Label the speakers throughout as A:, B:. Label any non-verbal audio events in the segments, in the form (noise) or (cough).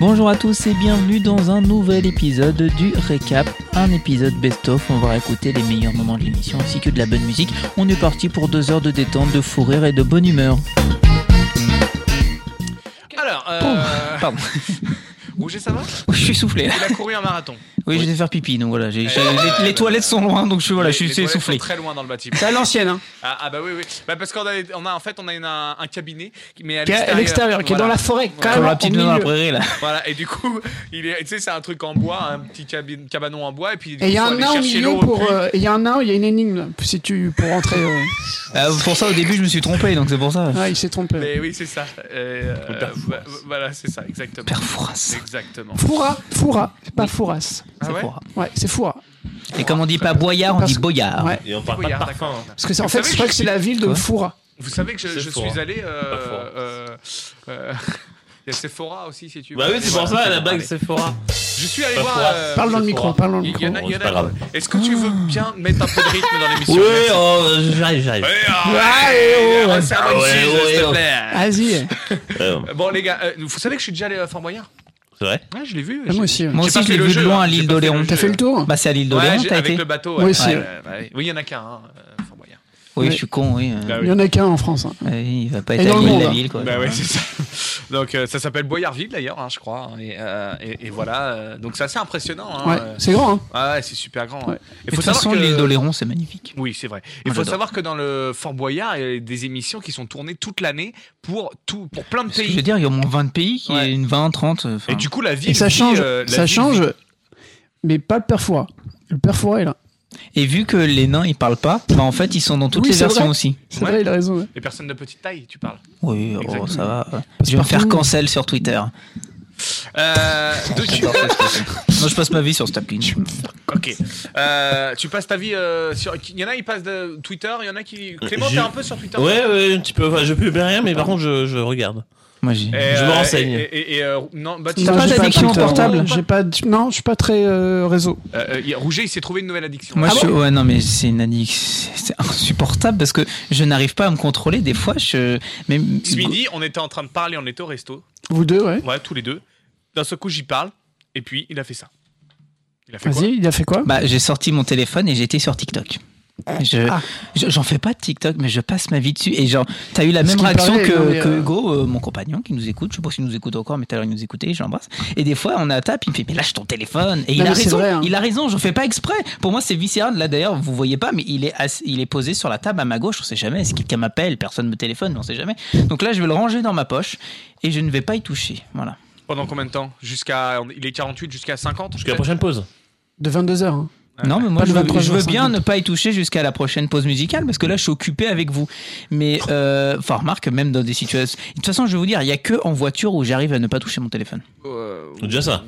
A: Bonjour à tous et bienvenue dans un nouvel épisode du Récap, un épisode best-of. On va écouter les meilleurs moments de l'émission ainsi que de la bonne musique. On est parti pour deux heures de détente, de fou rire et de bonne humeur.
B: Alors, euh,
A: Pardon, (laughs)
B: Rouget, ça va
A: je suis soufflé.
B: Il a couru un marathon.
A: Oui,
B: Oui.
A: j'étais faire pipi, donc voilà. j'ai- j'ai-
B: Euh,
A: les, les toilettes sont loin, donc je suis, voilà,
B: Les-
A: je
B: les
A: suis
B: toilettes
A: essoufflé.
B: sont très loin dans le bâtiment.
C: C'est à l'ancienne, hein.
B: Ah, ah bah oui, oui. Bah parce qu'on a, on a- en fait, on a une- un, un cabinet, qui- mais à
C: qui est à
B: l'extérieur.
C: l'extérieur, qui est
B: Voilà.
C: dans la forêt,
B: Comme
A: Comme
C: carrément.
A: la petite
C: au
A: dans la
C: milieu.
A: prairie
C: (laughs)
A: là.
B: Voilà, et du coup, il est, tu sais, c'est un truc en bois, un petit cabine- cabanon en bois, et puis. du coup,
C: Et il y a
B: faut
C: un
B: aller
C: nain au
B: chercher
C: milieu
B: l'eau
C: pour.
B: puits.
C: euh, Il y a un nain, il y a une énigme si tu pour rentrer. euh.
A: Euh, pour ça, au début, je me suis trompé, donc c'est pour ça.
C: Ah, il s'est trompé.
B: Mais oui, c'est ça. Euh, euh, bah, voilà, c'est ça, exactement.
A: Perforas.
B: Exactement.
C: Foura, Foura, c'est pas Fouras.
B: Ah ouais
C: Ouais, c'est Foura.
A: Et comme on dit pas boyard, on
C: Parce-
A: dit boyard.
C: Ouais.
D: Et on parle pas de
B: Boyard,
D: parfum.
B: d'accord.
D: hein.
C: Parce que c'est en
B: Vous
C: fait,
B: savez
C: je
B: que
C: crois que c'est la ville de
A: Quoi
C: Foura.
B: Vous savez que je, je
D: Sephora.
B: suis allé. euh,
D: Pas fort.
B: euh, euh, (laughs) Il y a Sephora aussi, si tu veux.
D: Bah oui, c'est pour
B: Voilà,
D: ça la
B: c'est
D: blague
B: pareil.
D: Sephora.
B: Je suis allé
D: Pas
B: voir.
D: Sephora.
B: euh,
C: Parle dans le
D: Sephora.
C: micro, parle dans le
B: Il
C: micro.
B: y en a, il y en
D: C'est
B: a-
D: pas grave.
B: Est-ce que tu veux bien mettre un peu de
C: (laughs)
B: rythme dans l'émission
D: Oui,
B: Merci.
D: oh, j'arrive, j'arrive.
B: Ouais, ah,
C: oh,
B: ouais, ouais, c'est un bon
D: Ah ouais,
A: Ah,
B: sujet,
D: ouais,
B: s'il te
D: ouais.
B: plaît.
C: Vas-y,
D: Euh,
B: Bon, les gars, euh, vous savez que je suis déjà allé à Fort Boyard
D: C'est vrai
B: Ouais, je l'ai vu.
C: moi aussi. ouais.
A: oh. Moi
B: J'ai
A: aussi,
B: pas
A: je
B: fait
A: l'ai
B: le
A: vu de
B: jeu,
A: loin
B: hein.
A: à l'île
B: J'ai pas fait
A: d'Oléron.
B: le
C: T'as
B: jeu.
C: fait le tour
A: Bah, c'est à l'île
B: Ouais,
A: d'Oléron,
B: j'ai-
A: t'as
B: avec
A: été
B: le bateau.
C: Moi
B: ouais.
C: aussi,
B: Ouais,
C: ouais.
B: ouais. Oui, il y en a qu'un. hein, euh, Fort Boyard.
A: Oui,
C: Ouais.
A: je suis con, oui. euh.
B: Ah
C: Il y en a qu'un en France. hein.
A: Ouais, il va pas
C: Et
A: être à
C: dans le
A: l'île,
C: monde,
A: la
C: hein.
A: ville, quoi.
B: Bah ouais, c'est ça. (laughs) Donc euh, ça s'appelle Boyardville d'ailleurs, hein, je crois. hein, Et, euh, et- et voilà. euh, donc c'est assez impressionnant. hein,
C: Ouais,
B: euh.
C: c'est grand, hein.
B: Ah ouais, c'est super grand. hein.
C: Ouais.
B: Et
A: Mais De toute
B: savoir
A: façon,
B: que-
A: l'île d'Oléron, c'est magnifique.
B: Oui, c'est vrai.
A: Moi,
B: Il faut
A: j'adore.
B: savoir que dans le Fort Boyard, il y a des émissions qui sont tournées toute l'année pour tout, pour plein de
A: Ce que je veux
B: pays.
A: dire, il y a au moins 20 pays, qui
B: Ouais.
A: est une 20, 30. enfin,
B: Et du coup, la ville.
C: Et ça
B: vit,
C: change,
B: euh, la
C: ça
B: ville vit.
C: change, mais pas le père Foura. Le père Foura est là.
B: Ah,
A: et vu que les nains, ils parlent pas, bah, en fait, ils sont dans toutes
C: Oui,
A: les
C: c'est
A: versions
C: vrai.
A: aussi.
C: C'est
B: Ouais.
C: vrai, il a raison. ouais.
B: Les personnes de petite taille,
A: (laughs)
B: tu parles.
A: Oui, oh,
B: Exactement.
A: ça va. Je vais me faire
C: partout.
A: cancel sur Twitter.
B: Euh, de- tu... (laughs)
A: Moi, je passe ma vie sur Staplin.
B: ok. Euh, tu passes ta vie euh, sur. Il y en a qui passent de Twitter, il y en a qui. Euh, Clément,
D: Euh, j'ai-
B: t'es un peu sur Twitter.
D: Ouais, ouais, un petit peu. Enfin, je peux bien rien, mais par contre, je, je regarde.
A: Moi, j'ai.
B: Et, euh,
D: Je me renseigne.
B: Et, et- et, euh, non, Baptiste,
A: T'as
C: Non,
A: pas
C: j'ai
A: d'addiction
C: Twitter.
A: portable
C: J'ai pas, de- non, je suis pas très euh, réseau.
B: Euh, euh, il- Rouget, il s'est trouvé une nouvelle addiction.
A: Moi,
C: Ah
A: je suis- ouais, non, mais c'est une addiction. C'est insupportable parce que je n'arrive pas à me contrôler. Des fois, je. Même...
B: Ce midi, on était en train de parler, on était au resto.
C: Vous deux, ouais.
B: Ouais, tous les deux. D'un seul coup, j'y parle. Et puis, il a fait ça. Il a fait quoi
C: Vas-y, il a fait quoi
A: Bah, j'ai sorti mon téléphone et j'étais sur TikTok. Je,
C: Ah.
A: je- j'en fais pas de TikTok, mais je passe ma vie dessus. Et genre, t'as eu la
C: Ce
A: même
C: qui
A: réaction
C: paraît,
A: que,
C: non, mais,
A: que
C: euh,
A: Hugo, euh, mon compagnon, qui nous écoute. Je sais pas s'il nous écoute encore, mais tout à l'heure il nous écoutait, je l'embrasse. Et des fois, on a tape, il me fait, mais lâche ton téléphone. Et il
C: Non,
A: a
C: mais c'est
A: raison,
C: vrai, hein.
A: il a raison, j'en fais pas exprès. Pour moi, c'est viscéral. Là d'ailleurs, vous voyez pas, mais il est, ass- il est posé sur la table à ma gauche, on sait jamais. Si quelqu'un m'appelle, personne me téléphone, on sait jamais. Donc là, je vais le ranger dans ma poche et je ne vais pas y toucher. Voilà.
B: Pendant combien de temps Jusqu'à. Il est 48 jusqu'à 50
D: Jusqu'à la
B: peut-être
D: prochaine pause.
C: De 22h. Hein.
A: Non, mais moi,
C: Pas
A: je
C: le
A: veux,
C: 23,
A: je veux bien
C: 50.
A: ne pas y toucher jusqu'à la prochaine pause musicale parce que là, je suis occupé avec vous. Mais, euh, enfin, remarque, même dans des situations. De toute façon, je vais vous dire, il n'y a que en voiture où j'arrive à ne pas toucher mon téléphone.
B: Euh,
D: Déjà ça.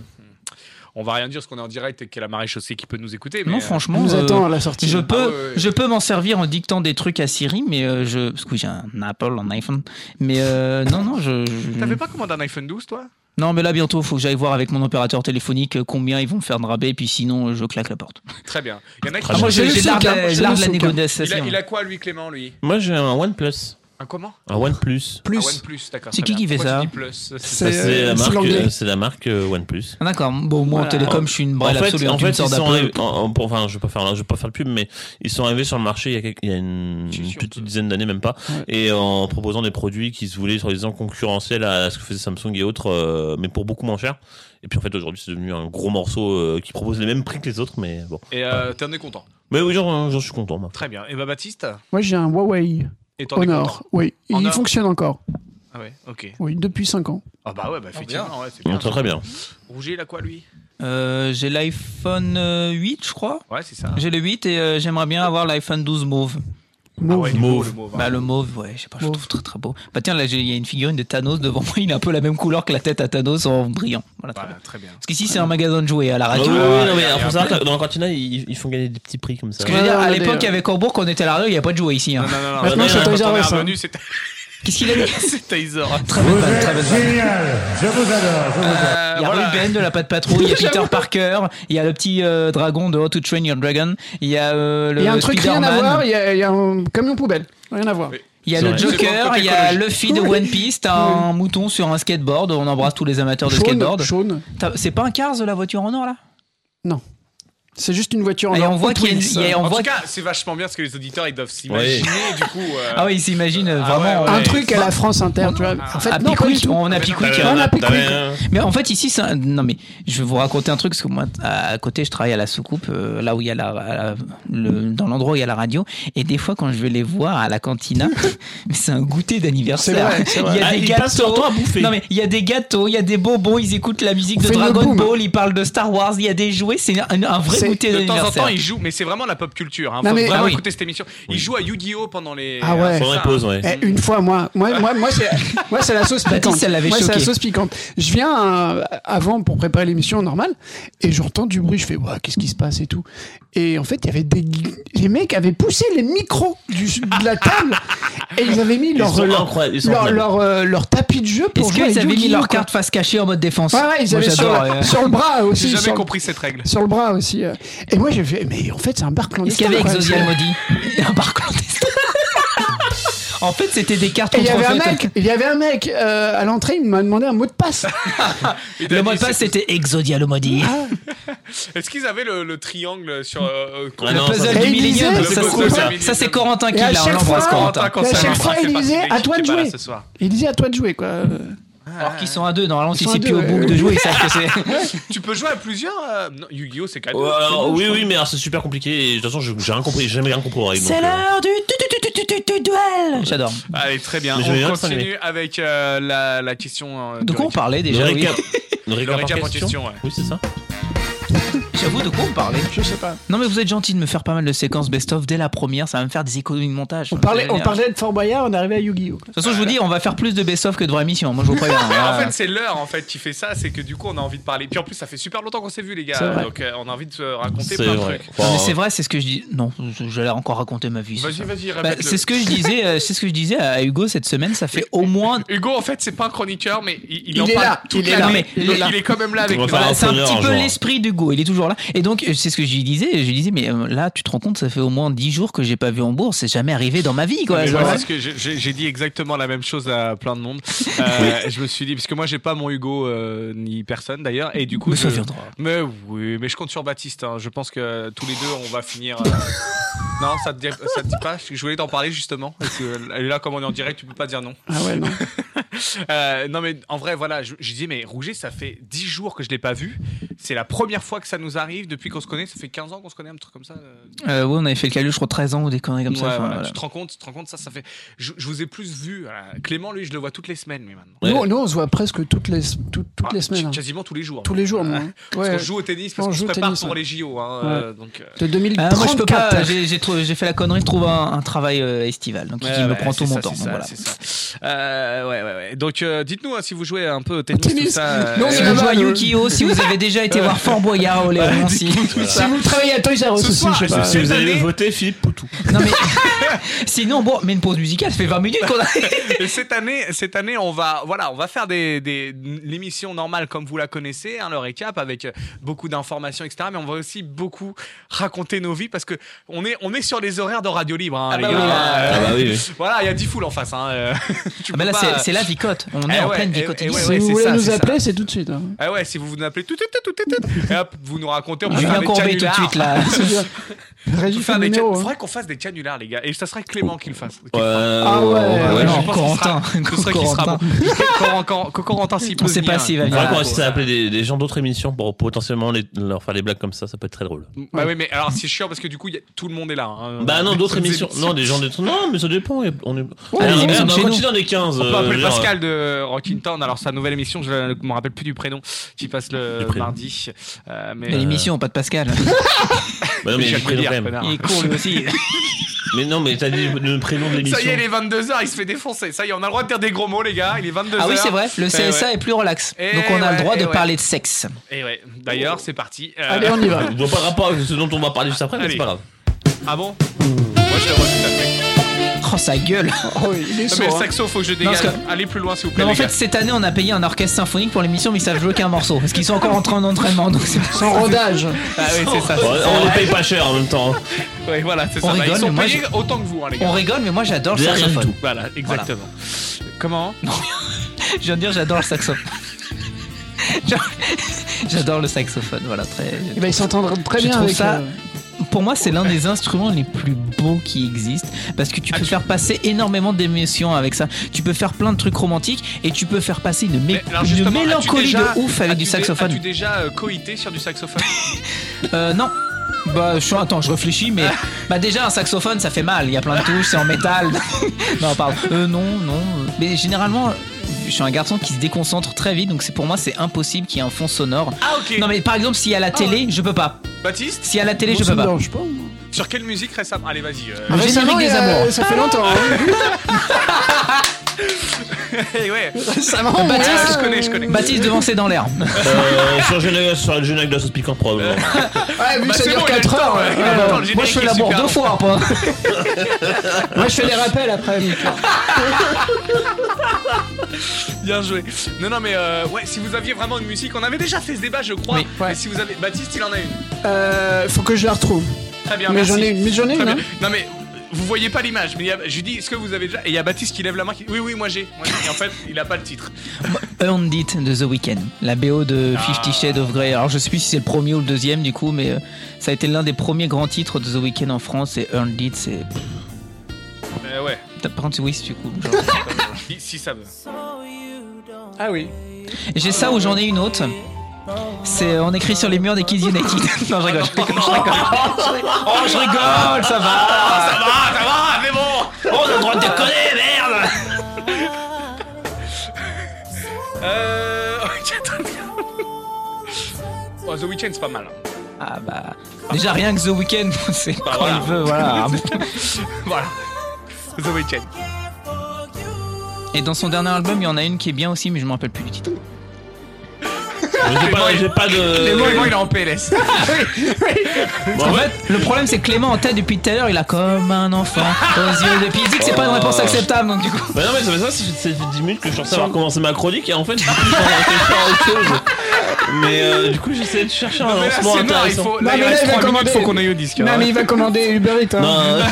B: On va rien dire parce qu'on est en direct et qu'il y a la marée chaussée qui peut nous écouter. mais,
A: non,
B: euh,
C: On
A: franchement.
C: nous
A: euh,
C: attend à la sortie.
A: Je peux,
B: Ah ouais, ouais.
A: je peux m'en servir en dictant des trucs à Siri, mais euh, je, parce que j'ai un Apple, un iPhone, mais euh, non, non, je, je-
B: (laughs) T'avais pas commandé un iPhone 12, toi
A: non, mais là bientôt, faut que j'aille voir avec mon opérateur téléphonique euh, combien ils vont me faire de rabais, puis sinon, euh, je claque la porte.
B: Très bien. Il y en a qui.
D: Ah, moi,
A: j'ai j'ai
C: j'ai le
A: l'art de
C: souk, hein.
A: la-
C: J'ai
A: l'art de la
C: le souk, hein.
B: il, a,
A: négociation.
B: il a quoi, lui, Clément, lui
D: Moi, j'ai un OnePlus.
B: Un comment
D: Un OnePlus.
C: Plus.
B: Un OnePlus, d'accord.
A: C'est
B: très
A: qui
B: bien.
A: qui fait
B: Pourquoi
A: ça
B: tu dis plus
C: Bah, C'est-
D: Ça, C'est la
C: c'est
D: marque,
C: l'anglais.
D: euh, c'est la marque euh, OnePlus.
A: Ah, D'accord, bon, moi en
C: Voilà.
A: télécom, je suis une
D: En
A: brêle
D: fait,
A: absolue.
D: en
A: tu
D: fait
A: me
D: ils
A: sors
D: sont
A: d'Apple.
D: arrivés- en- en- pour- enfin, je vais pas faire, je vais pas faire le pub, mais ils sont arrivés sur le marché il y a, quelques- il y a une
B: Je suis sûr
D: petite
B: de-
D: dizaine d'années, même pas,
C: Ouais.
D: et en proposant des produits qui se voulaient sur les concurrentiels à ce que faisait Samsung et autres, euh, mais pour beaucoup moins cher. Et puis en fait, aujourd'hui, c'est devenu un gros morceau euh, qui propose les mêmes prix que les autres, mais bon.
B: Et euh, t'en es content.
D: Mais oui, genre, j'en suis content. moi.
B: Très bien. Et bah, Baptiste
C: Moi, j'ai un Huawei
B: Et t'en es content
C: Honor. Oui, il
B: Honor.
C: fonctionne encore.
B: Ah ouais, ok.
C: Oui, depuis 5 ans.
B: Ah bah ouais, bah effectivement, ouais, c'est
D: On
B: bien.
D: entend très bien.
B: Rouget, il a quoi, lui
A: Euh, j'ai l'iPhone euh, 8, je crois.
B: Ouais, c'est ça.
A: J'ai le 8 et euh, j'aimerais bien avoir l'iPhone 12 mauve.
B: Ah
C: Mauve.
B: ouais, il est beau,
D: Mauve.
B: le mauve, hein.
A: Bah le mauve, ouais, je sais pas, je le
C: Mauve.
A: trouve très très beau. Bah tiens, là j'ai- il y a une figurine de Thanos devant moi, (laughs) il a un peu la même couleur que la tête à Thanos en brillant. Voilà, très bien.
B: Voilà, très bien.
A: Parce qu'ici c'est un magasin de jouets à la
D: Ah
A: radio.
D: oui, oui,
A: euh,
D: oui, non, mais
B: il y a
D: faut
B: un
D: savoir que dans la cantina, ils, ils font gagner des petits prix comme ça.
A: Ce que je veux
C: Ouais,
A: dire,
C: ouais,
A: à
C: ouais,
A: l'époque
C: des-
A: avec Orbourg, on était à la radio, il n'y a pas de jouets ici. hein.
B: Non, non, non, non.
C: Maintenant,
B: non,
C: c'est
B: non,
C: Toys
B: Ah, bah, quand on
C: R
B: est
C: Us, hein.
B: revenu, c'est
A: Qu'est-ce qu'il a
B: (laughs)
A: mis
B: c'est Taser.
A: Très bonne vanne, très bonne vanne.
E: Génial, je vous adore, je vous adore.
B: Euh,
A: Il y a
B: voilà.
A: Ruben de la Patte Patrouille,
B: (laughs)
A: il y a Peter Parker, il y a le petit euh, dragon de How to Train Your Dragon, il y a euh, le
C: Il y a un truc rien à
A: Spider-Man.
C: voir, il y a, il y a un camion poubelle. Rien à voir.
B: Oui.
A: Il y a
D: C'est
A: le
D: vrai.
A: Joker, il y a Luffy de One Piece, t'as un mouton sur un skateboard, on embrasse tous les amateurs de skateboard.
C: Shaun,
A: T'as- C'est pas un Cars la voiture en or là
C: c'est juste une voiture en
A: Et
C: or.
A: on voit
C: Hot
A: qu'il y a une-
C: Wheels.
A: il y a- on
B: en
A: voit-
B: tout cas, c'est vachement bien parce que les auditeurs ils doivent s'imaginer du coup. euh,
A: Ah oui, il s'imagine euh,
B: Ah
A: vraiment.
B: ouais,
C: un
A: euh,
C: truc à la France Inter,
A: On-
C: tu vois. En fait,
A: à
C: non, pas du
A: Pickwick,
C: tout.
A: Ah. on a Pickwick.
C: non,
A: euh,
C: on a plus
A: Mais en fait, ici, c'est un- non mais je vais vous raconter un truc parce que moi, à à côté, je travaille à la soucoupe, euh, là où il y a la, à la- le- dans l'endroit où il y a la radio, et des fois, quand je vais les voir à la cantina, (laughs) mais c'est un goûter
C: C'est
A: d'anniversaire.
C: vrai, c'est vrai.
A: Il y a
D: Ah,
A: des
D: ils passent leur
A: gâteaux.
D: temps à bouffer.
A: Non mais il y a des gâteaux, il y a des bonbons, ils écoutent la musique
C: On
A: de
C: fait le
A: Dragon
C: boom.
A: Ball, ils parlent de Star Wars, il y a des jouets, c'est un, un vrai
C: C'est-
A: goûter
B: de temps en temps,
A: d'anniversaire.
B: ils jouent, mais c'est vraiment la pop culture. Hein.
C: Non,
B: Faut
C: mais-
B: vraiment
A: Ah oui.
B: écouter cette émission. Ils jouent à Yu-Gi-Oh pendant les.
C: Ah
D: Pendant
C: ouais.
B: c'est
D: les
B: ça,
D: pauses,
B: hein.
D: ouais.
C: Eh, une fois, moi, moi, moi, moi, c'est, moi, c'est la sauce
A: Baptiste,
C: piquante.
A: elle l'avait
C: moi, c'est la
A: choqué.
C: sauce piquante. Je viens euh, avant pour préparer l'émission normale et j'entends du bruit. Je fais, Ouah, qu'est-ce qui se passe et tout. Et en fait, il y avait des, les mecs avaient poussé les micros du, de la table et ils avaient mis leur,
D: sont
C: leur,
D: incroyables, ils sont
C: leur,
D: incroyables.
C: leur, euh, leur tapis de jeu pour
A: Est-ce
C: jouer
A: qu'ils
C: à
A: avaient mis
C: Yu-Gi-Oh,
A: leur
C: quoi.
A: carte face cachée en mode défense
C: Ouais, ouais, ils
A: Moi,
C: avaient sur,
A: j'adore. euh.
C: sur
A: (laughs)
C: le bras
B: J'ai
C: aussi.
B: jamais
C: sur,
B: compris cette règle.
C: sur le bras aussi. euh. Et moi, j'ai fait, mais en fait, c'est un bar
A: Est-ce
C: clandestin.
A: qu'il y avait
C: quoi.
A: Exodia Maudit Un bar clandestin (laughs) En fait, c'était des cartes
C: Et il y avait un
A: contrefaites.
C: mec, il y avait un mec euh, à l'entrée, il m'a demandé un mot de passe.
B: Et t'as
A: Le mot
B: dit,
A: de passe, c'était Exodia le maudit.
B: (laughs)
C: Ah.
B: Est-ce qu'ils avaient le, le triangle sur. euh,
D: Ah
A: le
D: non, ça,
A: puzzle du
D: c'est-
C: Et il disait-
A: millénium,
C: Le
A: ça,
B: puzzle
A: c'est-
B: du millénium.
A: ça, c'est (laughs) Corentin qui
C: Et à
A: l'a. On
C: chaque
A: l'embrace
C: fois-
A: Corentin.
B: Corentin, quand
C: Et à
B: ça
C: chaque
B: l'embrasse,
C: fois,
B: il fait
C: il
B: partie
C: disait,
B: de l'équipe
C: à toi
B: qui
C: de
B: est pas là
C: jouer.
B: ce soir.
C: Il disait à toi de jouer, quoi. Euh,
A: Alors qu'ils sont à deux, normalement,
C: Ils
A: si
C: sont
A: c'est
C: à
A: plus
C: deux, euh,
A: au bout
C: ouais.
A: de
C: (laughs)
A: jouer, ils savent que c'est.
B: (laughs) Tu peux jouer à plusieurs. euh, non, Yu-Gi-Oh, c'est cadeau.
D: Ouais, alors, oui, oui, mais alors, c'est super compliqué. Et de toute façon, je- j'ai rien compris, j'ai jamais rien compris aux règles. donc, euh,
A: l'heure du duel J'adore.
B: Allez, très bien.
D: Mais j'aime bien
B: On
D: le cinglé.
B: continue avec euh, la, la question. euh,
A: De quoi on
B: récap.
A: parlait
D: Le
A: déjà oui.
D: récap. Le
B: Le
D: récap
B: récap
D: par
B: en question, ouais.
D: Oui, c'est ça.
A: J'avoue, de quoi on parlait
C: Je sais pas.
A: Non, mais vous êtes gentil de me faire pas mal de séquences best-of dès la première, ça va me faire des économies de montage.
C: On parlait, on parlait de Fort Boyard, on est arrivé à Yu-Gi-Oh!
A: De toute façon, je vous dis, on va faire plus de best-of que de vraies missions. Moi, je vous
C: (laughs)
A: préviens. hein.
B: Ah, en
A: Voilà.
B: fait, c'est l'heure en fait qui fait ça, c'est que du coup on a envie de parler. Puis en plus, ça fait super longtemps qu'on s'est vu les
C: C'est
B: gars,
C: vrai.
B: donc euh, on a envie de se raconter
D: C'est
B: plein de
D: vrai.
B: trucs.
A: Non, mais
D: Enfin,
A: c'est vrai, c'est ce que je dis. Non, j'allais encore raconter ma vie. c'est
B: Vas-y,
A: ça.
B: vas-y,
A: Bah,
B: répète.
A: c'est ce que je disais, euh, c'est ce que je disais à Hugo cette semaine. Ça fait au moins.
B: Hugo, en fait, c'est pas un chroniqueur, mais il, il
C: Il
B: en
C: est
B: parle
C: là,
B: toute
C: il est là,
B: l'année.
A: mais il
B: Donc,
A: est là.
B: il est quand même là avec
D: On va
B: nous.
D: faire
A: Voilà, c'est un petit
D: entrepreneur,
A: peu
D: genre.
A: l'esprit d'Hugo. Il est toujours là. Et donc, euh, c'est ce que je lui disais. Je lui disais, mais euh, là, tu te rends compte, ça fait au moins 10 jours que j'ai pas vu Hambourg. C'est jamais arrivé dans ma vie, quoi. hein.
B: Mais
A: Genre,
B: moi, c'est ce que j'ai- j'ai j'ai dit exactement la même chose à plein de monde. Euh, je me suis dit parce que moi j'ai pas mon Hugo euh, ni personne d'ailleurs et du coup
A: Mais ça
B: je-
A: viendra.
B: Mais oui, mais je compte sur Baptiste. hein. Je pense que tous les deux on va finir. euh, non, ça te dit, ça te dit pas. Je voulais t'en parler justement. Parce que, euh, là, comme on est en direct, tu peux pas dire non.
C: Ah ouais, non.
B: (laughs) Euh, non mais en vrai voilà, je, je disais mais Rouget ça fait 10 jours que je l'ai pas vu. C'est la première fois que ça nous arrive depuis qu'on se connaît, ça fait 15 ans qu'on se connaît un truc comme ça. euh.
A: Euh, ouais, on avait fait le calcul, je crois, 13 ans ou des conneries comme ça.
B: Ouais,
A: enfin,
B: voilà,
A: voilà.
B: Tu te rends compte, tu te rends compte ça ça fait je, je vous ai plus vu. voilà. Clément lui je le vois toutes les semaines mais maintenant.
D: Ouais.
C: Nous, nous, on se voit presque toutes les, toutes, toutes
B: Ah,
C: les semaines. hein.
B: Quasiment tous les jours.
C: Tous les jours, nous.
B: Voilà.
C: hein.
B: Parce
C: Ouais.
B: qu'on joue au tennis,
C: On
B: parce qu'on se
C: joue au
B: prépare
C: tennis,
B: pour
C: ouais.
B: les JO. hein,
C: Ouais.
B: euh, donc, euh,
C: De
A: Ah,
C: 2034.
A: moi, je peux pas. J'ai, j'ai trouvé- j'ai fait la connerie de trouver un, un travail euh, estival, donc
B: Ouais,
A: qui me
B: ouais,
A: prend
B: c'est
A: tout mon
B: ça,
A: temps. donc
B: c'est ça,
A: voilà.
B: c'est ça. Euh, ouais, ouais, ouais. Donc, euh, dites-nous hein, si vous jouez un peu au tennis,
C: Tennis.
B: tout ça.
C: Non,
B: euh,
A: Si
C: Ouais,
A: vous jouez à
C: ouais,
A: Yu-Gi-Oh, si vous avez déjà été voir Fort Boyard au Léon, si.
C: Si vous travaillez à Toys R Us
B: Ce
C: aussi,
B: soir,
C: je sais
B: je
C: pas.
B: suis-
D: Si vous avez
B: année-
D: voté Philippe Poutou.
A: Non mais (laughs) sinon bon, mais une pause musicale, ça fait 20 minutes qu'on a.
B: Et cette année, cette année, on va, voilà, on va faire des, des l'émission normale comme vous la connaissez, hein, le récap avec euh, beaucoup d'informations, etc. Mais on va aussi beaucoup raconter nos vies parce que on est, on est sur les horaires de Radio Libre, hein, les
A: bah
B: gars.
A: oui,
B: Euh,
D: Ah bah oui, oui.
B: (laughs) Voilà, il y a 10 foules en face. Hein, euh, (laughs) tu
A: Ah bah
B: peux
A: là
B: pas-
A: c'est, c'est la vicote, on est
B: Eh
A: en
B: ouais,
A: pleine
B: eh-
A: vicote.
B: eh ouais,
C: Si
B: ouais,
C: vous
B: c'est
C: voulez
B: ça,
C: nous
B: c'est
C: appeler, c'est tout de suite. hein.
B: Ah ouais, si vous vous appelez tout, tout, tout, tout, tout, tout, et hop, vous nous racontez, on peut faire
A: Julien
B: des
A: Courbet tout de
B: canulars.
A: suite
B: (laughs)
A: là. (laughs)
C: C'est dur.
B: Il
C: Régis fait le numéro, hein.
B: faudrait qu'on fasse des canulars, les gars. Et ça serait Clément qui le fasse.
A: Oh,
D: Ouais,
C: Ah ouais,
B: Ouais,
A: ouais,
B: je
A: non,
B: pense qu'il sera-
A: Corentin.
B: Ce serait qui sera bon. Coran- Coran- Que Corentin s'y peut
A: On sait
B: venir.
A: pas s'il va
D: Il faudrait
A: venir.
D: qu'on essaie d'appeler des, des gens d'autres émissions pour potentiellement les- leur faire des blagues comme ça, ça peut être très drôle.
B: Bah oui, mais alors c'est chiant parce que du coup, il y a- tout le monde est là. hein.
D: Bah non, d'autres
B: Toutes les
D: émissions. Non, des gens Ah d'autres. Non, mais ça dépend. On est. Eh, bah,
A: les
D: Alors,
A: émissions
D: regarde,
A: de chez
D: quand
A: nous.
D: il en est 15.
B: On peut
D: euh,
B: appeler
D: genre,
B: Pascal de Rockin' Town. Alors sa nouvelle émission, je ne me rappelle plus du prénom, qui passe le
D: Du prénom.
B: mardi. Euh, mais
A: Mais l'émission, pas de
B: (laughs)
A: Pascal.
D: bah non, mais,
B: j'ai
D: j'ai
B: le
D: le prénom
B: dire,
D: quand même.
B: connard.
A: Il est court lui aussi.
D: (laughs) mais non, mais t'as dit le prénom de l'émission.
B: Ça y est, il est 22h, il se fait défoncer. Ça y est, on a le droit de dire des gros mots, les gars. Il est Eh 22h.
A: Ah oui, c'est vrai, le CSA est plus relax.
B: Eh
A: Donc on a
B: ouais,
A: le droit
B: eh
A: de
B: ouais.
A: parler de sexe.
B: Et Eh ouais, d'ailleurs, c'est parti. Euh,
C: Allez, on y va.
D: Je vois pas le rapport avec ce dont on va parler juste après, mais
B: Allez.
D: c'est pas grave.
B: Ah bon Moi, je le vois tout à fait.
A: Oh, sa gueule.
C: Oh, il est
B: Non, mais le
C: sourd. hein.
B: saxo, faut que je
A: Non,
B: dégage.
A: parce que-
B: Allez plus loin, s'il vous plaît.
A: Non, en
B: les
A: fait,
B: gars.
A: cette année, on a payé un orchestre symphonique pour l'émission, mais ils savent jouer qu'un morceau. Parce qu'ils sont encore en train d'entraînement. Donc c'est-
C: Sans rodage.
B: Ah oui, c'est ça. (laughs)
D: Ouais, on les paye pas cher en même temps. hein.
B: Ouais, voilà, c'est
A: On
B: ça. Bah,
A: rigole,
B: ils sont
A: mais moi,
B: payés autant que vous, hein, les
A: on
B: gars.
A: rigole, mais moi j'adore le
D: Derrière
A: saxophone.
B: Voilà, exactement.
A: (laughs)
B: Comment
A: Je viens de dire, j'adore le
B: (laughs)
A: saxophone. Genre, j'adore le saxophone, voilà. Très...
C: Eh ben, il s'entendra très
A: Je
C: bien
A: trouve
C: avec
A: ça-
C: euh,
A: Pour moi, c'est l'un des instruments les plus beaux qui existent parce que tu
B: Ah,
A: peux
B: tu-
A: faire passer énormément d'émotions avec ça. Tu peux faire plein de trucs romantiques et tu peux faire passer une, mé-
B: Mais alors,
A: une
B: justement, as-tu
A: mélancolie
B: déjà-
A: de ouf avec
B: As-tu
A: du
B: dé-
A: saxophone.
B: As-tu déjà euh, coïté sur
A: (laughs)
B: du saxophone
A: Euh, non. Bah, je suis. Attends, je réfléchis,
B: (laughs)
A: mais. bah, déjà, un saxophone, ça fait mal. Il y a plein de touches, c'est en métal.
B: (laughs)
A: non, pardon. Euh, non, non. euh. Mais généralement, je suis un garçon qui se déconcentre très vite, donc c'est pour moi, c'est impossible qu'il y ait un fond sonore.
B: Ah, ok. Ah,
A: Non, mais par exemple, s'il y a la télé,
B: Oh.
A: je peux
B: (laughs)
A: pas.
B: Baptiste,
A: S'il y a la télé,
C: bon,
A: je
C: ça
A: peux pas.
C: me
A: Ah,
C: dérange pas, moi.
B: sur quelle musique récemment Allez, vas-y. euh,
A: Le générique des
C: Récemment, Oh, il y a-
A: amours.
C: Ça fait longtemps. hein.
B: eh, (laughs) ouais.
C: Récemment,
A: Bah,
C: ouais.
A: tiens,
B: je connais, je connais.
A: Baptiste devançait dans l'air.
D: Euh, sur Genève, sur la Genève de la sauce piquante, probablement.
C: Ouais, vu
B: Bah,
C: que Ah ça
B: c'est bon,
C: dure
B: il a le
C: 4
B: temps,
C: heures.
B: ouais. Il a
C: ouais,
B: le
C: ouais.
B: temps, le
A: Moi,
B: générique
A: je fais
B: est
A: l'amour
B: super
A: deux
B: long.
A: fois, pas.
B: (laughs)
C: Moi, je fais les rappels après. donc, euh,
B: (laughs) Bien joué. Non, non, mais euh, ouais, si vous aviez vraiment une musique, on avait déjà fait ce débat, je crois.
A: Oui,
C: ouais.
B: Mais si vous avez, Baptiste, il en a une.
C: Euh, faut que je la retrouve.
B: Très bien.
C: mais
B: merci.
C: j'en ai une. Mais j'en ai
B: Très
C: une.
B: bien.
C: hein.
B: Non mais vous voyez pas l'image, mais il y a- je lui dis est-ce que vous avez déjà Et il y a Baptiste qui lève la main. Qui... Oui oui moi j'ai. Moi, j'ai. Et en fait il a pas le titre.
A: Earned It Euh, de The Weeknd, la BO de Fifty
B: Ah.
A: Shades of Grey. Alors je sais plus si c'est le premier ou le deuxième du coup, mais euh, ça a été l'un des premiers grands titres de The Weeknd en France. Et Earned It, c'est.
B: Euh, ouais.
A: Par contre, oui, c'est cool. genre.
B: (laughs) si, si ça veut.
C: Ah oui.
A: J'ai ça ou j'en ai une autre. C'est euh, on écrit sur les murs des Kids United. (laughs) non, je rigole. je rigole, je rigole. Oh, je rigole, ça va.
B: Ça va ça va mais bon.
D: Oh, le droit de
F: é
D: déconner, merde
B: Euh. (laughs) ok, très bien. Oh, The Weeknd c'est pas mal. hein.
A: Ah bah déjà rien que The Weeknd, (laughs) c'est quand
B: Ah, voilà.
A: il veut, voilà.
B: (laughs) Voilà. The Weeknd.
A: Et dans son dernier album, il y en a une qui est bien aussi, mais je me rappelle plus du titre.
D: J'ai pas, j'ai pas
B: Et
D: de.
B: moi il est en
D: (laughs)
B: PLS. Bah
D: Bon,
A: En
D: ouais.
A: fait, le problème c'est que Clément en tête depuis tout à l'heure, il a comme un enfant aux yeux de puis il dit que c'est pas une réponse acceptable donc du coup.
D: Oh. Bah non, mais ça fait ça, c'est 10 minutes que je suis censé avoir commencé ma chronique et en fait, du coup, j'en faire autre chose. Mais euh, du coup, j'essaie de chercher
B: Mais
D: un
B: là,
D: lancement
B: c'est marre, il
D: intéressant.
B: faut. Là,
C: Non,
B: il
C: mais là,
B: reste
C: il va
B: 3 minutes,
C: commander.
B: faut qu'on aille au disque.
C: Non,
B: hein.
C: mais il va commander Uber Eats. hein.
B: (laughs)
D: Non, euh,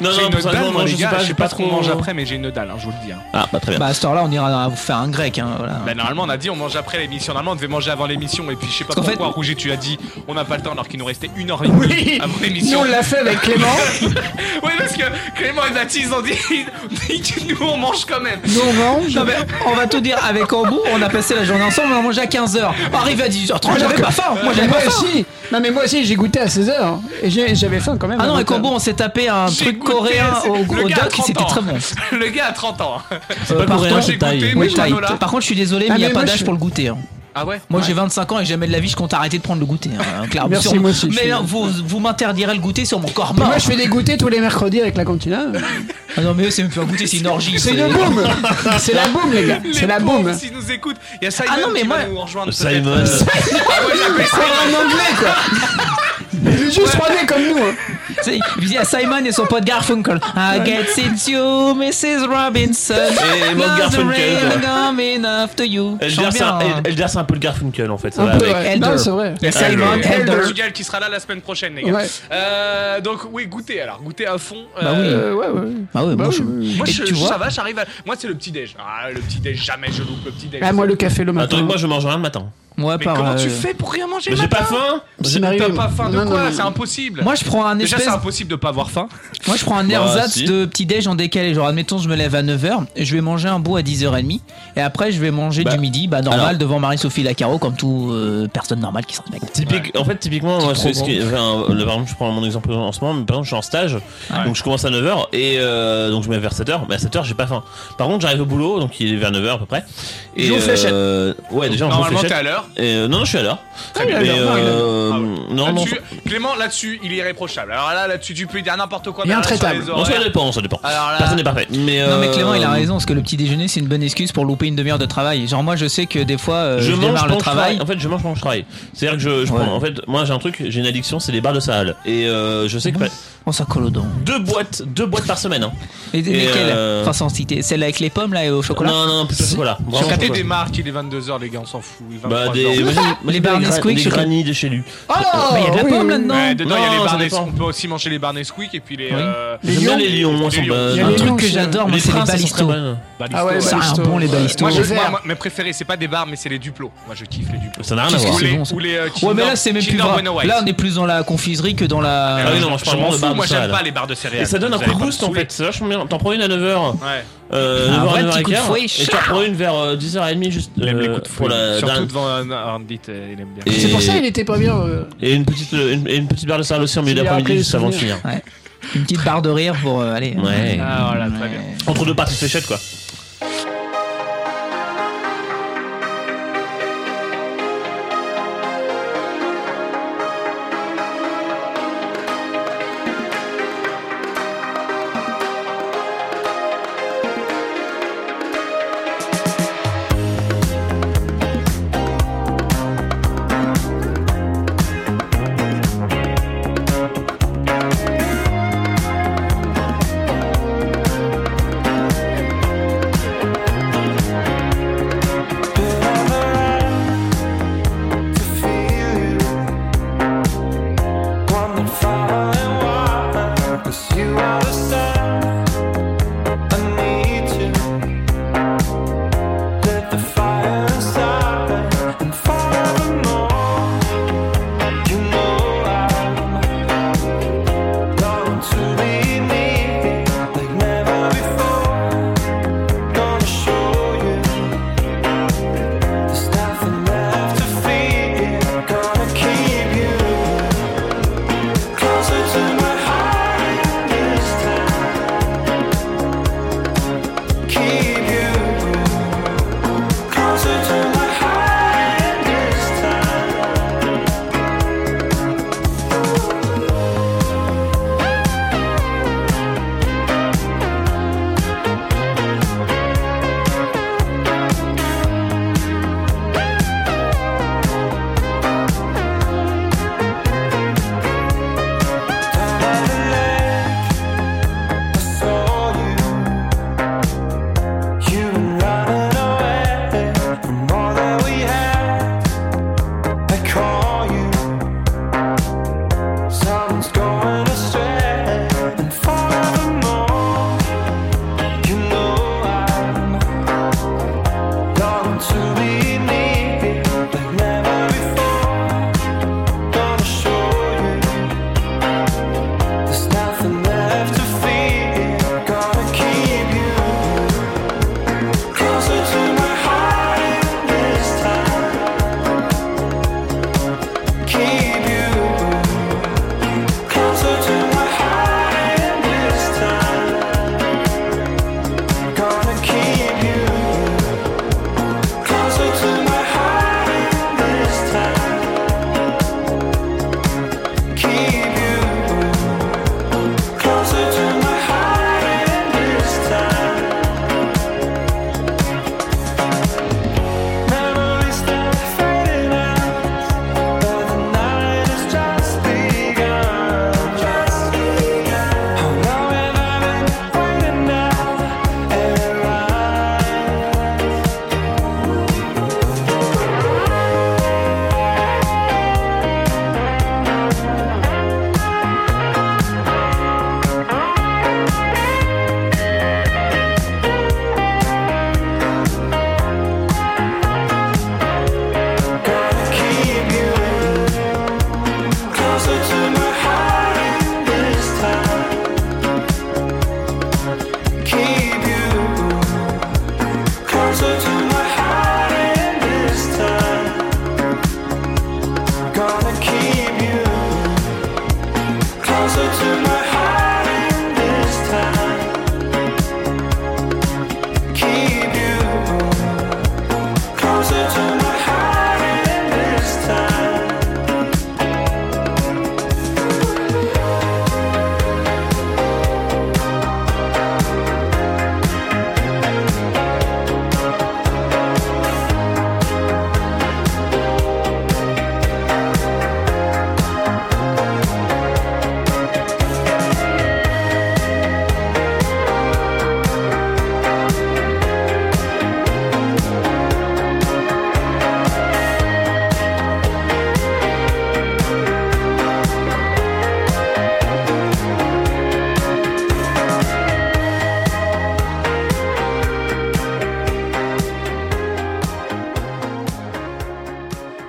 D: non,
B: J'ai
D: non,
B: une
D: pour ça,
B: dalle,
D: non,
B: moi,
D: non,
B: les
D: je sais
B: gars.
D: pas,
B: Je sais pas ce qu'on mange après, mais j'ai une dalle, hein, je vous le dis. hein.
D: Ah, bah très bien.
A: Bah à cette heure-là, on ira vous faire un grec hein, voilà.
B: Bah normalement on a dit on mange après l'émission, normalement on devait manger avant l'émission et puis je sais pas
A: Parce qu'en
B: pourquoi
A: fait-
B: Rouget tu as dit on n'a pas le temps alors qu'il nous restait une heure et demie avant
C: Nous,
B: l'émission.
C: on l'a fait avec Clément.
B: (laughs) Oui parce que Clément et Baptiste ont dit, (laughs) dit que nous on mange quand même.
C: Nous, on mange.
A: Non, mais on va tout dire avec Ambou, on a passé la journée ensemble, on a mangé à 15h. Arrivé à 18h30, j'avais pas faim. Moi
C: Mais
A: j'avais
C: moi
A: pas faim.
C: aussi. Non, mais moi aussi, j'ai goûté à 16h. Et j'ai- j'avais faim quand même. euh,
A: Ah non,
C: avant
A: et Combo,
C: que-
A: on s'est tapé un
B: J'ai
A: truc
B: goûté,
A: coréen
B: c'est-
A: au, au
B: le gars a
A: doc,
B: 30
A: c'était
B: ans.
A: très bon.
B: (laughs) Le gars a 30 ans.
A: Euh,
D: pas coréen,
A: pardon,
D: c'est
B: J'ai goûté
D: Thaï.
A: oui,
B: mais
A: Thaï.
B: granola.
A: Par contre, je suis désolé,
C: Ah,
A: mais il n'y a
C: mais
A: pas
C: moi,
A: d'âge
C: je-
A: pour le goûter. hein.
B: Ah ouais
A: Moi j'ai 25 ans et jamais de la vie je compte arrêter de prendre le goûter. hein, clairement.
C: Ah, Merci,
A: Sur-
C: moi aussi, je
A: Mais
C: suis-
A: non, vous, vous m'interdirez le goûter sur mon corps
C: Et
A: mort.
C: Moi, je fais des goûters tous les mercredis avec la cantina.
A: Ah non, mais eux, c'est même plus un goûter, c'est une orgie.
C: C'est le boom. C'est la boom, les gars. C'est la hein. boom.
B: S'ils nous écoutent, il y a Simon
A: Ah non, mais
B: qui
A: moi-
B: va nous rejoindre.
D: Simon.
B: peut-être. Ah ouais, j'appelle
C: C'est en
B: Simon.
C: anglais, quoi. Il est juste 3D comme nous. hein.
A: Tu sais, Il dit à Simon et son pote Garfunkel I guess it's you, Mrs. Robinson.
D: Et mon
A: Love's the
D: Garfunkel.
A: rain coming after you.
D: Elder,
A: Chante
D: c'est un,
A: bien, hein.
D: Elder, c'est un peu le Garfunkel en fait. Ça va
C: Un peu,
D: avec.
C: ouais.
A: Elder.
C: Non, c'est vrai.
A: Et Simon,
B: Et le
A: Elder.
B: Portugal qui sera là la semaine prochaine, les gars.
C: Ouais.
B: Euh, donc, oui, goûter alors, goûter à fond.
A: Bah oui.
C: Euh, ouais, ouais.
A: Ah ouais, moi,
C: Bah
A: je-
C: oui,
B: Moi,
A: Et
B: je-
A: tu vois-
B: ça va, j'arrive à. Moi, c'est le petit déj. Ah, le petit déj, jamais je loupe le petit déj.
C: Ah, moi, le café le
D: Attends,
C: matin.
D: moi je mange rien le matin.
A: Moi,
B: Mais
A: par,
B: comment
A: euh,
B: tu fais pour rien manger
D: Mais
B: le
D: j'ai pas
B: matin
A: Bah,
D: faim
C: C'est
B: T'as
C: marié,
B: pas,
C: moi.
B: faim de
C: Non, non,
B: quoi
C: non.
B: C'est impossible.
A: Moi, je prends un
B: Déjà,
A: espèce.
B: c'est impossible de pas avoir faim.
A: Moi, je prends un
D: Bah,
A: ersatz
D: si.
A: de petit déj en décalé. Genre, admettons, je me lève à 9h, je vais manger un bout à 10h30, et après, je vais manger
D: Bah,
A: du midi, bah normal,
D: alors.
A: devant Marie-Sophie Lacaro, comme tout euh, personne normale qui se respecte.
D: Typique, En fait, typiquement,
A: trop
D: moi, c'est ce qui, enfin, le- par exemple, je prends mon exemple en ce moment, mais par exemple, je suis en stage, donc je commence à 9h et euh, donc je me mets vers 7h, mais à 7h, j'ai pas faim. Par contre, j'arrive au boulot, donc il est vers 9h à peu près. Et
C: Joue fléchette.
D: euh, ouais, déjà, on joue
B: Normalement, t'es
D: fléchette.
B: à l'heure.
D: l'heure. Et, euh, non, non, je suis à l'heure.
C: Ah, il a
D: Mais,
C: l'air- non, il a-
D: euh,
B: Ah ouais.
D: Non, non,
B: Là-dessus, Clément, là-dessus, il est irréprochable. Alors là, là-dessus, tu peux dire n'importe quoi.
C: Il est
B: mais là, sur
C: intraitable.
B: les
D: non, ça
B: horaires-
D: dépend, ça dépend.
B: Alors là-
D: Personne n'est parfait. Mais,
A: Non mais
D: euh,
A: Clément il a raison parce que le petit déjeuner c'est une bonne excuse pour louper une demi-heure de travail. Genre moi je sais que des fois euh, je,
D: mange
A: démarre
D: pendant
A: le
D: que je
A: travail.
D: travaille. En fait, je mange pendant que je travaille. C'est-à-dire que je, je
A: Ouais.
D: prends. En fait, moi, j'ai un truc, j'ai une addiction, c'est les bars de salle. Et euh, je sais que bah,
A: On s'en colle aux dents.
D: deux boîtes, deux boîtes par semaine. Hein.
A: Et,
D: Et,
A: lesquelles
D: euh,
A: Enfin sans citer. Celle avec les pommes là et au chocolat.
D: Non, non, plutôt chocolat. Vraiment
B: Sortez
D: chocolat.
B: des marques, il est 22h, les gars, on s'en fout. Il est
D: Bah,
B: 23
D: des,
B: heures.
D: moi, j'aime- moi,
A: (laughs) Les
D: j'aime
A: bars
D: bien gra-
A: Nesquik,
D: des
A: je crois.
D: granits de chez lui.
A: Ah, Mais il y a de la
C: Oh oui,
A: pomme
C: oui,
A: là-dedans.
B: Ouais, dedans, il y a
D: Non,
B: les
D: ça
B: barres Nes-
D: dépend.
B: On peut aussi manger les barres Nesquik et puis les.
A: Oui.
B: euh,
C: Les
D: J'aime bien
C: lions.
D: les lions, elles
B: Les
D: sont
B: lions.
D: bonnes.
C: Il y a
A: Un
C: les
A: truc
C: lions
A: que
C: aussi.
A: j'adore moi
D: Les
A: c'est les
D: princes, elles sont très
A: balistos.
D: bonnes.
B: balistos.
C: Ah ouais,
A: C'est un
C: balisto.
A: bon les balistos.
B: Moi, je,
C: Les
B: moi,
C: verts.
B: moi, mes préférés, c'est pas des bars, mais c'est les duplos. Moi, je kiffe les duplos.
D: Ça n'a rien à
A: Qu'est-ce
D: voir.
B: Ou
A: que c'est
B: les,
A: bon, ça.
B: ou les euh,
A: Ouais
B: Kinder-
A: mais là c'est même plus
B: Kinder
A: grave.
B: Bueno White.
A: Là on est plus dans la confiserie que dans la.
D: Ah oui,
B: Euh,
D: non, moi, je parle
B: m'en
D: vraiment de barres
B: fous,
D: de
B: moi j'aime
D: céréales.
B: pas les barres de céréales.
D: Et ça donne un
B: Vous
D: coup de
B: allez pas me
D: boost en
B: saouler.
D: fait, c'est vachement bien. T'en prends une à 9h,
B: Ouais.
D: euh,
A: Un
D: 9h,
A: vrai petit
D: 9h15,
A: coup de fouet,
D: et tu en prends une vers euh, 10h30 juste
B: J'aime les
D: euh,
B: coups de fouet.
D: pour la
B: Surtout
D: dernière-
B: devant un- un Ardit, euh, il aime bien.
D: Et-
C: C'est pour ça il était pas bien. euh.
D: Et une petite, euh, une, et une petite barre de salle aussi en milieu
C: Il a
D: d'après-midi
C: appris
D: juste
C: les
D: avant de
C: souvenirs.
D: finir.
A: Une petite barre de rire pour euh, aller.
D: Ouais.
B: Ah voilà, très bien.
A: Ouais.
D: Entre deux parties de fléchettes quoi.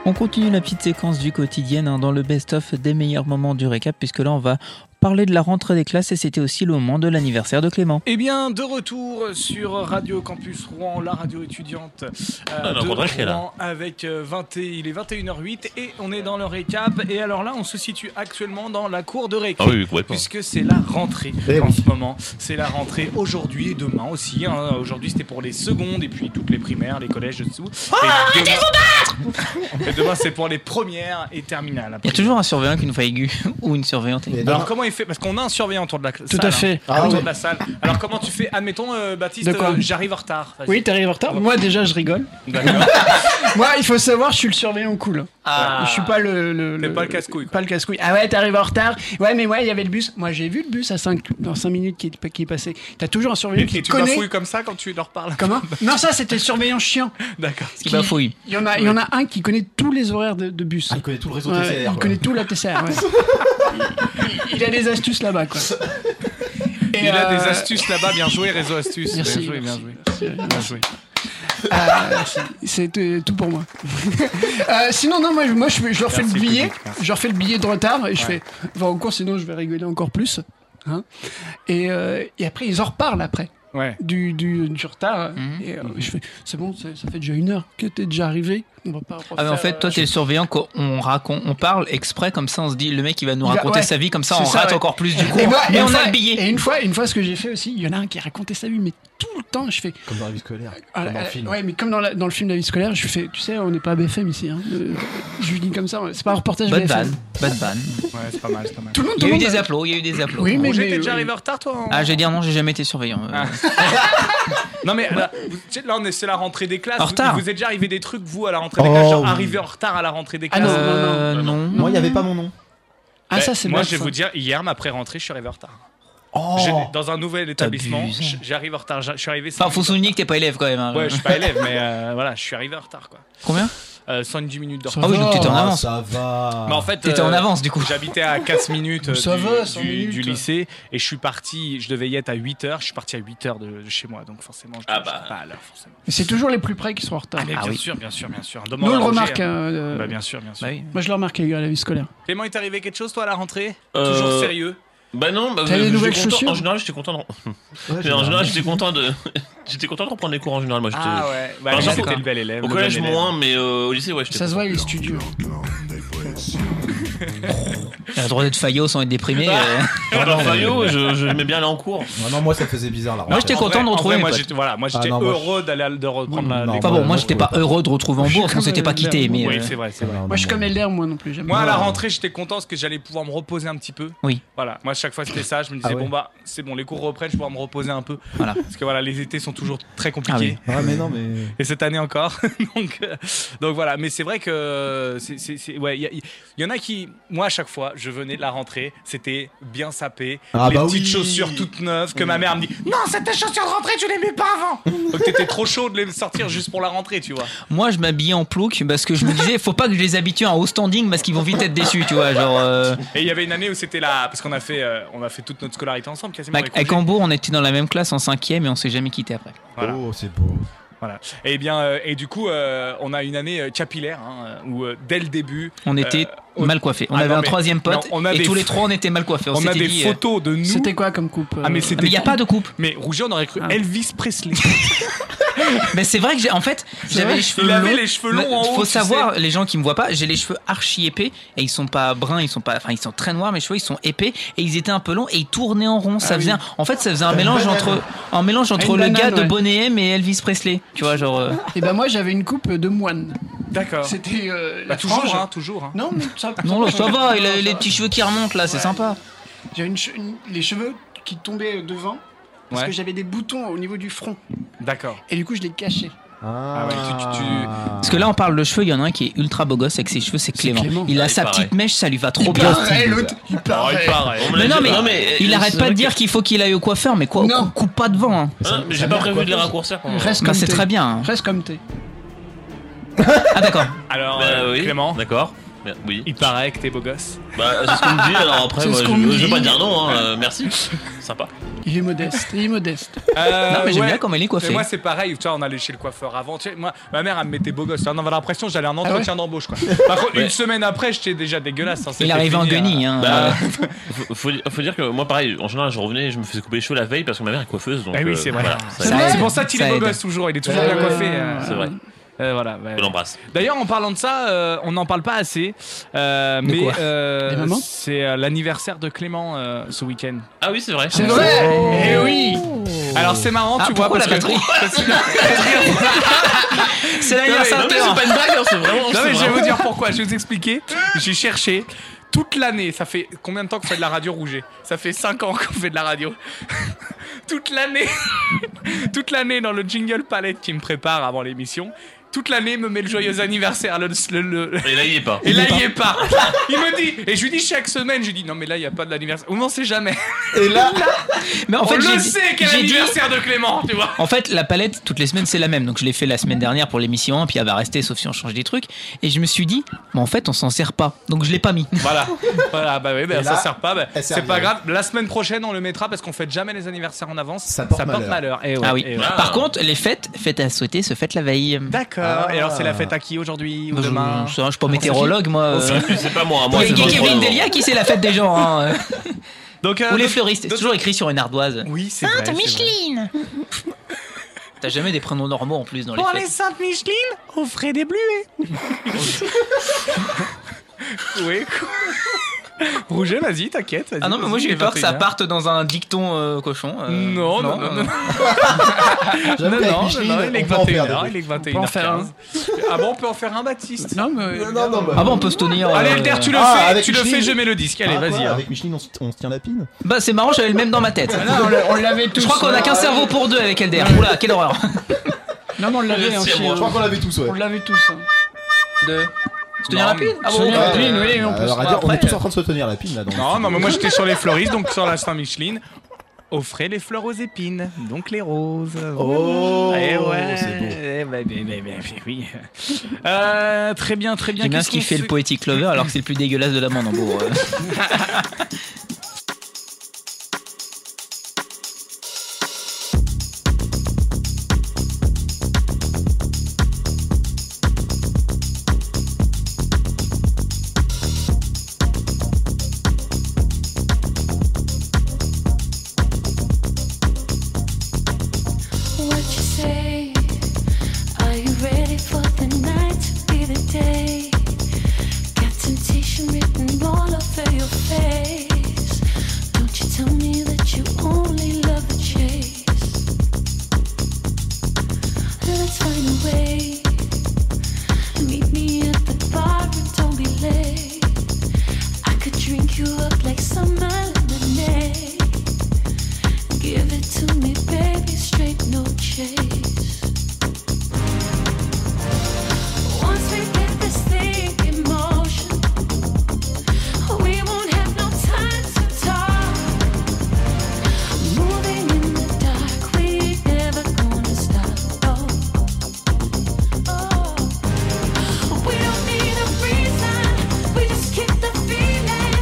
A: On continue la petite séquence du quotidien hein, dans le best-of des meilleurs moments du récap, puisque là on va parler de la rentrée des classes et c'était aussi le moment de l'anniversaire de Clément.
B: Eh bien, de retour sur Radio Campus Rouen, la radio étudiante euh,
D: Ah, non,
B: de
D: Rouen, elle est là.
B: Rouen, avec euh, 20 et- il est 21h08 et on est dans le récap. Et alors là, on se situe actuellement dans la cour de récré.
D: Ah oui, oui, complètement.
B: Puisque c'est la rentrée
E: Eh
B: en
E: oui.
B: ce moment. C'est la rentrée aujourd'hui et demain aussi. hein. Aujourd'hui, c'était pour les secondes et puis toutes les primaires, les collèges, dessous. et demain... (laughs) Et demain, c'est pour les premières et terminales.
A: Il y a toujours un surveillant avec une voix aiguë (laughs) ou une surveillante.
E: Et
B: Alors
E: donc-
B: comment il fait Parce qu'on a un surveillant autour de la salle.
C: à fait.
B: hein,
E: Ah
B: autour
E: oui.
B: de la salle. Alors comment tu fais Admettons, euh, Baptiste,
C: De quoi
B: euh, j'arrive en retard. Vas-y.
C: Oui, t'arrives en retard. Moi, déjà, je rigole.
B: D'accord.
C: (laughs) Moi, il faut savoir, je suis le surveillant cool.
E: Ah.
B: Ah.
A: Ah.
C: Je suis pas le. le
B: T'es pas le casse-couille, quoi.
C: Pas le casse-couille. Ah ouais, t'arrives en retard. Ouais, mais ouais, il y avait le bus. Moi, j'ai vu le bus à 5, dans 5 minutes qui est, qui est passé. T'as toujours un surveillant
B: Et
C: qui
B: tu
C: connaît.
B: bafouilles comme ça quand tu leur parles.
C: Comment Non, ça, c'était le surveillant chiant.
B: (laughs) D'accord.
A: Ce (laughs) qui bafouille.
C: Il y, en a, il y en a un qui connaît tous les horaires de, de bus.
E: Ah, il connaît tout le réseau
C: Ouais,
E: TCR.
C: il connaît tout la
E: (laughs)
C: TCR. ouais. il, il a des astuces là-bas, quoi. Et,
B: Il a
C: euh,
B: des astuces là-bas, bien joué, réseau astuces.
C: Merci.
B: Bien joué, bien joué.
C: Bien joué. Ah, c'est euh, tout pour moi. (laughs) Euh, sinon, non, moi, je- moi je, je leur fais le
B: Merci,
C: billet.
B: public, merci.
C: Je leur fais le billet de retard et je fais va en cours, sinon je vais rigoler encore plus. Hein et, euh, et après, ils en reparlent après
B: Ouais.
C: du, du, du retard.
A: Mhm.
C: Et euh, je fais c'est bon, ça, ça fait déjà une heure que t'es déjà arrivé. On va pas
A: Ah mais en
C: refaire,
A: fait, toi
C: euh,
A: t'es le surveillant qu'on raconte, on parle exprès comme ça, on se dit le mec il va nous
C: Il va-
A: raconter
C: ouais,
A: sa vie comme ça,
C: c'est
A: on
C: ça,
A: rate
C: ouais.
A: encore plus du coup.
C: Et moi,
A: mais
C: une
A: on
C: fois-
A: a le billet.
C: Et une fois, une fois, ce que j'ai fait aussi, il y en a un qui racontait sa vie, mais tout le temps, je fais.
E: Comme dans la vie scolaire.
C: ah,
E: comme dans
C: ah,
E: le film.
C: Ouais, mais comme dans, la- dans le film La vie scolaire, je fais. Tu sais, on n'est pas à BFM ici. hein. Euh, je lui dis comme ça, c'est pas un reportage
A: Bonne
C: BFM.
A: vanne, bonne vanne.
B: Ouais, c'est pas mal, c'est pas mal.
C: Tout le monde,
A: Il
C: tout
A: y
C: le
A: a eu
C: monde.
A: des applaudissements, il y a eu des applaudissements.
C: Oui, mais-
B: Roger,
C: mais-
B: t'es déjà
C: oui.
B: arrivé en retard, toi hein en-
A: Ah, je vais dire non, j'ai jamais été surveillant. euh. (laughs)
B: Ah. Non, mais là, vous- tu sais, là, on est- c'est la rentrée des classes.
A: En
B: Vous-
A: retard.
B: Vous, êtes déjà arrivé des trucs, vous, à la rentrée des classes, genre
E: Oh, oui.
B: arrivé en retard à la rentrée des
C: Ah,
B: classes.
C: non, non,
A: Euh, non.
E: Moi, il n'y avait pas mon nom.
C: Ah,
B: Ben,
C: ça, c'est
B: Moi,
C: mal,
B: je vais
C: ça.
B: vous dire, hier, ma pré-rentrée, je suis arrivé en retard.
E: Oh
B: J'ai- Dans un nouvel établissement,
A: T'abuses. hein.
B: j- j'arrive en retard. j'a- Je suis arrivé.
A: Enfin,
B: cinq
A: faut
B: minutes en
A: souligner que t'es pas élève quand même. hein.
B: Ouais, je suis pas élève, mais euh, voilà, je suis arrivé en retard, quoi.
A: Combien
B: Euh, 110 minutes de
C: Ça
B: retard.
A: Ah oui, donc t'étais en
E: Ah,
A: avance.
E: Ça va.
B: Mais en fait, euh,
A: T'étais en avance du coup.
B: J'habitais à 15 minutes euh,
C: (laughs) Ça
B: du,
C: va, 100
B: du-
C: minutes.
B: du lycée et je suis parti, je devais y être à 8 heures, je suis parti à 8 heures de, de chez moi, donc forcément, je
D: Ah
B: je-
D: bah.
B: pas à l'heure, forcément.
C: Mais C'est toujours les plus près qui sont en retard.
B: Mais
A: Ah
B: bien
A: oui.
B: sûr, bien sûr, bien sûr. Demande
C: Nous, on
B: à
C: le
B: Roger,
C: remarque.
B: hein.
C: hein, euh,
B: Bah, bien sûr, bien sûr.
A: Bah oui.
C: Moi, je le remarque à la vie scolaire.
B: Clément, il t'est arrivé quelque chose, toi, à la rentrée
D: Euh,
B: Toujours sérieux
D: Bah non, bah,
C: T'as
B: Euh,
C: les
D: j'étais
C: nouvelles
D: content-
C: chaussures
D: En général,
B: Oh,
D: j'étais content. de-
E: Ouais, j'ai
D: En
E: marre.
D: général, j'étais content de. (laughs) J'étais content de reprendre les cours en général. Moi, j'étais.
B: Ah ouais, bah,
D: Par
B: Clément,
D: exemple,
B: t'es le bel élève.
D: Au
B: le
D: collège
B: bon élève.
D: moins, mais euh, au lycée, ouais, j'étais.
C: Ça se voit, les studios.
A: Il a le droit d'être faillot sans être déprimé.
C: Bah.
B: Ah. (laughs)
A: euh.
D: content. Alors, Fayot, je je l'aimais bien aller en cours.
E: Ah non, moi, ça faisait bizarre là.
A: Moi, j'étais
B: En vrai-
A: content de
B: en
A: retrouver
B: vrai,
A: mes
B: Moi,
A: potes.
B: j'étais voilà, Ah, moi, j'étais
E: non, moi,
B: heureux d'aller de reprendre la.
E: Non,
B: les
A: Enfin
B: cours.
A: bon, moi j'étais pas heureux de retrouver en bourse, on s'était pas quitté, mais.
B: Oui,
A: euh,
B: c'est vrai, c'est vrai.
E: Non, non,
C: Moi, je suis
E: non.
C: comme Elder, moi non plus. j'aime
B: Moi, à
C: pas.
B: la rentrée, j'étais content parce que j'allais pouvoir me reposer un petit peu.
A: Oui.
B: Voilà. Moi, chaque fois, c'était ça. Je me disais,
E: Ah ouais.
B: bon, bah, c'est bon, les cours reprennent, je vais pouvoir me reposer un peu.
A: Voilà.
B: Parce que voilà, les étés sont toujours très
A: Ah
B: compliqués. (laughs)
A: oui.
E: Ah, mais non, mais.
B: Et cette année encore. donc, euh, donc voilà. Mais c'est vrai que. c'est- c'est- c'est- ouais, Il y, a- il y en a qui. Moi, à chaque fois, je venais de la rentrée. C'était bien sapé.
E: Ah
B: les
E: bah
B: petites
E: oui.
B: chaussures toutes neuves que ma mère me dit Non, c'est tes chaussures de rentrée, tu les mets pas avant. (laughs) donc, t'étais trop chaud de les sortir juste pour la rentrée, tu vois.
A: Moi, je m'habillais en plouc parce que je me disais, faut pas que je les habitue à un haut standing parce qu'ils vont vite être déçus, tu vois. Genre, euh,
B: Et il y avait une année où c'était là. Parce qu'on a, fait, euh, on a fait toute notre scolarité ensemble, quasiment. les
A: avec, avec
B: congés.
A: Ambo, on était dans la même classe en cinquième et on s'est jamais quitté après.
B: Voilà.
E: Oh, c'est beau.
B: Voilà. Et bien, euh, et du coup, euh, on a une année euh, capillaire hein, où euh, dès le début,
A: On était
B: on-
A: mal coiffés. On
B: Ah
A: avait
B: non,
A: un
B: mais-
A: troisième pote
B: non, on a
A: et
B: des-
A: tous les trois on était mal coiffés. On,
B: on a
A: s'était
B: des
A: dit, euh,
B: photos Oh, de nous.
C: C'était quoi comme coupe
B: Ah
C: euh,
B: mais
A: Ah, mais il
B: c'était.
A: n'y a pas de coupe.
B: Mais Rouget, on aurait cru
C: Ah.
B: Elvis
A: (laughs)
B: Presley.
A: Mais c'est vrai que j'ai. En fait, j'avais
C: vrai
A: les cheveux
B: Il
A: longs.
B: avait les cheveux longs en haut.
A: faut
B: tu
A: savoir, les gens qui me voient pas, j'ai les cheveux archi épais et ils sont pas bruns, ils sont pas, enfin ils sont très noirs, mes cheveux ils sont épais et ils étaient un peu longs et ils tournaient en rond. Ça faisait, un- en fait, ça faisait un mélange entre, un mélange entre
C: Une
A: le
C: banane,
A: gars de
C: ouais.
A: Bonnet M et Elvis Presley. Tu vois, genre. euh,
C: Et ben, moi, j'avais une coupe de moine.
B: sais. D'accord.
C: C'était euh, la
B: Bah, toujours,
C: frange.
B: hein, toujours. hein.
C: Non, mais ça,
A: Non, là, ça va, il
C: ça
A: a les
C: va.
A: petits cheveux qui remontent là, c'est
C: Ouais.
A: sympa.
C: J'avais une che- une- les cheveux qui tombaient devant parce
B: Ouais.
C: que j'avais des boutons au niveau du front.
B: D'accord.
C: Et du coup, je les cachais.
E: Ah,
B: ouais, tu- tu- tu-
A: Parce que là, on parle de cheveux, il y en a un qui est ultra beau gosse avec ses cheveux, c'est Clément.
C: Clément.
A: Il a
D: Ouais,
A: sa
D: pareil.
A: petite mèche, ça lui va trop bien.
C: Pareil, l'autre, il
D: Ah, il
C: paraît.
D: paraît. On me l'a
A: Mais
D: dit,
A: non, mais,
D: bah,
A: il
D: euh,
A: arrête
D: c'est
A: pas
D: vrai
A: de dire qu'il faut qu'il aille au coiffeur, mais quoi,
C: Non.
A: cou- coupe pas devant. hein.
D: que- Hein, mais j'ai pas prévu de les raccourcir. pendant-
C: Reste
A: Bah,
C: comme
A: c'est
C: t'es.
A: très bien. hein.
C: Reste comme t'es.
A: Ah, d'accord.
B: Alors,
D: Bah
B: euh,
D: oui,
B: Clément,
D: D'accord. Mais- Oui.
B: Il paraît que t'es beau gosse.
D: Bah, c'est ce qu'on me dit, alors après,
C: C'est
D: moi,
C: ce
D: je,
C: qu'on me
D: je veux
C: dit.
D: pas dire non, hein, euh, merci. Sympa.
C: Il est modeste, il est modeste.
B: (laughs) Euh,
A: non, mais j'aime
B: ouais.
A: bien comment il est
B: Mais
A: coiffé.
B: moi c'est pareil, tu vois, on allait chez le coiffeur avant. Tu sais, moi, ma mère, elle me mettait beau gosse. On avait l'impression que j'allais en entretien d'embauche. Quoi. Par contre, une semaine après, j'étais déjà dégueulasse. hein,
A: il
B: c'était
A: arrive en
B: fini,
A: guenille.
B: hein.
A: Hein.
D: Bah, faut, faut- faut dire que moi, pareil, en général, je revenais, je me faisais couper les cheveux la veille parce que ma mère est coiffeuse. Donc,
B: Ah oui,
D: euh,
B: c'est vrai.
D: voilà,
A: Ça
D: ça-
A: aide.
B: C'est pour ça qu'il est
A: Ça
B: beau
A: aide.
B: gosse toujours. Il est toujours
C: Ouais,
B: bien
C: Eh ouais,
B: coiffé.
C: ouais,
B: euh,
D: c'est vrai.
B: euh, voilà. ouais.
D: Je l'embrasse.
B: D'ailleurs, en parlant de ça, euh, on n'en parle pas assez, euh, mais
A: quoi
B: euh,
C: Des mamans
B: c'est euh, l'anniversaire de Clément euh, ce week-end.
D: Ah oui, c'est vrai.
C: C'est vrai
B: Eh oui
D: Oh.
B: Alors c'est marrant,
A: Ah,
B: tu vois,
A: pourquoi
B: parce
A: la
B: que-
D: (laughs)
A: batterie
B: (laughs) parce que-
A: C'est
B: l'anniversaire
A: l'anniversaire
D: Non, mais c'est pas une blague, hein, c'est vraiment.
B: Non
D: c'est
B: mais je vais
D: vraiment-
B: vous dire pourquoi, je vais vous expliquer. J'ai cherché toute l'année, ça fait combien de temps qu'on fait de la radio Rouget Ça fait 5 ans qu'on fait de la radio. (laughs) toute l'année, (laughs) toute l'année dans le jingle palette qui me prépare avant l'émission, toute l'année me met le joyeux anniversaire, le- le- le,
D: Et là, il y est pas.
B: Et là, il y est pas. (laughs) Il me dit, et je lui dis chaque semaine, je lui dis, non, mais là, il n'y a pas de l'anniversaire. On n'en sait jamais.
E: Et
B: (laughs)
E: là,
A: Mais en
B: on
A: fait,
B: le
A: j'ai-
B: sait quel
A: j'ai dit-
B: anniversaire de Clément, tu vois.
A: En fait, la palette, toutes les semaines, c'est la même. Donc, je l'ai fait la semaine dernière pour l'émission, puis elle va rester, sauf si on change des trucs. Et je me suis dit, mais en fait, on s'en sert pas. Donc, je l'ai pas mis.
E: (laughs)
B: Voilà. voilà, bah oui, bah,
E: Et
B: ça
E: là,
B: sert pas. bah,
E: elle sert
B: c'est pas
E: rien.
B: grave. La semaine prochaine, on le mettra parce qu'on fête jamais les anniversaires en avance.
E: Ça porte malheur.
B: Et Eh ouais,
A: Ah oui.
B: et ouais.
D: Ah.
A: Par contre, les fêtes, fêtes à souhaiter se fêtent la veille.
B: D'accord.
E: Ah.
B: Et alors, c'est la fête à qui aujourd'hui ou
A: Je-
B: demain
A: Je, je suis pas météorologue, moi. euh.
D: C'est pas moi, hein,
A: Il y
D: moi
A: a
D: c'est
A: il y a Kevin
D: vraiment-
A: Delia qui sait la fête des gens. hein.
B: Donc, euh,
A: Ou les
B: donc-
A: fleuristes. C'est
B: d'autres-
A: toujours écrit sur une ardoise.
B: Oui,
G: Ah,
B: c'est vrai. c'est vrai.
A: Micheline T'as jamais des prénoms normaux en plus dans les
B: Pour les
A: fêtes.
B: Saintes Micheline, offrez des bluets. (laughs) oui. Rouget, vas-y, t'inquiète. vas-y,
A: Ah non, mais
B: vas-y,
A: moi
B: il
A: j'ai
B: est
A: peur que ça
B: 21.
A: parte dans un dicton euh, cochon. euh,
B: Non, non, non,
A: euh,
B: non. (laughs)
E: j'avoue
B: Non,
E: qu'avec
B: non,
E: Micheline,
B: non, non, il est
E: on peut en faire
B: 21h,
E: des
B: il est
C: On peut en faire un.
B: 21h15. Ah bon, on peut en faire un Baptiste
C: Non, mais.
E: trucs. Non, non, bah-
A: Ah bon, on peut se tenir.
B: Allez,
A: euh,
B: Elder, tu le
E: Ah,
B: fais,
E: avec
B: tu le
E: Micheline.
B: fais, je mets le disque. Allez,
E: Ah,
B: vas-y.
E: quoi,
B: hein.
E: Avec Ah, Micheline, on se- on se tient la pine.
A: Bah, c'est marrant, j'avais le même dans ma tête.
C: Non, on l'a- on l'avait tous.
A: Je crois qu'on a qu'un cerveau pour deux avec Elder. Oula, quelle
B: (laughs)
A: horreur.
C: Non, mais on l'avait hein,
B: hein,
C: euh,
D: Merci à
C: aussi.
D: moi.
B: euh,
E: Je crois qu'on l'avait tous, ouais.
C: On l'avait tous. hein.
A: Deux. Se tenir
B: Non,
A: rapide Ah
C: se
A: bon
C: tenir
A: ouais.
C: rapide, oui. on peut se
E: Euh, Alors, à
C: voir
E: dire, on est
C: après.
E: tous en train de se tenir la pine là. dans le
B: Non,
E: studio.
B: non, mais moi j'étais sur les fleuristes, donc sur la Saint-Micheline. Offrez les fleurs aux épines, donc les roses.
E: Oh,
B: Eh ouais.
E: c'est beau.
B: eh ben, ben, ben, ben, oui. Euh, très bien, très bien.
A: J'aime bien
B: Qu'est-ce
A: ce qu'il
B: qu'on
A: fait le poétique Lover alors que c'est le plus dégueulasse de la bande en gros. euh.
D: (laughs)
F: What you say? Are you ready for the night to be the day? Got temptation written all over your face. Don't you tell me that you only love the chase. Let's find a way. Meet me at the bar, but don't be late. I could drink you up like summer lemonade. Give it to me, baby, straight, no chase. Once we get this thing in motion, we won't have no time to talk. Moving in the dark, we ain't never gonna stop. Oh, oh. We don't need a reason, we just keep the feeling.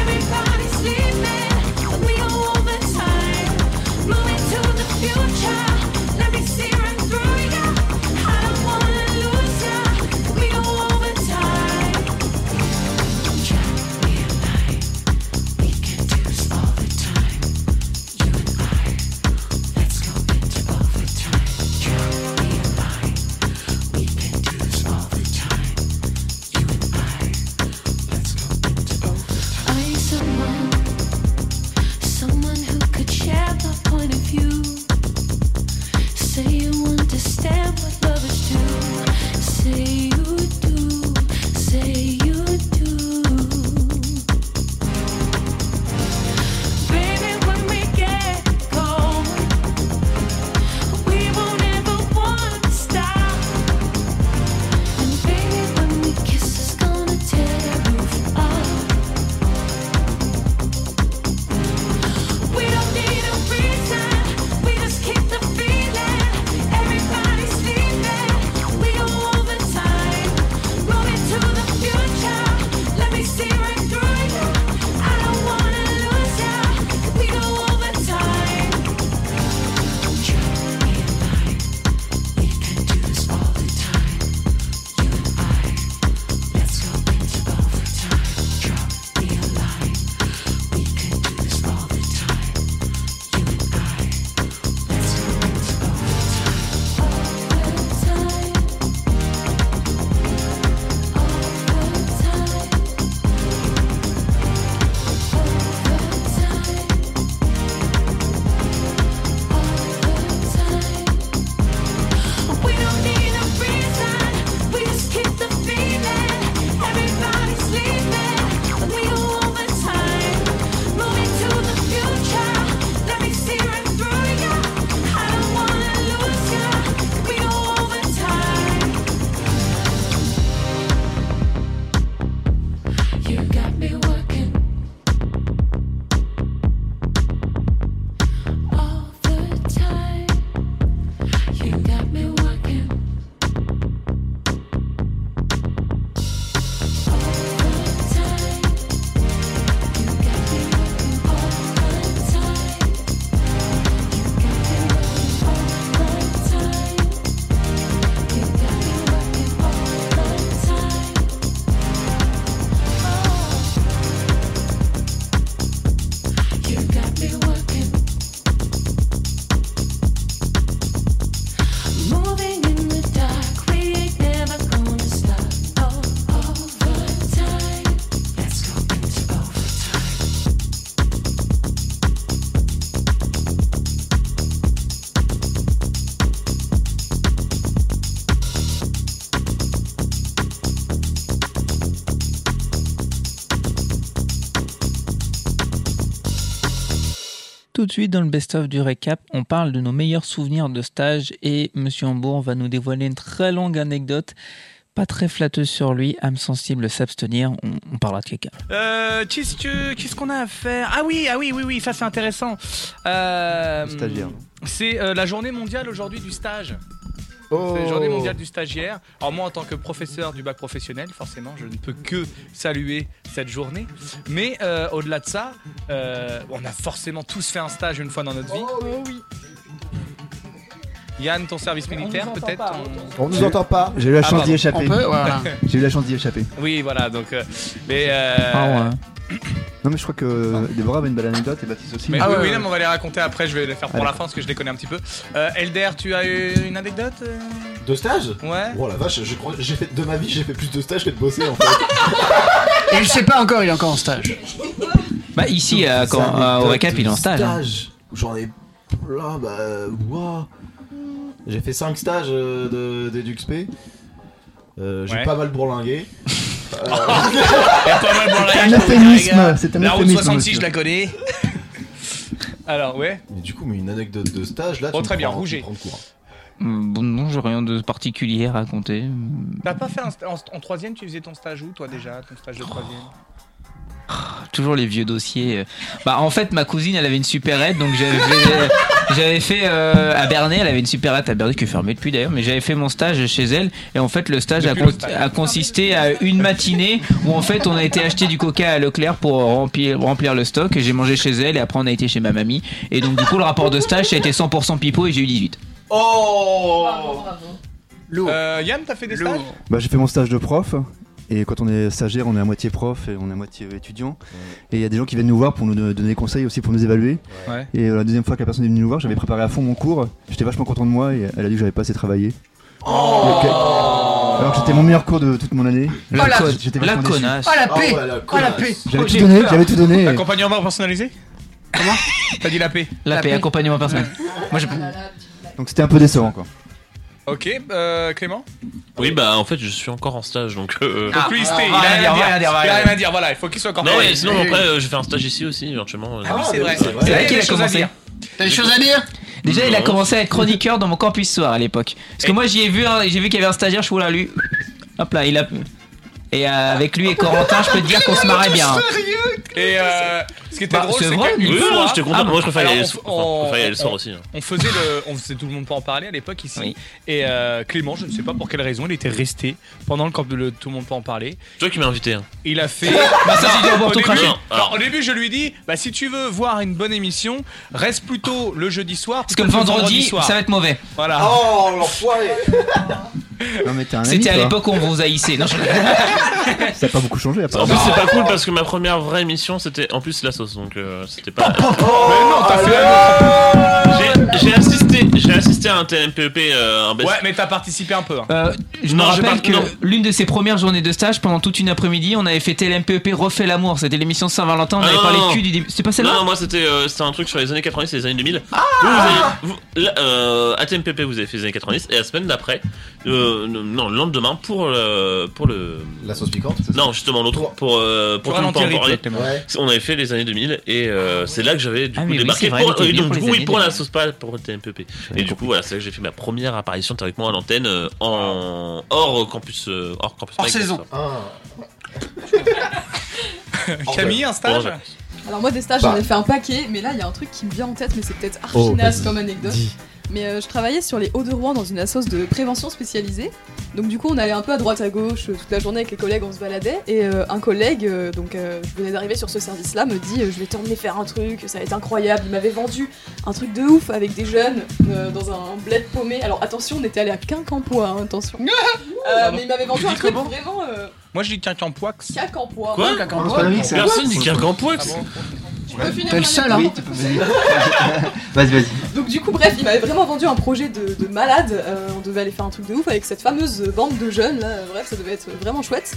F: Everybody's sleeping, we go overtime. Moving to the future, let me see right through ya. I don't wanna lose ya, we go overtime. Jack, me and I, we can do this all the time. You and I, let's go into overtime. Jack, me and I, we can do this all the time. You and I, let's go into overtime. Are you someone, someone who could share my point of view? Say you understand what lovers do. Say you do. Say you do. Baby, when we get going, we won't ever want to stop. And baby, when we kiss, it's gonna tear the roof off. We don't need a reason, we just keep the feeling. Everybody's sleeping, we go overtime.
A: Tout de suite dans le best-of du récap, on parle de nos meilleurs souvenirs de stage et Monsieur Hambourg va nous dévoiler une très longue anecdote, pas très flatteuse sur lui, âme sensible s'abstenir, on, on parlera de quelqu'un.
B: Euh, qu'est-ce que- qu'est-ce qu'on a à faire Ah oui, ah oui, oui, oui, ça c'est intéressant. Euh,
E: Stagiaire.
B: C'est euh, la journée mondiale aujourd'hui du stage.
E: Oh.
B: C'est la journée mondiale du stagiaire. Alors moi, en tant que professeur du bac professionnel, forcément, je ne peux que saluer cette journée. Mais euh, au-delà de ça, euh, on a forcément tous fait un stage une fois dans notre vie. Yann, ton service militaire, peut-être ton-
E: On nous entend pas. J'ai eu la
B: Ah,
E: chance
B: pardon.
E: d'y
C: On
E: échapper.
C: peut,
H: (laughs)
C: voilà.
E: J'ai eu la chance d'y échapper.
B: Oui, voilà. Donc, euh, mais euh,
A: Ah ouais.
H: (coughs)
E: Non, mais je crois que Déborah avait une belle anecdote et Baptiste aussi.
B: mais
C: Ah
B: oui,
C: ouais,
B: William,
C: ouais.
B: on va les raconter après. Je vais les faire pour
E: Ah,
B: la fin parce que je les connais un petit peu. Euh, Elder, tu as eu une anecdote euh
E: De stage
B: Ouais.
E: Oh la vache, je crois, j'ai fait, de ma vie, j'ai fait plus de stages que de bosser en fait.
C: Et il sait pas encore, il est encore en (laughs) stage.
A: Bah ici, euh, quand, euh, au récap, il est en stage. hein.
E: J'en ai plein, bah. waouh. J'ai fait 5 stages euh, de- d'EduxP. Euh, j'ai
B: Ouais.
E: pas mal
B: (laughs)
E: bourlingué. Euh,
B: Il y a pas mal dans la
E: C'est un
B: hache, les
E: euphémisme,
B: gars.
E: c'est un
B: La route
E: euphémisme,
B: 66, je
E: monsieur.
B: la connais. (laughs) Alors, ouais.
E: Mais du coup, mais une anecdote de stage là.
B: Oh,
E: tu me
B: très bien,
E: prends- tu
B: Rouget.
E: me prends de court. hein.
A: Mm, Bon, non, j'ai rien de particulier à raconter.
B: T'as pas fait un sta- en, en troisième, tu faisais ton stage où toi déjà, ton stage de troisième
A: Toujours les vieux dossiers. euh. Bah en fait, ma cousine, elle avait une supérette, donc j'avais fait, j'avais fait euh, à Bernay, elle avait une supérette à Bernay qui est fermée depuis d'ailleurs, mais j'avais fait mon stage chez elle, et en fait le stage, a,
B: Depuis
A: con-
B: le stage.
A: a consisté à une matinée où en fait on a été acheter du coca à Leclerc pour remplir, remplir le stock, et j'ai mangé chez elle, et après on a été chez ma mamie, et donc du coup le rapport de stage, ça a été 100% pipeau, et j'ai eu 18.
B: Oh
C: Lourd.
B: euh, Yann, t'as fait des stages
H: Bah, j'ai fait mon stage de prof. Et quand on est stagiaire, on est à moitié prof et on est à moitié étudiant. Et il y a des gens qui viennent nous voir pour nous don- donner des conseils aussi, pour nous évaluer.
B: Ouais.
H: Et euh, la deuxième fois que la personne est venue nous voir, j'avais préparé à fond mon cours. J'étais vachement content de moi et elle a dit que j'avais pas assez travaillé. Ok. Alors que c'était mon meilleur cours de toute mon année.
A: La,
C: Oh, la-
A: con-
H: j'étais
A: la
H: vachement déçu.
A: connasse.
C: Oh la
E: Ah
C: paix
E: ouais, la
C: Oh la
E: connasse.
C: paix
H: J'avais
C: Oh,
H: tout
C: j'ai
H: donné,
C: peur.
H: j'avais tout donné. et-
B: Accompagnement personnalisé Comment T'as dit la paix.
A: La, paix, accompagnement personnel. Moi, j'ai-
H: Donc c'était un peu décevant quoi.
B: Ok, euh, Clément
D: Oui, bah en fait, je suis encore en stage donc. euh,
B: Ah, Donc lui, il stay, il
A: on va
B: a
A: rien
B: rien
A: dire, on va
B: à
A: rien
B: dire.
A: dire, on va
B: Il a
A: rien
B: rien à dire, voilà, il faut qu'il soit encore
D: Non,
B: Ouais,
D: mais sinon
C: Eh oui,
D: après, euh, je fais un stage ici aussi éventuellement.
B: Ah oui, c'est vrai.
E: c'est vrai.
A: C'est là
B: Il y a
A: qu'il a
B: des choses à
A: commencé.
B: dire.
C: T'as des choses à dire
A: Déjà, il a
D: Non.
A: commencé à être chroniqueur dans mon campus soir à l'époque. Parce que
B: Et-
A: moi, j'y ai vu, un- j'ai vu qu'il y avait un stagiaire, je vous l'ai lu. Hop là, il a. Et euh, avec lui et Corentin, je peux te dire qu'on se marrait bien. hein.
B: Et euh, ce qui était
A: Bah,
B: drôle,
A: c'est
B: c'est
A: vrai,
B: qu'une
D: Oui,
B: fois,
D: non, j'étais content.
A: Ah,
D: Moi, je préfère y
B: alors, on-
D: aller le soir. Enfin, je préfère y aller le soir
B: on-
D: aussi. hein.
B: on faisait le, on faisait tout le monde pas en parler à l'époque ici.
A: Oui.
B: Et euh, Clément, je ne sais pas pour quelle raison, il était resté pendant le camp de le- tout le monde pas en parler.
D: C'est toi qui m'as invité. hein.
B: Il a fait.
A: Bah,
B: Bah,
A: ça, c'est du
B: au,
A: aborto
B: début,
A: craché.
B: non, alors, au début, je lui dis bah, si tu veux voir une bonne émission, reste plutôt le jeudi soir.
A: Parce que le vendredi,
B: soir.
A: ça va être mauvais.
B: Voilà.
E: Oh l'enfoiré
H: Non mais t'es un ami,
A: C'était à
H: toi.
A: l'époque où on vous haïssait. Non, je...
H: Ça a pas beaucoup changé à
A: Ah,
H: part.
D: En
A: bah.
D: plus, c'est pas cool parce que ma première vraie émission, c'était en plus la sauce, donc euh, c'était pas.
B: Mais non, t'as fait
D: J'ai- J'ai assisté, j'ai assisté à un TMPEP, euh, un best.
B: Ouais, mais t'as participé un peu. hein.
A: Euh, je me
D: Non, j'ai
A: rappelle
D: pas- non.
A: que l'une de ses premières journées de stage, pendant toute une après-midi, on avait fêté l'MPEP Refait l'amour. C'était l'émission de Saint-Valentin, on
D: Ah,
A: avait
D: non,
A: parlé
D: non.
A: cul du début. C'était pas
D: non,
A: celle-là
D: non, moi c'était euh, c'était un truc sur les années 90 et les années 2000.
A: Ah
D: vous, vous avez- vous- là, euh, à TMPP vous avez fait les années 90 et la semaine d'après, euh, non le lendemain pour le pour le
E: La sauce piquante c'est ça
D: non justement l'autre pour euh,
B: Faut
D: pour tout le
B: ralentir le
D: temps
B: rythme,
D: parler.
B: Clément.
E: Ouais.
D: On avait fait les années 2000 et euh, c'est là que j'avais du
A: Ah,
D: coup
A: mais oui, c'est
D: débarqué
A: vrai,
D: pour,
A: t'étais
D: et
A: venu
D: donc,
A: pour
D: du
A: les
D: coup, oui,
A: années
D: pour la
A: 2000.
D: sauce pas pour le TMPP. Et du coup voilà c'est là que j'ai fait ma première apparition théoriquement à l'antenne euh, en hors campus euh, hors campus
C: Hors
D: Mag,
C: saison.
D: ça.
E: Ah.
H: Ah.
I: (laughs)
B: Camille, un stage
D: Bon,
J: Alors moi des stages
E: Bah.
J: j'en ai fait un paquet, mais là il y a un truc qui me vient en tête, mais c'est peut-être archi
E: Oh,
J: naze
E: vas-y,
J: comme anecdote.
E: dis.
J: Mais euh, je travaillais sur les Hauts-de-Rouen dans une assoce de prévention spécialisée. Donc du coup on allait un peu à droite à gauche euh, toute la journée avec les collègues, on se baladait. Et euh, un collègue, euh, donc euh, je venais d'arriver sur ce service-là, me dit euh, je vais t'emmener faire un truc, ça va être incroyable. Il m'avait vendu un truc de ouf avec des jeunes euh, dans un bled paumé. Alors attention, on était allé à Quincampoix,
B: (laughs)
J: hein, attention. Euh, mais il m'avait vendu
B: Tu
J: un
B: dis
J: truc
B: comment
J: vraiment euh,
B: Moi, je dis Quincampoix.
J: Quincampoix.
D: Quoi
E: Non, c'est pas la vie, c'est-
D: Personne dit Quincampoix.
B: Ah bon
J: Je peux finir
C: T'es le
J: par
C: seul,
J: dire
C: hein.
J: n'importe quoi.
H: (laughs) Vas-y vas-y.
J: Donc du coup, bref, il m'avait vraiment vendu un projet de, de malade. Euh, on devait aller faire un truc de ouf avec cette fameuse bande de jeunes. Là. Euh, Bref, ça devait être vraiment chouette.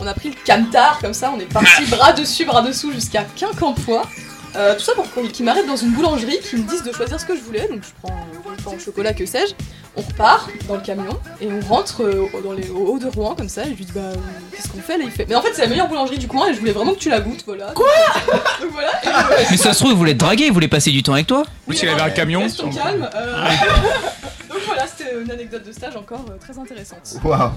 J: On a pris le camtar comme ça, on est parti bras dessus, bras dessous jusqu'à Quincampoix. Euh, tout ça pour qu'on- qu'ils m'arrêtent dans une boulangerie, qu'ils me disent de choisir ce que je voulais. Donc je prends, je prends au chocolat, que sais-je. On repart dans le camion et on rentre euh, au- dans les, au haut de Rouen comme ça. Et je lui dis bah euh, qu'est-ce qu'on fait là Il fait mais en fait c'est la meilleure boulangerie du coin et je voulais vraiment que tu la goûtes voilà. Quoi Donc voilà. Et, euh,
A: Mais ça se trouve, il voulait te draguer, il voulait passer du temps avec toi.
B: Ou s'il
J: alors,
B: avait un camion.
J: Restons calmes. euh, (laughs) Donc voilà c'était une anecdote de stage encore euh, très intéressante. (laughs)
H: Waouh.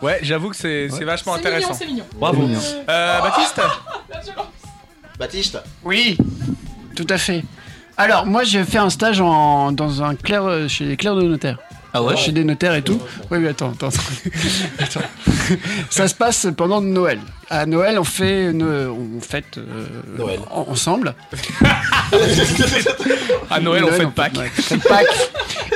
B: Ouais, j'avoue que c'est c'est vachement
J: C'est mignon
B: intéressant.
J: c'est mignon.
B: Bravo.
H: mignon.
B: Euh, Baptiste
J: La violence.
E: Baptiste
C: Oui, tout à fait. Alors, moi, j'ai fait un stage en, dans un clerc, euh, chez les clercs de notaire.
A: Ah ouais
C: Chez des notaires et tout. Oui, mais attends, attends. attends. Attends. (laughs) Ça se passe pendant Noël. À Noël, on fait, une- on fête euh,
E: Noël.
C: en- ensemble.
B: À Noël, on fait Pâques.
C: ouais,
B: (laughs)
C: fête Pâques.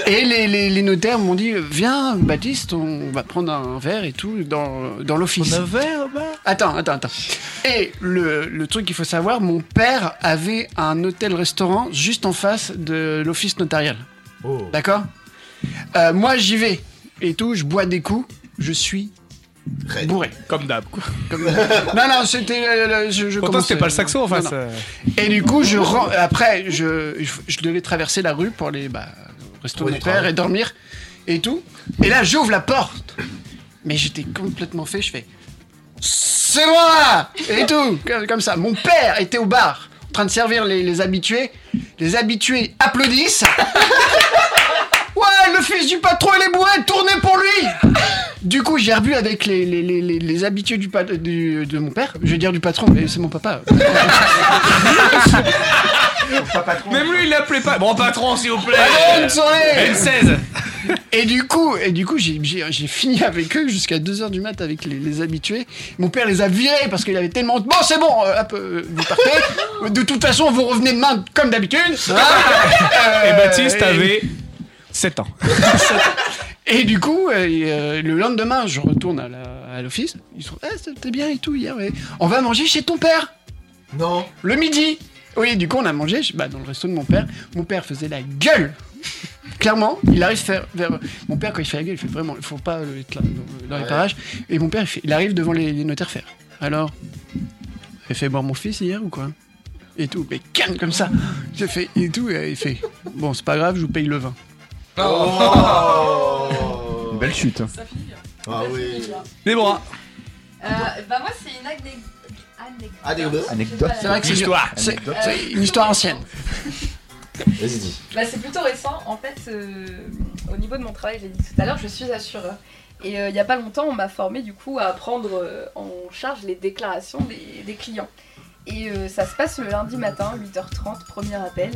C: Et les, les- les notaires m'ont dit Viens, Baptiste, on va prendre un verre et tout dans, dans l'office. Un verre Attends, attends, attends. Et le, le truc qu'il faut savoir mon père avait un hôtel-restaurant juste en face de l'office notarial.
E: Oh.
C: D'accord Euh, Moi, j'y vais et tout, je bois des coups, je suis
E: Raide.
C: bourré.
B: Comme d'hab. quoi.
C: Comme- (laughs) non, non, c'était. euh, je, je
B: Pourtant,
C: commençais-
B: c'était pas le saxo en
C: Non,
B: face.
C: non.
B: euh.
C: Et du coup, je ren- après, je, je, je devais traverser la rue pour aller bah, au resto
E: Ouais,
C: de mon
E: du
C: père
E: travail.
C: et dormir et tout. Et là, j'ouvre la porte. Mais j'étais complètement fait, je fais C'est moi Et tout, comme, comme ça. Mon père était au bar, en train de servir les, les habitués. Les habitués applaudissent. (laughs) Ouais, le fils du patron, il est bourré, tournez pour lui Du coup, j'ai rebu avec les, les, les, les- les habitués du, pat- du- de mon père. Je vais dire du patron, mais c'est mon papa.
B: Même lui, il l'appelait pas. Bon, patron, s'il vous
C: Allez,
B: plaît.
C: bonne soirée
B: M16.
C: Et du coup, et du coup, j'ai, j'ai, j'ai fini avec eux jusqu'à 2h du mat avec les, les habitués. Mon père les a virés parce qu'il avait tellement honte. Bon, c'est bon, euh, hop, euh, vous partez. De toute façon, vous revenez demain comme d'habitude.
B: Et Eh, Baptiste
C: et-
B: avait 7 (laughs) ans.
C: Et du coup, euh, et, euh, le lendemain, je retourne à, la- à l'office. Ils sont, ah, c'était bien et tout hier. ouais. On va manger chez ton père
E: Non.
C: le midi. Oui, du coup, on a mangé je- bah, dans le resto de mon père. Mon père faisait la gueule. Clairement, il arrive faire, vers. Mon père, quand il fait la gueule, il fait vraiment. Il faut pas le, être là, dans, dans les
E: Ouais.
C: parages. Et mon père, il, fait- il arrive devant les, les notaires faire. Alors Il fait boire mon fils hier ou quoi Et tout. Mais calme comme ça Je fais. Et tout. Et il fait. Bon, c'est pas grave, je vous paye le vin.
E: Oh.
H: Belle chute. hein.
J: Ça finit bien.
E: Ah oui.
B: Déborah.
I: Euh, bah moi c'est une anecdote. Anecdote.
E: Anecdote.
H: Anecdote.
I: Je sais
C: C'est
I: pas
C: vrai que c'est dur.
B: Histoire.
C: C'est euh,
I: la-
C: c'est une histoire ancienne.
E: Vas-y, dis.
I: Bah, c'est plutôt récent. En fait, euh, au niveau de mon travail, je l'ai dit tout à l'heure, je suis assureur. Et euh, il n'y a pas longtemps, on m'a formé du coup à prendre euh, en charge les déclarations des, des clients. Et euh, ça se passe le lundi matin, 8h30, premier appel.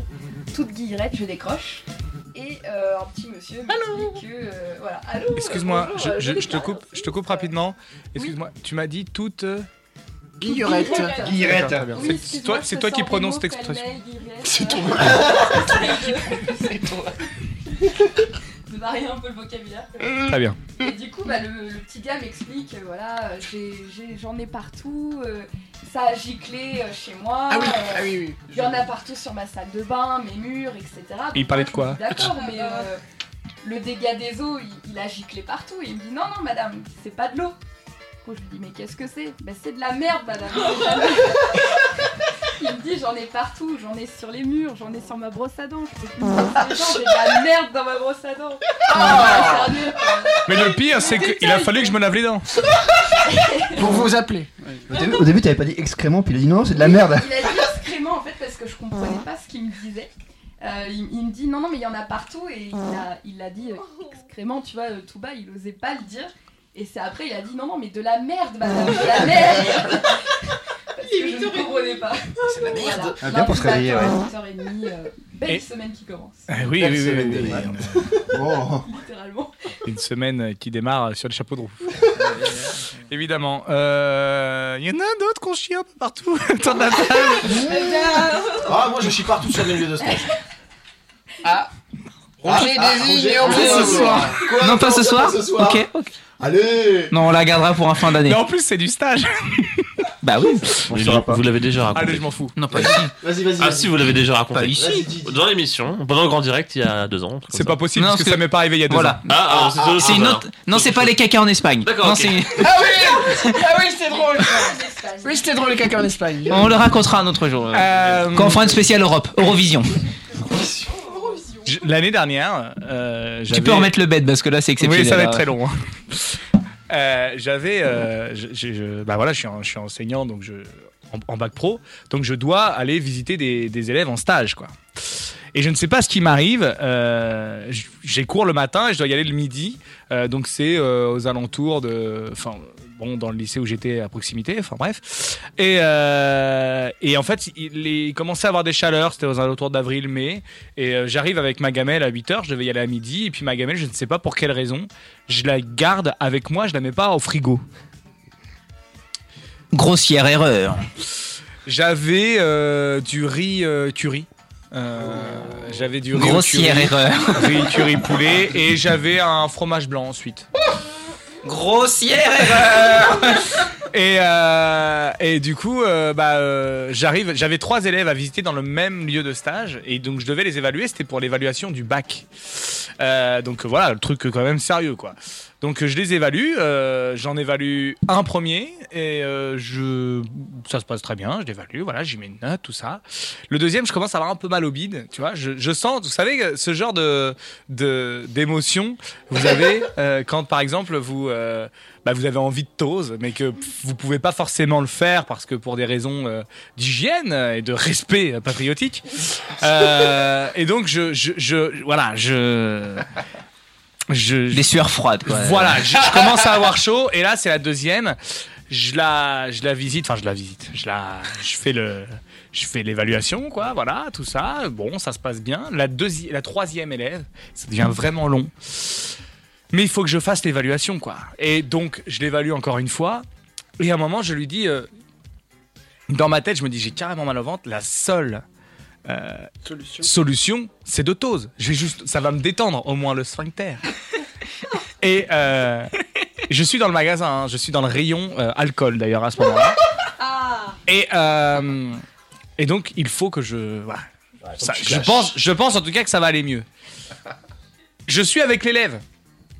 I: Toute guillerette, je décroche. Et euh, un petit monsieur me dit que... euh, voilà. Allô euh,
B: Excuse-moi,
I: bonjour,
B: je, Oh,
I: euh,
B: je- je te
I: déclare.
B: coupe, je te coupe rapidement. Excuse-moi, tu m'as dit toute. euh,
C: Guillerette.
B: D'accord, très bien.
I: Oui,
B: C'est- C'est
I: excuse-moi,
B: toi, c'est
I: je
B: toi
I: sors
B: qui
I: des
B: prononces
I: mots
B: cette expression.
I: pêle-mêle, guillerette, euh, de varier un peu le vocabulaire.
B: Très bien.
I: Et du coup, bah, le, le petit gars m'explique, euh, voilà, euh, j'ai- j'ai- j'en ai, partout, euh, ça a giclé euh, chez moi,
C: Ah oui,
I: euh,
C: ah oui, oui.
I: il y en a partout sur ma salle de bain, mes murs, etc.
B: Il
I: Donc,
B: parlait
I: moi,
B: de quoi
I: je lui dis, D'accord, mais euh, le dégât des eaux, il, il a giclé partout. Et il me dit, non, non, madame, c'est pas de l'eau. Du coup, je lui dis, mais qu'est-ce que c'est Ben, c'est de la merde, madame. c'est de la merde. Il me dit, j'en ai partout, j'en ai sur les murs, j'en ai sur ma brosse à dents, je peux plus brosser les dents, j'ai de la merde dans ma brosse à dents. Ah, sérieux, quoi.
B: Mais le pire, c'est qu'il a fallu que je me lave les dents.
C: Pour vous appeler.
H: Au début, au début, t'avais pas dit excrément, puis il a dit non, c'est de la merde.
I: Il a dit excrément en fait parce que je comprenais pas ce qu'il me disait. Euh, il, il me dit non, non, mais il y en a partout et il a, il a dit euh, excrément, tu vois, euh, tout bas, il osait pas le dire. Et c'est après, il a dit non, non, mais de la merde, madame, de la merde Parce que je ne comprenais pas. C'est de la merde
H: Ah, bien pour se réveiller, ouais.
I: 8h30, euh, belle
B: Et-
I: semaine qui commence,
B: Eh oui,
E: Belle
B: oui, oui,
E: semaine
B: oui,
E: de
B: oui. (laughs)
E: merde.
H: Oh.
I: littéralement.
B: Une semaine euh, qui démarre sur les chapeaux de roue. (laughs) Évidemment. Euh, Il y en a d'autres qu'on chie un peu partout. Autour de la table.
E: Ah, moi je chie partout sur les lieux de stage.
C: Roger
E: Roger,
C: désigne Roger.
E: Roger,
A: ce soir.
E: Quoi
A: non, pas ce soir.
E: ce soir.
A: Ok, ok.
E: Allez
A: Non, on la gardera pour un fin d'année.
B: Mais en plus, c'est du stage.
A: Bah oui.
H: On saura pas.
D: Vous l'avez déjà
B: Allez,
D: raconté.
B: je m'en fous.
A: Non, pas ici.
E: Vas-y, vas-y.
D: Ah si, vous l'avez déjà
A: Pas
D: raconté.
A: ici.
E: Vas-y, dis, dis.
D: Dans l'émission, pendant le grand direct, il y a deux ans. un truc comme
B: C'est
D: ça.
B: pas possible
A: Non,
B: parce que
A: c'est-
B: ça m'est pas arrivé il y a deux
A: Voilà.
D: Ah, ah, c'est
A: C'est une autre. Non, c'est pas les cacas en Espagne.
D: D'accord,
A: Non,
D: ok.
A: c'est-
C: Ah oui Ah oui, c'était drôle
I: En Espagne.
C: Oui, c'était drôle les caca en Espagne.
E: Oh
A: On le racontera un autre jour. euh,
B: Euh,
A: Quand on fera une spéciale Europe, Eurovision.
B: je- je- l'année dernière, euh,
A: Tu peux
B: j'avais-
A: remettre le bed parce que là c'est exceptionnel.
B: Oui, ça va être
A: Alors,
B: très long. hein. Euh, J'avais, euh, je- je- je- bah voilà, je suis, en- je suis enseignant donc je en, en bac pro, donc je dois aller visiter des, des élèves en stage quoi. Et je ne sais pas ce qui m'arrive. euh, j- J'ai cours le matin et je dois y aller le midi, Euh, donc c'est euh, aux alentours de, enfin bon, dans le lycée où j'étais à proximité, enfin bref. Et, euh, et en fait, il, il commençait à avoir des chaleurs, c'était aux alentours d'avril-mai, et euh, j'arrive avec ma gamelle à 8h, je devais y aller à midi, et puis ma gamelle, je ne sais pas pour quelle raison, je la garde avec moi, je la mets pas au frigo.
A: Grossière erreur.
B: J'avais euh, du riz euh, curry. Euh, j'avais du riz au
A: Grossière
B: curry,
A: erreur.
B: riz curry poulet et j'avais un fromage blanc ensuite.
A: Grossière erreur.
B: Et, euh, et du coup, euh, bah, euh, j'arrive. J'avais trois élèves à visiter dans le même lieu de stage, et donc je devais les évaluer. C'était pour l'évaluation du bac. Euh, donc euh, voilà, le truc euh, quand même sérieux, quoi. Donc euh, je les évalue. euh, J'en évalue un premier, et euh, je, ça se passe très bien. Je l'évalue, voilà, j'y mets une note, tout ça. Le deuxième, je commence à avoir un peu mal au bide, tu vois. Je, je sens, vous savez, euh, ce genre de de- d'émotion. Vous avez euh, quand, par exemple, vous euh, bah, vous avez envie de tose, mais que vous pouvez pas forcément le faire parce que pour des raisons euh, d'hygiène euh, et de respect euh, patriotique. Euh, et donc je, je, je voilà je (laughs) je,
A: Des sueurs froides. quoi.
B: voilà je, je commence à avoir chaud et là c'est la deuxième. Je la je la visite, enfin je la visite, je la je fais le je fais l'évaluation quoi, voilà tout ça. Bon ça se passe bien. La deuxième, la troisième élève, ça devient vraiment long. Mais il faut que je fasse l'évaluation, quoi. Et donc, je l'évalue encore une fois. Et à un moment, je lui dis. euh, dans ma tête, je me dis, j'ai carrément mal au ventre. La seule euh, solution, c'est de tose. Je vais juste, ça va me détendre, au moins le sphincter. Et euh, je suis dans le magasin, hein, je suis dans le rayon euh, alcool d'ailleurs à ce moment-là. Et, euh, et donc, il faut que je. voilà. Ça, je, pense, je pense en tout cas que ça va aller mieux. Je suis avec l'élève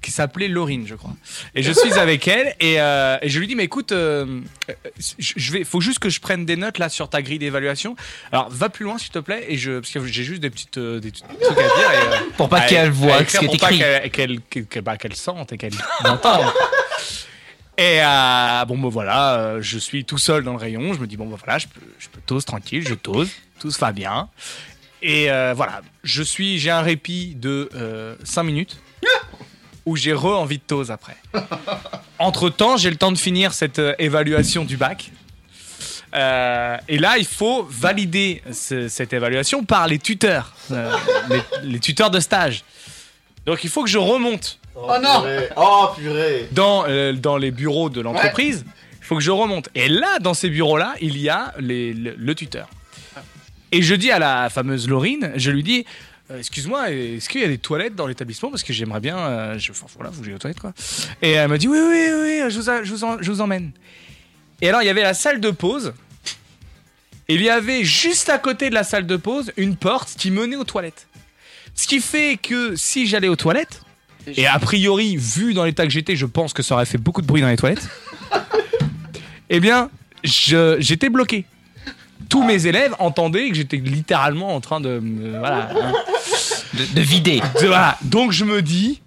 B: qui s'appelait Laurine, je crois. Et je suis avec elle et, euh, et je lui dis mais écoute, euh, euh, je je vais, faut juste que je prenne des notes là sur ta grille d'évaluation. Alors va plus loin s'il te plaît et je parce que j'ai juste des petites euh, des petits trucs à dire. Et, euh,
A: Pour pas
B: à-
A: qu'elle
B: à
A: voit ce
B: écrire
A: qui est
B: pour pas
A: écrit.
B: qu'elle qu'elle- qu'elle- que- bah, qu'elle sente
A: (laughs)
B: et qu'elle entende. Et euh, bon, bah voilà, euh, je suis tout seul dans le rayon. Je me dis, bon, bah voilà, je peux, je peux tose tranquille, je tose, tout se va bien. Et euh, voilà, je suis, j'ai un répit de 5 minutes où j'ai re-envie de
A: (laughs)
B: tose après. Entre temps, j'ai le temps de finir cette euh, évaluation du bac. Euh, et là, il faut valider ce- cette évaluation par les tuteurs, euh, les, les tuteurs de stage. Donc, il faut que je remonte
E: Oh non Oh purée
B: dans, euh, dans les bureaux de l'entreprise. Il faut que je remonte. Et là, dans ces bureaux-là, il y a les- le, le tuteur. Et je dis à la fameuse Laurine, je lui dis. euh, Excuse-moi, est-ce qu'il y a des toilettes dans l'établissement Parce que j'aimerais bien. euh, je, enfin, voilà, vous j'ai aux toilettes, quoi. Et elle m'a dit Oui, oui, oui, oui, je vous, a- je vous en- je vous emmène. Et alors, il y avait la salle de pause. Et il y avait juste à côté de la salle de pause une porte qui menait aux toilettes. Ce qui fait que si j'allais aux toilettes, et a priori, vu dans l'état que j'étais, je pense que ça aurait fait beaucoup de bruit dans les toilettes, (laughs) eh bien, je- j'étais bloqué. Tous mes élèves entendaient que j'étais littéralement en train de. me- voilà. hein.
A: De, de vider.
B: De- voilà. Donc je me dis,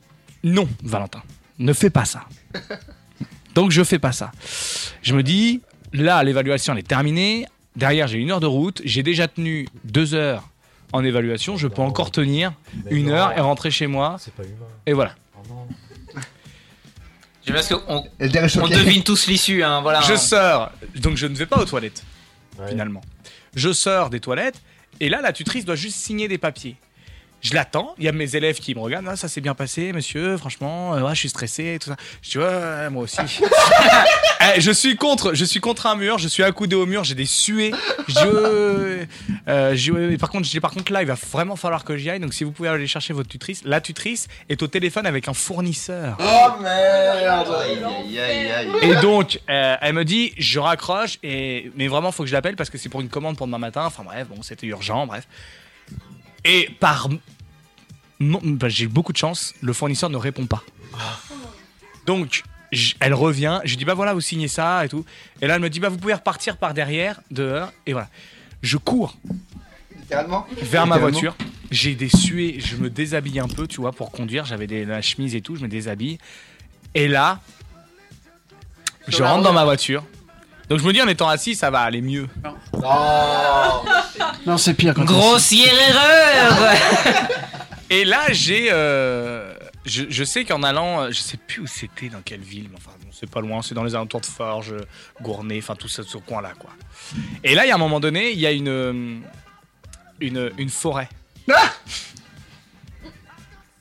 B: non, Valentin, ne fais pas ça. Donc je fais pas ça. Je me dis, là, l'évaluation, elle est terminée. Derrière, j'ai une heure de route. J'ai déjà tenu deux heures en évaluation. Je peux encore tenir une heure et rentrer chez moi.
E: C'est pas humain.
B: Et voilà.
E: Oh non.
A: J'aime bien parce qu'on
H: Elle dirait
A: on
H: choquée.
A: devine tous l'issue. hein, voilà.
B: Je sors. Donc je ne vais pas aux toilettes,
E: Ouais.
B: finalement. Je sors des toilettes. Et là, la tutrice doit juste signer des papiers. Je l'attends, il y a mes élèves qui me regardent, Ah, ça s'est bien passé, monsieur, franchement, euh, ouais, je suis stressé, et tout ça. Je dis, ouais, ouais, moi aussi. (laughs) Eh, je suis contre, je suis contre un mur, je suis accoudé au mur, j'ai des suées. Je dis, ouais, ouais, ouais. Euh, je dis, ouais, ouais. par contre, je dis, par contre, là, il va vraiment falloir que j'y aille, donc si vous pouvez aller chercher votre tutrice, la tutrice est au téléphone avec un fournisseur.
E: Oh merde Aïe aïe aïe aïe
B: Et donc, euh, elle me dit, je raccroche, et... mais vraiment, faut que je l'appelle parce que c'est pour une commande pour demain matin. Enfin bref, bon, c'était urgent, bref. Et par... mon- bah, J'ai eu beaucoup de chance, le fournisseur ne répond pas. Donc, j- elle revient, je dis, bah voilà, vous signez ça et tout. Et là, elle me dit, bah vous pouvez repartir par derrière, dehors, et voilà. Je cours
H: Littéralement.
B: vers ma
H: Littéralement.
B: voiture, J'ai des suées, je me déshabille un peu, tu vois, pour conduire. J'avais des, la chemise et tout, je me déshabille. Et là, je
I: la
B: rentre dans
I: route.
B: ma voiture. Donc je me dis, en étant assis, ça va aller mieux.
C: Non, c'est pire quand
A: Grossière erreur
B: (laughs) Et là, j'ai. euh, je, je sais qu'en allant, euh, je sais plus où c'était, dans quelle ville, mais enfin, bon, c'est pas loin, c'est dans les alentours de Forges, Gournay, enfin, tout ça, ce coin-là, quoi. Et là, il y a un moment donné, il y a une. euh, une, une forêt.
C: Ah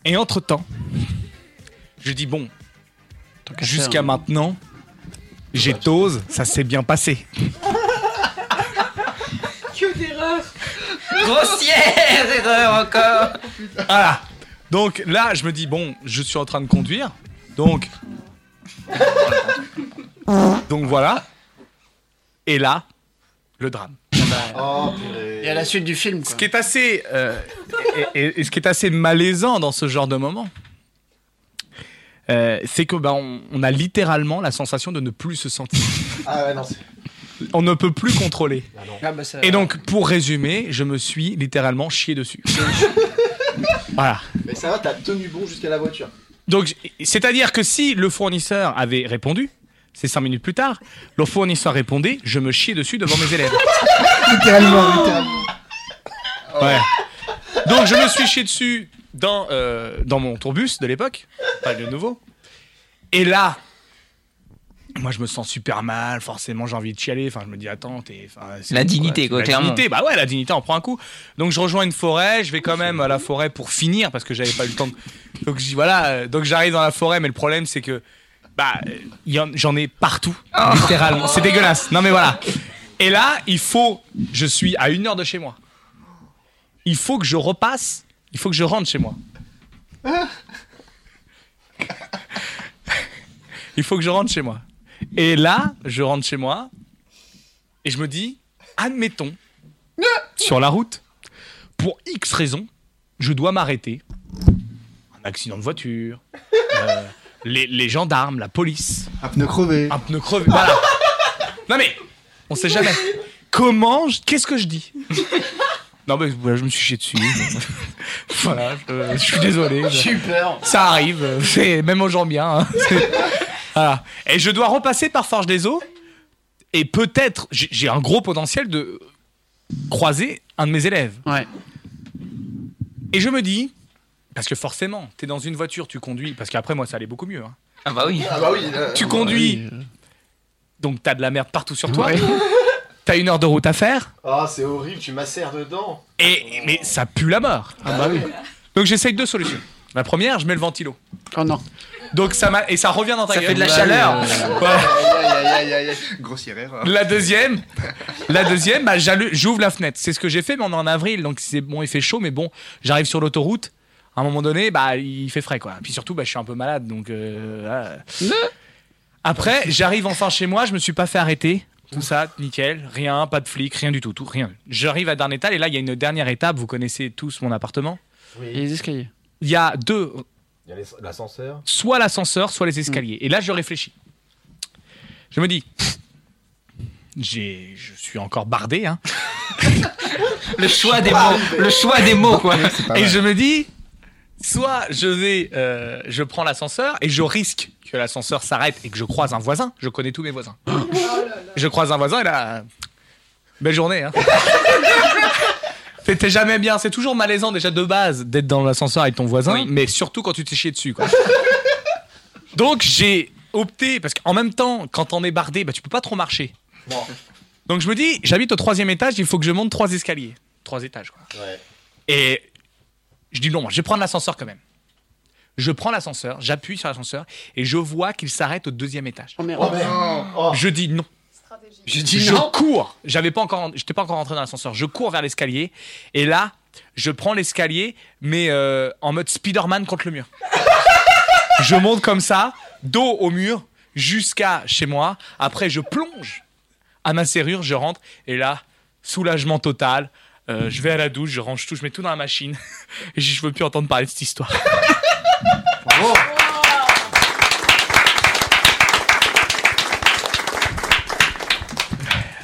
B: Et entre-temps, je dis, bon,
C: Tant qu'à
B: jusqu'à
C: faire, hein.
B: maintenant, j'ai tose, ça s'est bien passé.
I: Que d'erreur
A: Grossière erreur encore
B: Voilà. Donc là, je me dis, bon, je suis en train de conduire. Donc. donc voilà. Et là, le drame.
E: Oh, purée.
C: Et à la suite du film,
B: Ce
C: quoi.
B: qui est assez. euh, et, et- et ce qui est assez malaisant dans ce genre de moment. euh, c'est que bah, on, on a littéralement la sensation de ne plus se sentir.
E: Ah ouais, non, c'est.
B: On ne peut plus contrôler.
C: Ah, bah, ça-
B: Et donc, pour résumer, je me suis littéralement chié dessus. voilà.
E: Mais ça va, t'as tenu bon jusqu'à la voiture.
B: Donc, j- c'est-à-dire que si le fournisseur avait répondu, c'est cinq minutes plus tard, le fournisseur répondait Je me chiais dessus devant mes élèves.
H: Littéralement, littéralement.
B: Ouais. Donc, je me suis chié dessus dans, euh, dans mon tourbus de l'époque, pas le nouveau. Et là, moi, je me sens super mal, forcément, j'ai envie de chialer. Enfin, je me dis Attends, t'es. enfin, c'est
A: La
B: bon,
A: dignité, quoi,
B: la
A: clairement.
B: dignité, bah ouais, la dignité, on prend un coup. Donc, je rejoins une forêt, je vais quand même à la forêt pour finir parce que j'avais pas eu le temps de. Donc, j'y- voilà, euh, donc j'arrive dans la forêt, mais le problème, c'est que. Bah, euh, il y en- j'en ai partout,
A: Oh.
B: littéralement. C'est dégueulasse. Non, mais voilà. Et là, il faut. Je suis à une heure de chez moi. Il faut que je repasse. Il faut que je rentre chez moi.
H: Ah.
B: Il faut que je rentre chez moi. Et là, je rentre chez moi. Et je me dis, admettons, sur la route, pour X raisons, je dois m'arrêter. Un accident de voiture, euh, les, les gendarmes, la police,
H: Un pneu crevé.
B: un pneu crevé. Voilà. Non mais, on sait jamais. Comment, je- qu'est-ce que je dis Non mais voilà, je me suis chié dessus. (laughs) voilà, je, je suis
C: (laughs)
B: désolé. Je-
E: Super
B: ça arrive, euh, c'est même aux gens bien. hein. (laughs) C'est- Voilà. Et je dois repasser par Forge des Eaux. Et peut-être, j'ai j'ai un gros potentiel de croiser un de mes élèves.
C: Ouais.
B: Et je me dis, parce que forcément, t'es dans une voiture, tu conduis, parce qu'après moi ça allait beaucoup mieux. hein.
A: Ah bah oui
E: Ah bah oui, là.
B: Tu conduis,
C: Oui, euh,
B: donc t'as de la merde partout sur toi.
C: Ouais.
B: T'as une heure de route à faire.
E: Ah, c'est horrible, tu macères dedans.
B: Et mais ça pue la mort.
C: Ah, bah oui.
B: Donc j'essaye deux solutions. La première, je mets le ventilo.
C: Oh non.
B: Donc ça m'a- et ça revient dans ta
A: Ça
B: gueule.
A: fait
B: Bah,
A: de la chaleur
B: Ouais.
E: Aïe, aïe, aïe, aïe, aïe.
H: Grossière erreur. hein.
B: (laughs) La deuxième, la deuxième, bah, j'allu- j'ouvre la fenêtre. C'est ce que j'ai fait, mais on est en avril, donc c'est bon, il fait chaud, mais bon, j'arrive sur l'autoroute. À un moment donné, bah, il fait frais, quoi. Puis surtout, bah, je suis un peu malade, donc. euh, voilà. Après, j'arrive enfin chez moi, je me suis pas fait arrêter. Tout ça, nickel, rien, pas de flic, rien du tout, tout, rien. J'arrive à dernier étage et là, il y a une dernière étape. Vous connaissez tous mon appartement.
C: Et les escaliers.
B: Il y a deux
E: Il y a les- l'ascenseur.
B: soit l'ascenseur, soit les escaliers. Et là, je réfléchis. Je me dis, j'ai, je suis encore bardé, hein.
A: (laughs) Le choix des
K: Ah,
A: mots Le choix des mots, quoi
H: C'est pas
B: Et
H: mal.
B: je me dis, soit je vais, euh, je prends l'ascenseur et je risque que l'ascenseur s'arrête et que je croise un voisin. Je connais tous mes voisins. je croise un voisin et là, belle journée. Hein. C'était jamais bien. C'est toujours malaisant déjà de base d'être dans l'ascenseur avec ton voisin,
A: Oui.
B: mais surtout quand tu t'es chié dessus. quoi. (laughs) Donc j'ai opté parce qu'en même temps, quand on est bardé, bah, tu peux pas trop marcher.
E: Non.
B: Donc je me dis, j'habite au troisième étage, il faut que je monte trois escaliers, trois étages quoi.
E: Ouais.
B: Et je dis non, je vais prendre l'ascenseur quand même. Je prends l'ascenseur, j'appuie sur l'ascenseur et je vois qu'il s'arrête au deuxième étage.
C: Oh merde.
E: Oh merde Oh,
B: Je dis non.
I: Stratégie.
C: J'ai dit
B: Je
C: non.
B: cours. J'avais pas encore, j'étais pas encore rentré dans l'ascenseur. Je cours vers l'escalier et là, je prends l'escalier, mais euh, en mode Spider-Man contre le mur. je monte comme ça, dos au mur, jusqu'à chez moi. Après, je plonge à ma serrure, je rentre et là, soulagement total. Euh, je vais à la douche, je range tout, je mets tout dans la machine. (laughs) Et je veux plus entendre parler de cette histoire.
E: bravo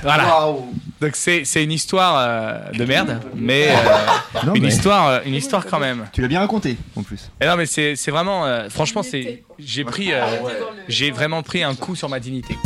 B: Voilà.
E: Waouh.
B: Donc c'est c'est une histoire euh, de merde, mais euh,
H: (laughs) Non,
B: une
H: mais
B: histoire euh, une histoire quand même.
H: tu l'as bien raconté en plus.
B: Et non mais c'est c'est vraiment euh, franchement c'est j'ai pris euh,
I: Ah ouais.
B: j'ai vraiment pris un coup sur ma dignité.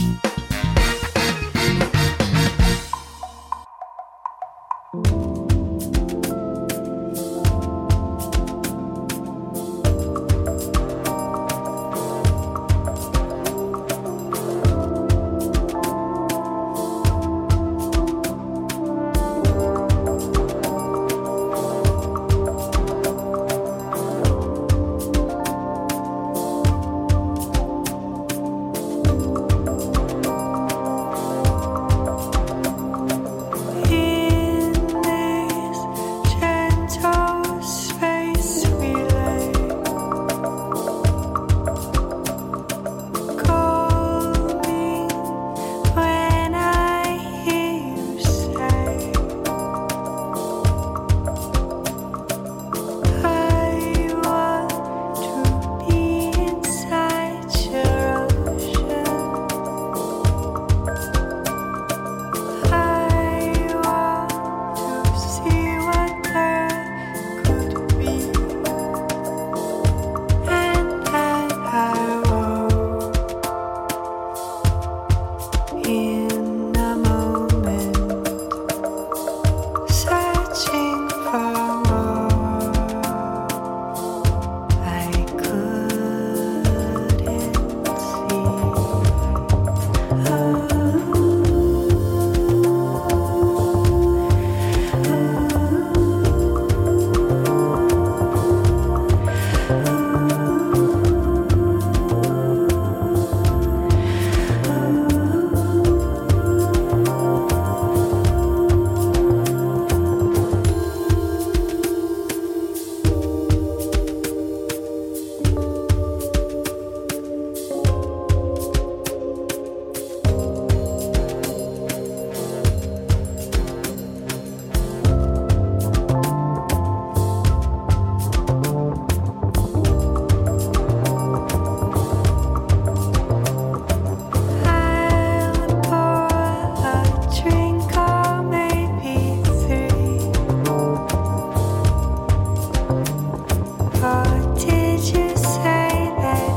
F: In this gentle space we lay, call me when I hear you say, I want to be inside your ocean. I want to see what there could be, and then I walk in a moment, searching for more I couldn't see. I'll pour a drink or maybe three. Or did you say that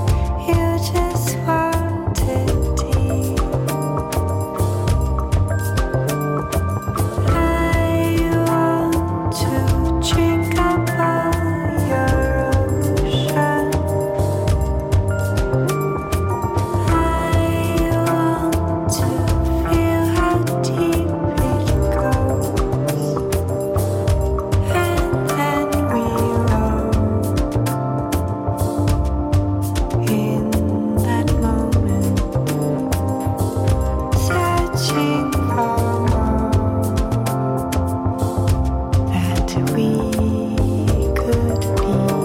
F: you just wanted tea? I want to drink up all your ocean. I want to feel how deep it goes, and then we roll in that moment, searching for more that we could be.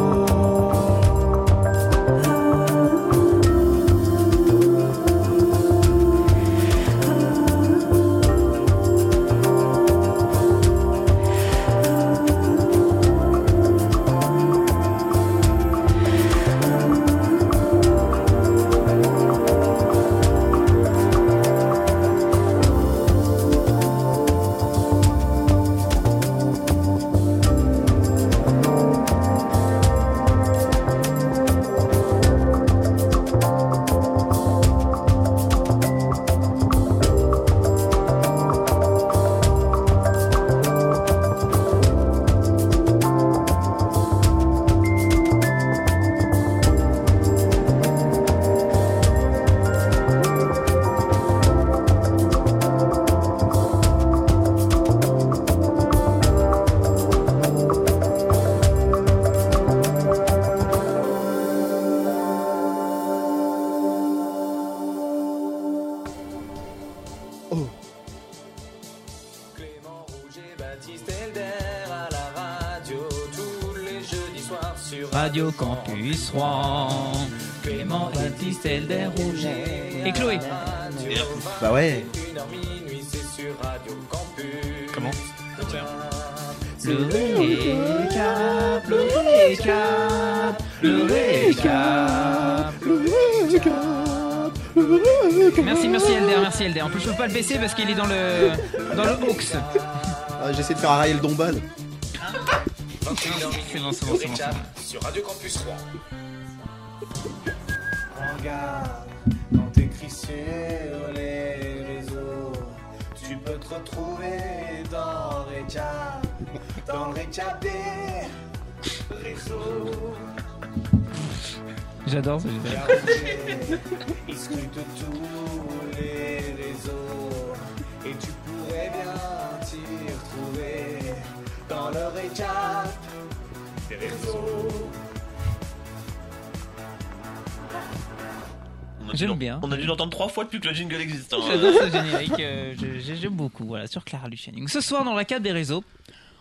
L: Clément Rouge et Baptiste Elder à la radio tous les jeudis soirs sur
A: Radio Campus Rouen, Clément Baptiste Elder Rouget et Chloé.
E: Bah ouais.
L: une heure minuit, c'est sur Radio Campus.
B: Comment
A: Le récap, le récap, le récap,
C: Le récap,
A: Merci, merci LDR, merci LDR. En plus, je peux pas le baisser parce qu'il est dans le dans le box.
K: Ah, J'essaie de faire Ariel Dombal.
A: C'est bon, c'est bon, c'est bon.
L: Récap sur Radio Campus Rouen.
F: Regarde, quand t'écris sur les réseaux, tu peux te retrouver dans le récap, dans le récap des réseaux.
A: J'adore ce jeu.
F: Il scrute tous les réseaux et tu pourrais bien t'y retrouver dans le récap des réseaux.
D: On
A: ah.
D: a dû
A: J'aime
D: l'en-
A: bien.
D: On a dû l'entendre trois fois depuis que le jingle existe. hein.
A: J'adore ce générique, euh, je- je- j'aime beaucoup, voilà, sur Clara Luciani. Donc, Ce soir, dans la cadre des réseaux,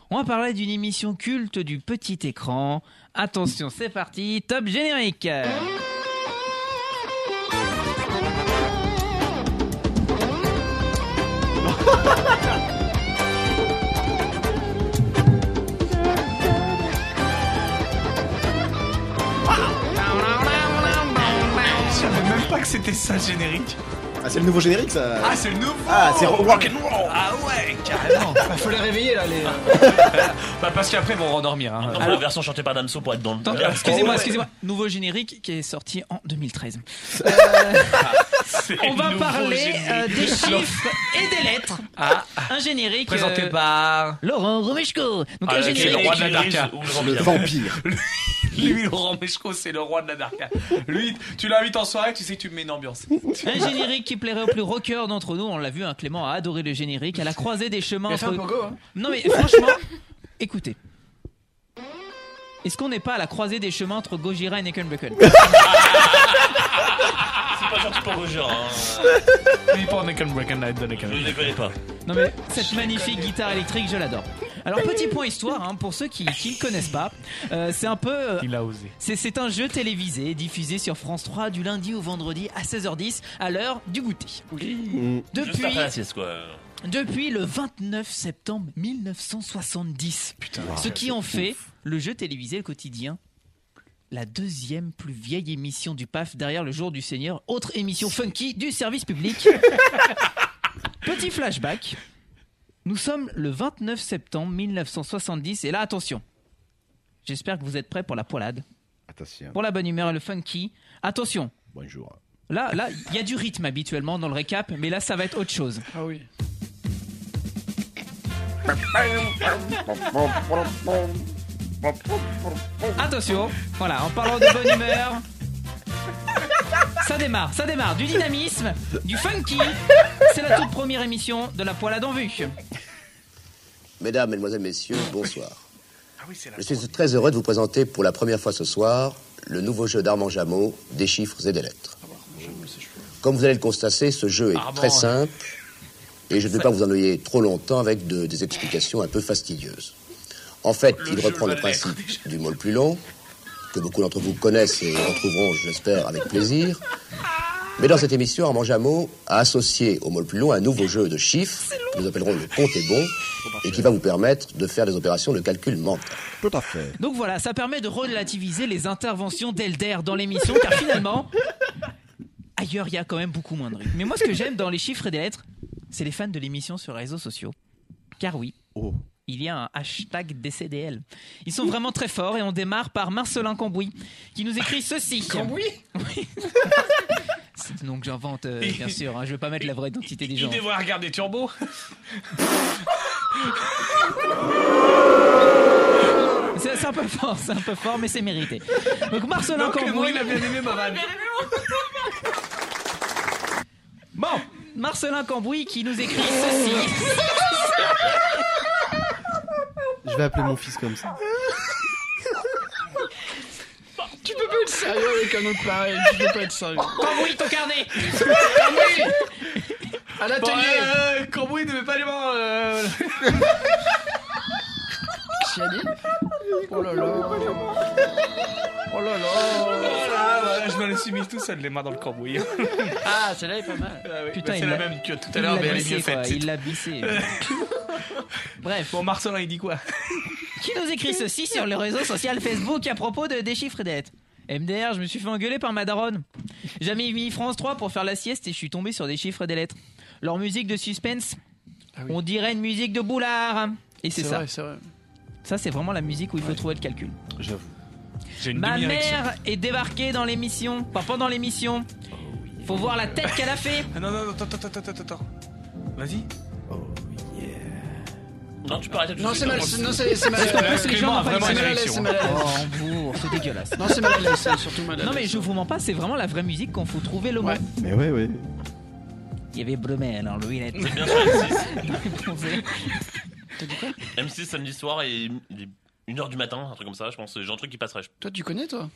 A: on va parler d'une émission culte du petit écran. Attention, c'est parti, top générique
B: Je savais même pas que c'était ça le générique.
K: Ah, c'est le nouveau générique ça
B: Ah, c'est le nouveau
K: Ah, c'est ro- rock'n'roll
B: Ah ouais, carrément
C: faut les réveiller là, les.
B: Bah parce qu'après ils vont rendormir. hein.
D: Attends, la version chantée par Damso pour être dans le.
A: Attends,
D: Ah,
A: Excusez-moi,
D: ouais.
A: excusez-moi, nouveau générique qui est sorti en 2013.
B: C'est
A: On va
B: nouveau
A: parler euh,
B: générique.
A: des chiffres et des lettres.
B: Ah,
A: Un générique
B: présenté
A: euh,
B: par
A: Laurent Romeshko. Donc
B: Ah,
A: un
B: là,
A: générique.
B: c'est le roi de la darka.
D: Ou le vampire.
K: Le vampire.
B: (laughs) Lui, Laurent Meshko, c'est le roi de la darka. Lui, tu l'invites en soirée, tu sais que tu mets une ambiance.
A: (laughs) Un générique qui plairait au plus rocker d'entre nous. On l'a vu, hein, Clément a adoré le générique. Elle a croisé des chemins
C: Il a fait
A: entre.
C: un pogo, hein.
A: Non mais franchement, écoutez. Est-ce qu'on n'est pas à la croisée des chemins entre Gojira et
D: (laughs)
A: Nickelback
D: C'est pas gentil pour Roger. Hein.
B: Euh, Mais pour Naked Break and Night de Naked.
D: Je les connais pas.
A: Non mais cette magnifique guitare électrique, je l'adore. Alors petit point histoire, hein, pour ceux qui qui ne connaissent pas, euh, c'est un peu euh,
B: Il a osé.
A: C'est- C'est un jeu télévisé diffusé sur France 3 du lundi au vendredi à 16h10 à l'heure du goûter.
D: Juste
A: Depuis,
D: après la sieste, quoi.
A: depuis le 29 septembre 1970. ce qui en fait le jeu télévisé le quotidien la deuxième plus vieille émission du PAF derrière le jour du Seigneur, autre émission funky du service public. Petit flashback. Nous sommes le 29 septembre 1970 et là attention. J'espère que vous êtes prêts pour la poilade
K: (laughs) Attention.
A: pour la bonne humeur et le funky. Attention,
K: Bonjour.
A: là, là, il y a du rythme habituellement dans le récap, mais là, ça va être autre chose.
C: Ah oui.
A: Attention, voilà, en parlant de bonne humeur, ça démarre, ça démarre, du dynamisme, du funky. C'est la toute première émission de la poilade en vue.
M: Mesdames, Mesdemoiselles, Messieurs, bonsoir. Je suis très heureux de vous présenter pour la première fois ce soir le nouveau jeu d'Armand Jameau, des chiffres et des lettres. Comme vous allez le constater, ce jeu est très simple et je ne vais pas vous ennuyer trop longtemps avec de- des explications un peu fastidieuses. En fait, il reprend le principe du mot le plus long, que beaucoup d'entre vous connaissent et retrouveront, je l'espère, avec plaisir. Mais dans cette émission, Armand Jameau a associé au mot le plus long un nouveau jeu de chiffres que nous appellerons le compte est bon et qui va vous permettre de faire des opérations de calcul mental.
K: Tout à fait.
A: Donc voilà, ça permet de relativiser les interventions d'Elder dans l'émission, car finalement, ailleurs, il y a quand même beaucoup moins de rythme. Mais moi, ce que j'aime dans les chiffres et des lettres, c'est les fans de l'émission sur les réseaux sociaux. Car oui,
K: Oh.
A: il y a un hashtag DCDL. Ils sont vraiment très forts et on démarre par Marcelin Cambouis, qui nous écrit ceci. Cambouis
B: (laughs)
A: C'est donc j'invente, euh, bien sûr, hein, je vais pas mettre la vraie identité des
B: Il
A: gens.
B: devrait regarder Turbo.
A: C'est c'est un peu fort, c'est un peu fort, mais c'est mérité. Donc Marcelin
B: Donc, moi,
A: Cambouis...
B: il a bien aimé ma vanne.
A: Bon, Marcelin Cambouis qui nous écrit ceci.
K: Je vais appeler mon fils comme ça.
C: Tu peux pas être sérieux avec un autre pareil. Tu peux pas être
A: (laughs)
C: sérieux.
A: Cambouis, ton carnet
B: Bon,
C: À l'atelier.
B: euh, Cambouis ne met pas les mains. euh,
C: T'y as dit Oh là là. Oh là
B: oh
C: là.
B: là là, je me le suis mis tout seul, les mains dans le cambouis.
C: Ah, celle-là est pas mal.
B: Ah oui,
A: (laughs) Putain,
B: bah,
A: il
B: c'est la
A: l'a-
B: même que tout à
A: Il
B: l'heure, mais
A: l'a
B: elle est mieux
A: bissé, quoi.
B: faite. c'est
A: Il
B: tout.
A: l'a
B: (laughs)
A: bissé. Bref,
B: Bon, Marcelin, il dit quoi
A: qui nous écrit ceci sur le réseau social Facebook à propos de des chiffres et des lettres MDR, je me suis fait engueuler par ma daronne. J'avais mis France 3 pour faire la sieste et je suis tombé sur des chiffres et des lettres. Leur musique de suspense, on dirait une musique de boulard. Et c'est
C: Ah C'est
A: ça.
C: vrai, c'est vrai.
A: Ça, c'est vraiment la musique où il faut trouver le calcul.
K: J'avoue.
B: J'ai
A: Ma mère est débarquée dans l'émission, pas pendant l'émission. Faut voir la tête qu'elle a fait.
B: Ah Non, non, non, attends, attends, attends, attends, attends. Vas-y.
D: Non, tu peux arrêter.
C: Non, c'est mal, c'est- non, c'est- c'est mal-
A: Parce que
C: les
A: les
C: gens
A: gens
B: Ah,
C: n'ont
A: n'ont
C: pas-
A: pas
C: c'est mal à l'aise, c'est mal à l'aise.
A: Oh, Hambourg, c'est dégueulasse.
C: Non, c'est mal à l'aise, c'est surtout mal à
A: Non, mais
C: l'aise.
A: je vous mens pas, c'est vraiment la vraie musique qu'on faut trouver le mot.
H: Mais ouais, ouais.
A: Il y avait hein, Brumel, alors lui, il était
D: bien sûr,
A: (laughs)
D: M6.
A: bronzé.
D: M6 samedi soir et 1h du matin, un truc comme ça, je pense. J'ai un truc qui passerait. je-
C: Toi, tu connais, toi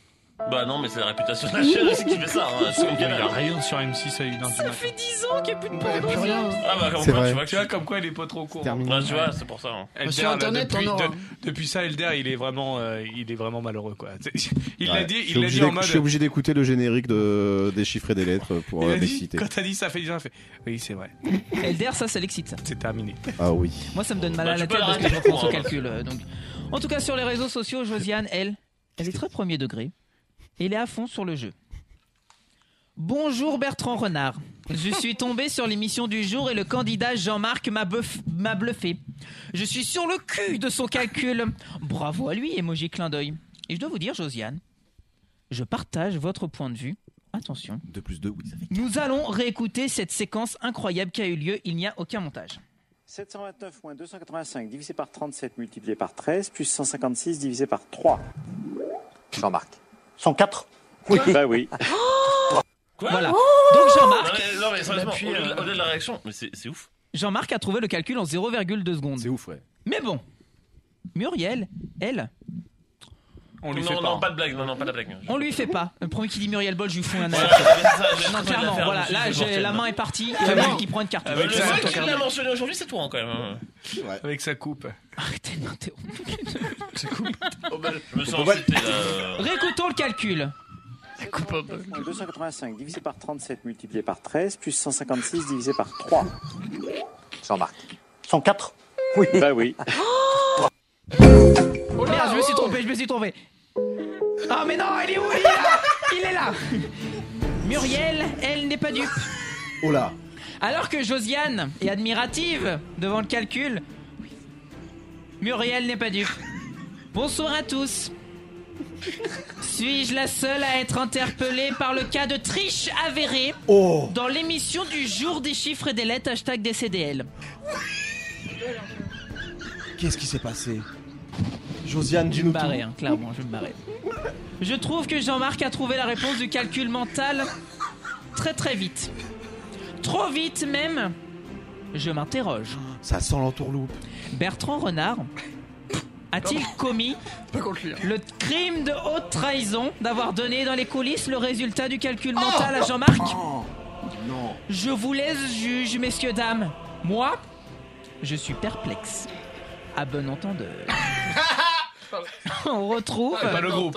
D: Bah non, mais c'est la réputation de la chaîne aussi qui fait ça. hein, C'est une
B: Il y a
D: galère.
B: rien sur M6 à 1h du matin.
A: fait 10 ans qu'il n'y a plus de
C: porno plus sur rien. M6.
D: Ah bah comme
H: C'est
D: quoi,
H: vrai.
D: tu vois, que
B: Tu vois, comme quoi, il est pas trop au courant.
H: Terminé.
D: Ouais, tu vois, c'est pour ça. hein.
B: Elder,
C: Sur
B: là,
C: Internet,
B: depuis,
C: on aura.
B: de- depuis ça, Elder, il est vraiment, euh, il est vraiment malheureux, quoi. C'est- Il
K: Ouais,
B: l'a dit,
K: je suis
B: il l'a
K: obligé
B: dit en
K: d'éc-
B: mode.
K: Je suis obligé d'écouter le générique de, des chiffres et des lettres pour
B: il
K: euh,
B: a dit,
K: m'exciter.
B: quand t'as dit ça, fait 10 ans, il fait. Oui, c'est vrai.
A: Elder, ça, ça l'excite, ça.
B: C'est terminé.
K: Ah oui.
A: Moi, ça me donne mal
D: Bah,
A: à
D: tu
A: la
D: peux
A: tête parce que je
D: l'arrêter,
A: repense au
D: hein.
A: calcul. euh, donc. En tout cas, sur les réseaux sociaux, Josiane, elle, elle est très premier degré et elle est à fond sur le jeu. Bonjour Bertrand Renard. Je suis tombé sur l'émission du jour et le candidat Jean-Marc m'a beuf- m'a bluffé. Je suis sur le cul de son calcul. Bravo à lui, émoji clin d'œil. Et je dois vous dire, Josiane, je partage votre point de vue. Attention.
E: 2 plus 2, oui, ça fait.
A: Nous allons réécouter cette séquence incroyable qui a eu lieu. Il n'y a aucun montage.
N: 729 moins 285 divisé par 37 multiplié par 13 plus 156 divisé par 3.
E: Jean-Marc.
N: 104 Oui. Bah
D: (laughs)
N: oui.
D: Oh Quoi
A: Voilà.
N: Oh
A: Donc Jean-Marc,
D: Non, mais- Non mais sérieusement,
A: Depuis,
D: au-delà
A: euh,
D: au-delà de la réaction, mais c'est c'est ouf.
A: Jean-Marc a trouvé le calcul en 0,2 secondes.
K: C'est ouf, ouais.
A: Mais bon, Muriel, elle,
B: On lui fait
D: Non,
B: pas.
D: non, pas de blague, non, non, pas de blague.
A: on lui fait pas. Le premier qui dit Muriel Boll, je lui fous un
D: Voilà,
A: air.
D: c'est ça, j'ai
A: Non,
D: trop envie de
A: clairement,
D: faire,
A: voilà,
D: je
A: là,
D: suis
A: j'ai-
D: mortel. Ah,
A: la main est partie, il y a
B: Clairement.
A: Muriel qui prend une carte.
B: Avec
D: Le
B: sa-
D: seul qui l'a mentionné aujourd'hui, c'est toi hein, quand même. hein.
B: Avec sa coupe.
A: Arrêtez de m'interrompre.
D: Je me sens
K: Bon, bah, (laughs)
D: insulté là.
A: Récoutons le calcul.
N: 729 moins 285 divisé par 37 multiplié par 13 plus 156 divisé par 3.
E: Jean-Marc.
N: 104 Oui. Bah oui.
A: Oh merde, je me suis trompé, je me suis trompé. Ah mais non, il est où Il est là, il est là. Muriel, elle n'est pas dupe.
E: Oh là
A: Alors que Josiane est admirative devant le calcul, Muriel n'est pas dupe. Bonsoir à tous. Suis-je la seule à être interpellée par le cas de triche avérée dans l'émission du jour des chiffres et des lettres hashtag DCDL
E: Qu'est-ce qui s'est passé Josiane,
A: Je vais me
E: dis-nous tout.
A: barrer, hein, clairement, je vais me barrer. Je trouve que Jean-Marc a trouvé la réponse du calcul mental très très vite. Trop vite même. Je m'interroge.
E: Ça sent l'entourloupe.
A: Bertrand Renard a-t-il commis le crime de haute trahison d'avoir donné dans les coulisses le résultat du
E: Oh
A: calcul mental à Jean-Marc
C: Oh,
E: Non.
A: Je vous laisse juge, messieurs, dames. Moi, je suis perplexe. À bon
B: (laughs)
A: entendeur. On retrouve...
B: Pas le groupe.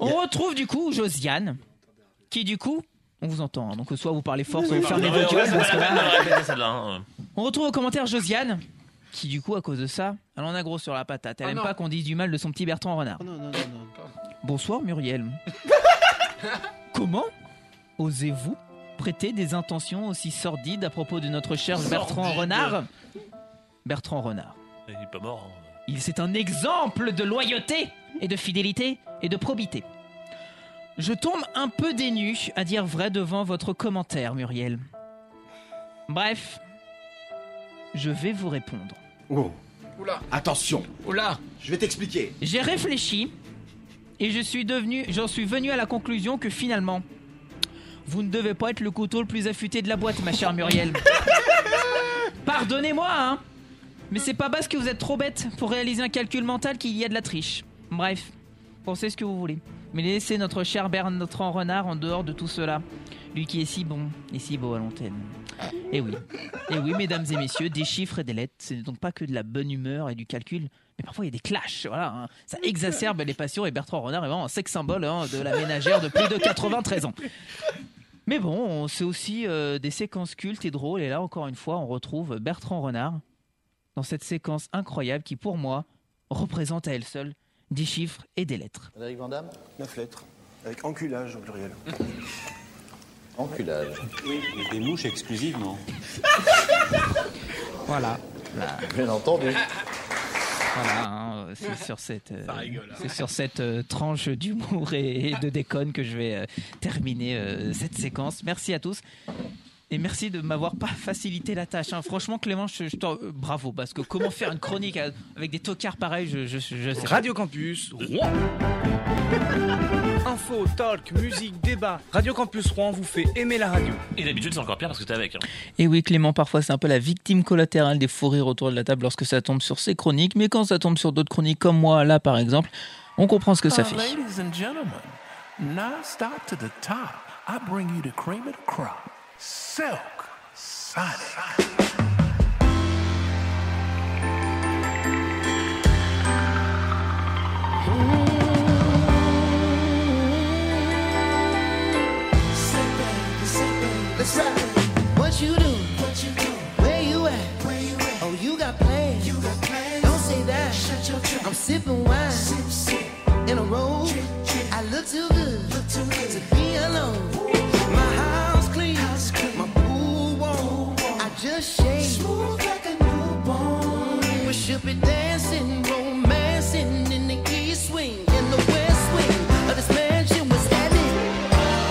A: On retrouve du coup Josiane, qui du coup, on vous entend, hein, donc soit vous parlez fort, soit vous fermez
D: Non,
A: vos
D: mais ouais,
A: gueules,
D: c'est
A: parce
D: pas
A: que
D: la peine
A: là-
D: de répéter celle-là. hein.
A: On retrouve au commentaire Josiane, qui du coup, à cause de ça, elle en a gros sur la patate.
D: Ah
A: Elle
C: Oh
A: aime
C: non.
A: pas qu'on dise du mal de son petit Bertrand Renard.
E: Non, non, non, non.
A: Bonsoir Muriel. Comment osez-vous prêter des intentions aussi sordides à propos de notre cher Bertrand
D: Sordide.
A: Renard Bertrand Renard.
D: Il est pas mort. hein.
A: Il c'est un exemple de loyauté et de fidélité et de probité. Je tombe un peu dénu à dire vrai devant votre commentaire, Muriel. Bref, je vais vous répondre.
E: Oh.
C: Oula.
E: Attention,
A: Oh
C: Oula
E: je vais t'expliquer.
A: J'ai réfléchi et je suis devenu, j'en suis venu à la conclusion que finalement, vous ne devez pas être le couteau le plus affûté de la boîte, ma chère Muriel. Pardonnez-moi, hein, mais c'est pas parce que vous êtes trop bête pour réaliser un calcul mental qu'il y a de la triche. Bref, pensez ce que vous voulez, mais laissez notre cher Bertrand Renard en dehors de tout cela, lui qui est si bon et si beau à l'antenne. Et oui, et oui, mesdames et messieurs, des chiffres et des lettres, ce n'est donc pas que de la bonne humeur et du calcul, mais parfois il y a des clashs, voilà. hein. Ça exacerbe les passions et Bertrand Renard est vraiment un sex symbole hein, de la ménagère de plus de 93 ans. Mais bon, on- c'est aussi euh, des séquences cultes et drôles, et là encore une fois, on retrouve Bertrand Renard dans cette séquence incroyable qui, pour moi, représente à elle seule des chiffres et des lettres.
E: Frédéric Vandamme 9 lettres.
O: Avec enculage au pluriel.
E: Enculage.
O: Oui, des mouches
K: Ah,
O: exclusivement.
A: Voilà.
E: Bien entendu.
A: Voilà, hein, euh,
B: (laughs)
A: c'est sur cette, euh,
B: Ça rigole, hein.
A: c'est sur cette euh, tranche d'humour et, et de déconne que je vais euh, terminer euh, cette séquence. Merci à tous. Et merci de m'avoir pas facilité la tâche. hein. Franchement, Clément, je, je t'en- euh, bravo, parce que comment faire une chronique à- avec des tocards pareils, je, je, je sais.
B: Radio Campus, Rouen. Info, talk, musique, débat. Radio Campus Rouen vous fait aimer la radio.
D: Et d'habitude, c'est encore pire parce que t'es avec. hein.
A: Et oui, Clément, parfois c'est un peu la victime collatérale des fous rires autour de la table lorsque ça tombe sur ses chroniques, mais quand ça tombe sur d'autres chroniques comme moi, là par exemple, on comprend ce que ça
G: Ah,
P: Uh,
A: fait.
P: Ladies and gentlemen, now stop to the top. I bring you the cream of the crop. Silk Sonic.
F: Let's ride. What you do? What you do? Where you at? Where you at? Oh, you got plans. You got plans. Don't say that. Shut your trap. I'm sipping wine. Sip, sip. In a robe. I look too good. Look too good to be alone. My house clean. House clean. My pool warm. I just shaved. Smooth like a newborn. We should be dancing, romancing in the east wing, in the west wing of this mansion was headed.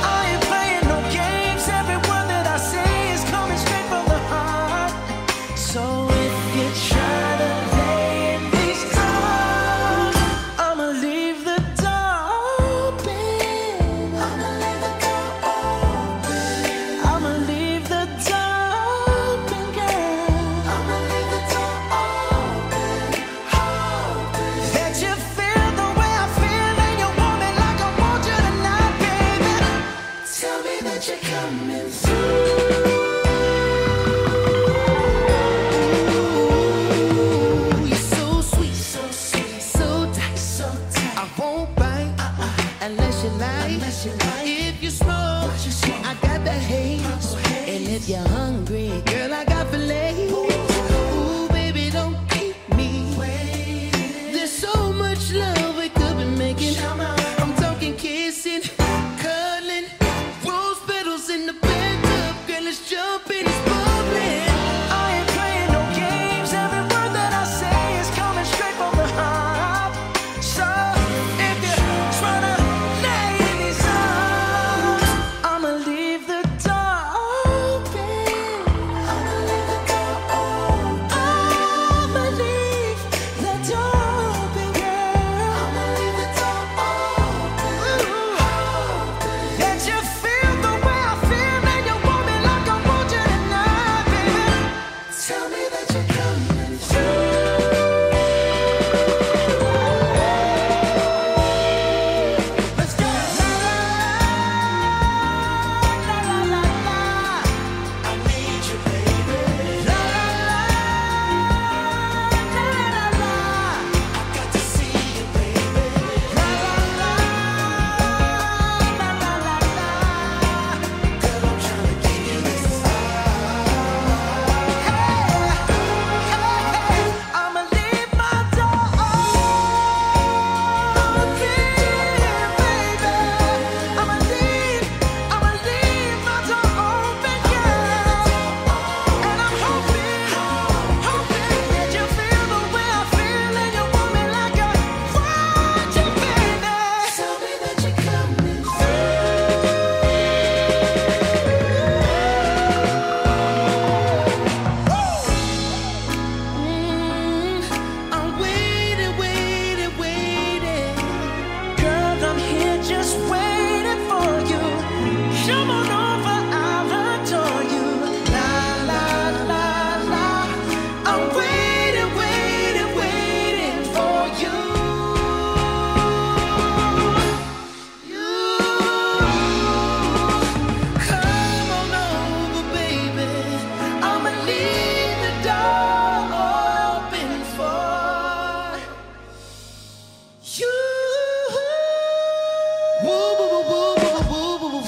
F: I ain't playing no games. Every word that I say is coming straight from the heart. So if you try to lay in these arms, I'ma leave the door open. I'ma leave the door open. I'ma leave the door open, girl. I'ma leave the door open, open. That you feel the way I feel and you want me like I want you tonight, baby. Tell me that you're coming through. You're so sweet, so sweet, so tight, so tight. I won't bite uh-uh, unless you like. If you smoke, I got the haze. And if you're hungry, girl, I got filet. Ooh, baby, don't keep me waiting. There's so much love we could be making. I'm talking kissing, cuddling, rose petals in the bathtub. Girl, let's jump in, it's bubbling. I ain't playing no games. Every word that I say is coming straight from the heart. So if you're trying to lay in these arms, I'ma leave the door open. I'ma leave the door open. I'ma leave the door open, girl. I'ma leave the door open. That you feel the way I feel, and you want me like I want you tonight, baby. Tell me that you're coming through. Let's go. La la la la. I need you, baby. La la la. La la la. I got to see you, baby. La la la. La la la la. Girl, I'm trying to give you this I'ma leave my door open, baby. I'ma leave, I'ma leave my door open, girl. And I'm hoping, hoping that you feel the way I feel and you want me like I want you, baby. Tell me that you're coming I'm waiting, waiting, waiting. Girl, I'm here just waiting for you. Come on over, I'll adore you. La la la la. I'm waiting, waiting, waiting for you. Come on over, baby. I'ma leave the door open for you. Woo, woo, woo, woo, woo, woo, woo, woo,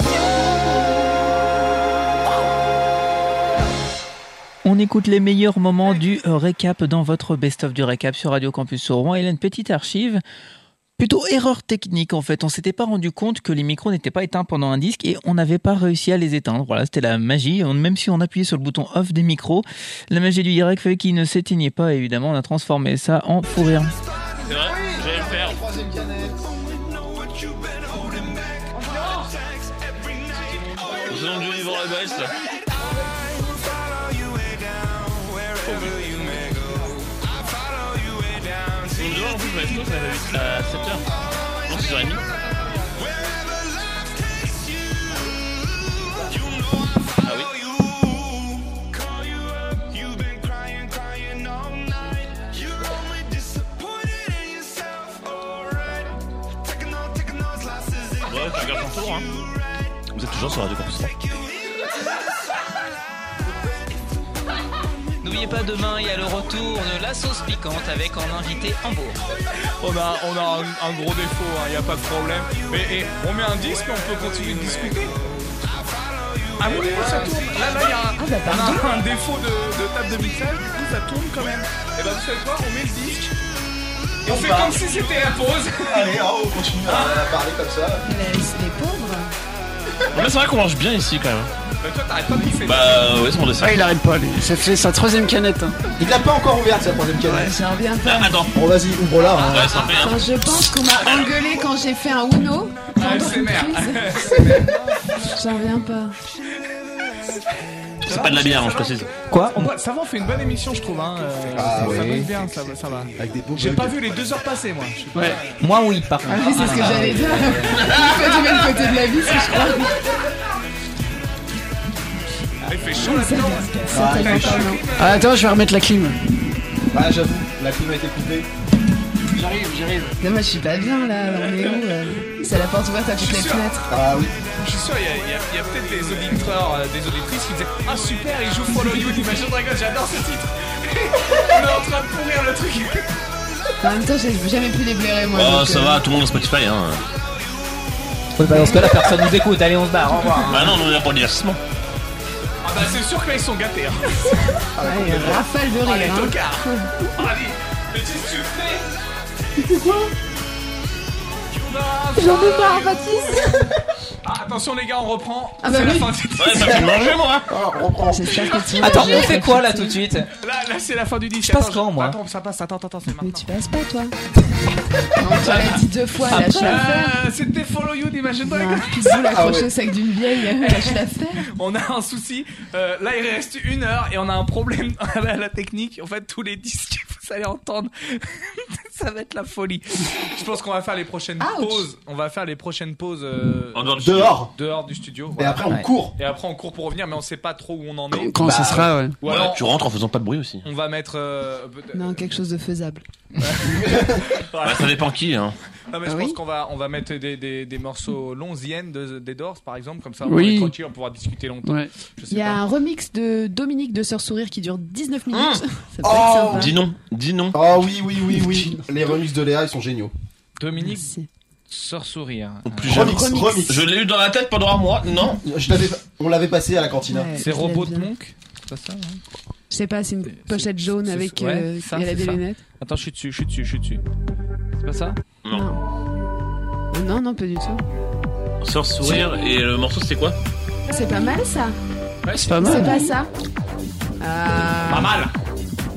A: On écoute les meilleurs moments du récap dans votre best-of du récap sur Radio Campus Rouen. Il y a une petite archive. Plutôt erreur technique en fait. On s'était pas rendu compte que les micros n'étaient pas éteints pendant un disque et on n'avait pas réussi à les éteindre. Voilà, c'était la magie. On- même si on appuyait sur le bouton off des micros, la magie du direct fait qu'ils ne s'éteignaient pas. Et évidemment, on a transformé ça en fou rire.
D: C'est vrai J'allais le faire. Nous allons dû vivre la baisse. On dehors, en plus, ma sauce, elle avait à 7h. Non, 6h30. Ah oui. Ouais, tu regardes ton tour, hein. Vous êtes toujours sur Radio Campus 3.
A: N'oubliez pas demain, il y a le retour de la sauce piquante avec en invité Hambourg.
B: On a, on a un, un gros défaut, il n'y a pas de problème. Mais et, on met un disque, mais on peut continuer de discuter. Ah oui, du coup, ça tourne. Là, là, il y
F: Ah,
B: a un,
F: bah,
B: on a
G: Ah,
B: un défaut de, de table de mixage, du coup, ça tourne quand même. Et bah, vous savez quoi On met le disque. Et on, fait comme si c'était la pause. Ah,
E: Allez, oh, on continue à parler comme ça.
Q: Les pauvres.
D: Mais c'est vrai qu'on mange bien ici quand même.
B: Bah, toi, t'arrêtes pas de bouffer.
D: Bah, ouais, c'est mon dessin.
C: Ah, il arrête pas, lui. Ça fait sa troisième canette. hein.
E: Il l'a pas encore ouverte sa troisième canette.
Q: J'en reviens pas.
D: attends.
E: Bon, vas-y, ouvre-la. hein.
D: Ouais, ça fait un.
Q: Enfin, je pense qu'on m'a engueulé quand j'ai fait un Uno.
B: Ah,
Q: pendant une crise. J'en reviens pas.
D: C'est pas de la bière, hein, je précise.
A: Quoi
B: On voit- Ça va, on fait une bonne émission, je trouve. Hein. euh,
E: Ah
B: ça
E: oui.
B: va bien, ça va. Ça va.
E: Avec des beaux
B: J'ai
E: bugs.
B: pas vu les deux heures passer, moi. Je sais pas.
A: Moi, oui, par
Q: Ah
A: contre.
Q: oui, c'est ce que
A: (laughs)
Q: j'allais dire.
B: Ah,
Q: Il faut du même côté de la vie, si je crois.
B: Il fait chaud là-dedans.
E: Ah, il fait chaud.
C: Ah, attends, je vais remettre la clim.
E: Ah, j'avoue, la clim a été coupée.
Q: J'arrive, j'arrive. Non, moi je suis pas bien là, on est où euh là C'est la porte ouverte à toutes les
B: sûr.
Q: fenêtres.
E: Ah oui.
B: Je suis sûr, il y a, il y a- il y a peut-être des auditeurs, euh, des auditrices qui disaient Ah super, il joue Follow You d'Imagine Dragon, j'adore ce titre. (laughs) on est en train de pourrir le truc.
Q: En même temps, j'ai jamais pu les blairer moi.
D: Oh,
Q: donc,
D: ça
Q: euh,
D: va, tout le monde a Spotify, hein.
A: Bah, dans ce cas-là, personne nous écoute. Allez, on se barre. Au revoir.
D: Bah non, on est là pour le divertissement.
B: Ah bah c'est sûr que là ils sont gâtés. Hein.
Q: Ah ouais, rafale de
B: Ah les
Q: rire. hein.
B: tocards. Ah, Allez, mais qu'est-ce que tu fais
Q: J'en veux pas, Baptiste
B: ah, Attention les gars, on reprend.
Q: Ah bah
B: c'est la
Q: oui.
B: fin du disque.
D: Ouais,
B: (laughs)
D: ça fait manger, moi.
Q: J'espère que tu
A: Attends, on fait quoi là tout de suite
B: Là, là c'est la fin du disque.
A: Je passe
B: Attends,
A: quand, moi
B: Attends, ça passe, attends, attends, c'est
Q: Mais
B: maintenant.
Q: tu passes pas
B: (laughs)
Q: toi Non, tu l'as dit deux fois, lâche l'affaire.
B: Euh, C'était Follow You d'Imagine Dragon.
Q: Non, Pitbull
D: Ah
Q: accroché au sac d'une vieille, euh, lâche l'affaire.
B: On a un souci. Euh, là, il reste une heure et on a un problème (laughs) à la, la technique. En fait, tous les disques que vous allez entendre, (laughs) ça va être la folie. Je pense qu'on va faire les prochaines
Q: Ouch.
B: pauses. On va faire les prochaines pauses euh,
D: En dehors du studio.
E: Dehors.
B: dehors du studio.
E: Et
B: voilà.
E: après, on
A: Ouais.
E: court.
B: Et après, on court pour revenir, mais on sait pas trop où on en est.
D: Bah,
C: Quand ça sera, ouais.
B: Ou
D: Ouais,
B: alors,
D: tu rentres en faisant pas de bruit aussi.
B: on va mettre. euh, peut-
E: (laughs)
Q: Non, quelque chose de faisable.
D: Bah, ça dépend qui, hein.
B: Non, mais je
Q: Ah
B: pense
Q: oui.
B: qu'on va, on va mettre des, des, des morceaux longs yen de, des Doors, par exemple, comme ça, on,
C: Oui.
B: va les tranquille, on pourra discuter longtemps.
C: Ouais.
B: Je sais
Q: Il y a
B: pas. Ah.
Q: un remix de Dominique de Sœur Sourire qui dure 19 minutes. Ça peut
E: Oh.
Q: être
D: Dis
Q: sympa.
D: non, dis non.
E: Ah oui, oui, oui, oui. Les remixes de Léa, ils sont géniaux.
B: Dominique
Q: Merci.
B: sort
E: hein.
B: sourire.
D: Plus jamais.
E: Remix, remix.
D: Je l'ai eu dans la tête pendant un mois, non.
E: Je l'avais- on l'avait passé à la cantina.
Q: Ouais,
B: C'est
Q: je
B: Robot
Q: l'aime
B: de
Q: bien.
B: Monk C'est pas ça, hein
Q: Je sais pas, c'est une pochette jaune
B: c'est-
Q: avec.
B: ouais,
Q: euh,
B: ça,
Q: elle a
B: c'est
Q: des
B: ça.
Q: lunettes.
B: Attends, je suis dessus, je suis dessus, je suis dessus. C'est pas ça
D: Non.
Q: Non. Non, non, pas du tout.
D: Sœur sourire et le morceau c'était quoi
Q: C'est pas mal ça.
C: C'est pas
Q: C'est
C: mal.
Q: pas ça. Ah.
B: Pas mal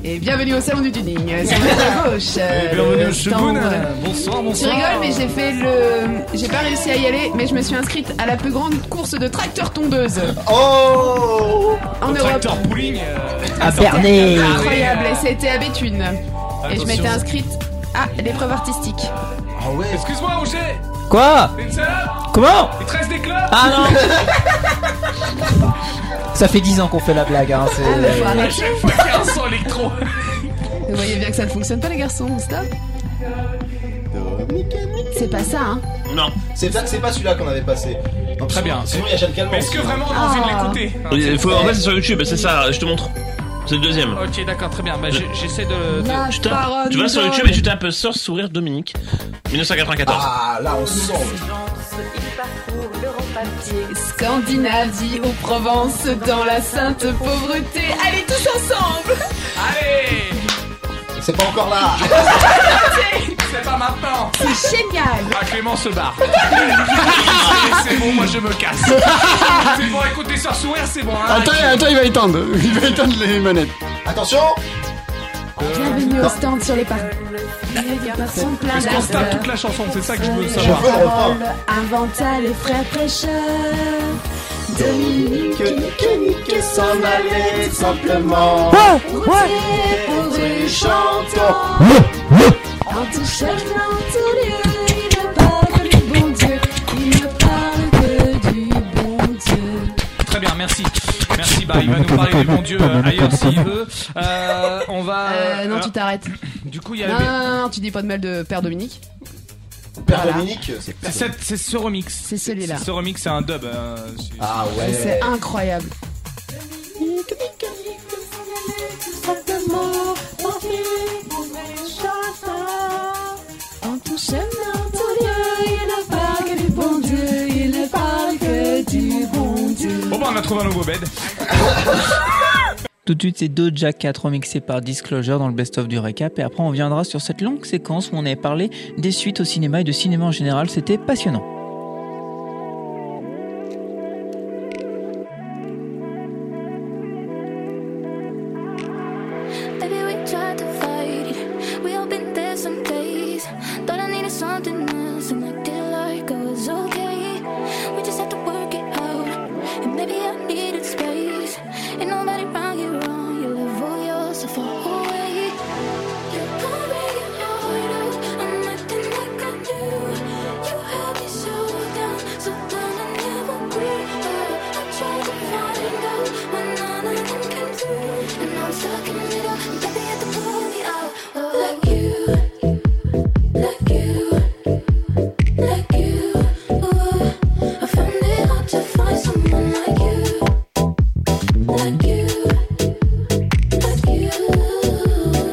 Q: Et bienvenue au salon du tuning. euh, (laughs) Sur votre gauche. euh,
B: Eh
Q: le
B: Shogun.
Q: stand.
B: Bonsoir,
Q: Tu rigoles, mais j'ai fait le. J'ai pas réussi à y aller, mais je me suis inscrite à la plus grande course de tracteur-tondeuse
E: Oh
Q: en Europe. Ah,
B: Tracteur pooling euh,
A: À Bernay.
Q: Incroyable, et c'était à Béthune. Et je
B: attention.
Q: m'étais inscrite à l'épreuve artistique.
E: Ah ouais.
B: Excuse-moi, Roger
A: Quoi
B: T'es une salope
A: Comment
B: Il te reste des clubs
A: Ah
Q: (laughs)
A: non Ça fait 10 ans qu'on fait la blague. Hein, c'est-
Q: Ah, bah, faut
B: À
Q: arrêter.
B: chaque fois qu'il y a un son électro
Q: Vous voyez bien que ça ne fonctionne pas, les garçons, stop. C'est pas ça, hein.
D: Non.
E: C'est peut-être c'est pas celui-là qu'on avait passé. Non,
B: Très
E: sinon-
B: bien.
E: Sinon, il y a Jeanne Calment.
B: Mais Est-ce que
E: aussi. hein.
B: vraiment on a envie
Q: Ah.
B: de l'écouter
D: Il faut- en fait, c'est sur YouTube, c'est ça, je te montre. C'est le deuxième.
B: Ok, d'accord, très bien. Bah, j'ai- j'essaie de. de-
Q: La
D: Tu, tapes-
Q: parole
D: tu vas sur
Q: d'homme.
D: YouTube et tu tapes Sœur Sourire Dominique 1994.
E: Ah là, on sent.
Q: Scandinavie ou Provence, dans la sainte pauvreté. Allez, tous ensemble
B: Allez
E: C'est pas encore
Q: (laughs)
E: là
B: C'est pas maintenant
F: C'est génial
B: Ah, Clément se
E: (laughs)
B: barre. C'est- c'est bon, moi je me casse. C'est bon, écoutez, sans sourire, c'est bon. hein.
C: Attends, attends, il va éteindre. (laughs) Il va éteindre les manettes.
E: Attention
F: Bienvenue
Q: Oh,
F: au stand sur les parcs. Il y a personne plein
B: Parce qu'on se tape
F: d'acteurs.
B: toute la chanson, c'est ça que je veux
F: Jean
B: savoir.
F: Parole, inventa les frères prêcheurs. Dominique, Nique s'en allait simplement. Ouais, Routier, bourru, chantant. En tout chemin, tout lieu, il ne parle que du bon Dieu. Il ne parle que du bon Dieu.
B: Très bien, merci. Merci, bah, il va nous parler du bon Dieu euh, ailleurs s'il veut. Euh, on va.
Q: Euh, non,
B: euh,
Q: tu t'arrêtes.
B: Du coup, il y a.
Q: Non, non, non, non, tu dis pas de mal de Père Dominique.
E: Père Dominique, c'est
B: C'est cette- c'est ce remix.
Q: C'est celui-là.
B: Ce remix, c'est un dub. euh, c'est-
E: Ah
Q: Et C'est incroyable.
F: Simplement, parfait, bourré, chanteur. En tout chemin, tout lieu, il ne parle que du bon Dieu, il ne parle que du bon Dieu.
B: Bon, bah, on a trouvé un nouveau bed.
A: Tout de suite, c'est Doja 4 remixé par Disclosure dans le best-of du récap. Et après, on viendra sur cette longue séquence où on avait parlé des suites au cinéma et de cinéma en général. C'était passionnant.
G: Baby, we tried to fight it. We all been there some days. Thought I needed something else, and I did like I was okay. We just had to work it out, and maybe I needed space. Ain't nobody wrong you wrong. You live all yourself away. You're pouring your heart out on nothing like I knew. You held me so down, so down I never breathed out. I tried to find out when none of them came through, and I'm stuck in the middle. Baby, you had to pull me out. Oh, like you, like you, like you. Ooh, I found it hard to find someone like you, like you, like you.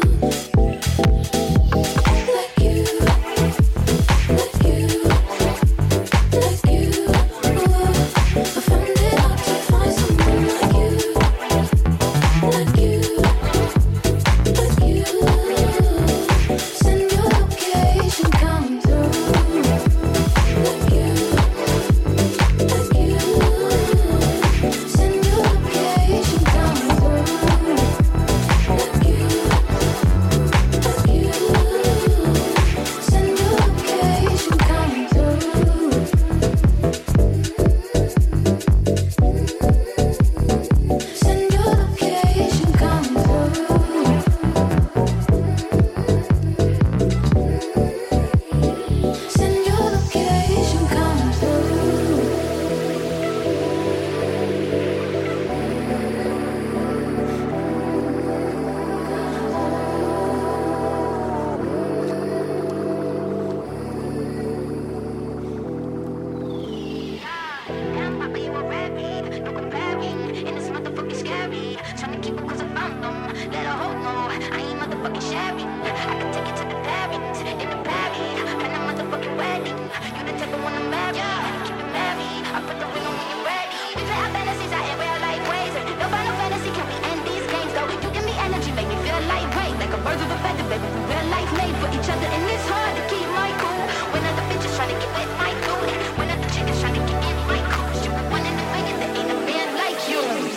G: Like you.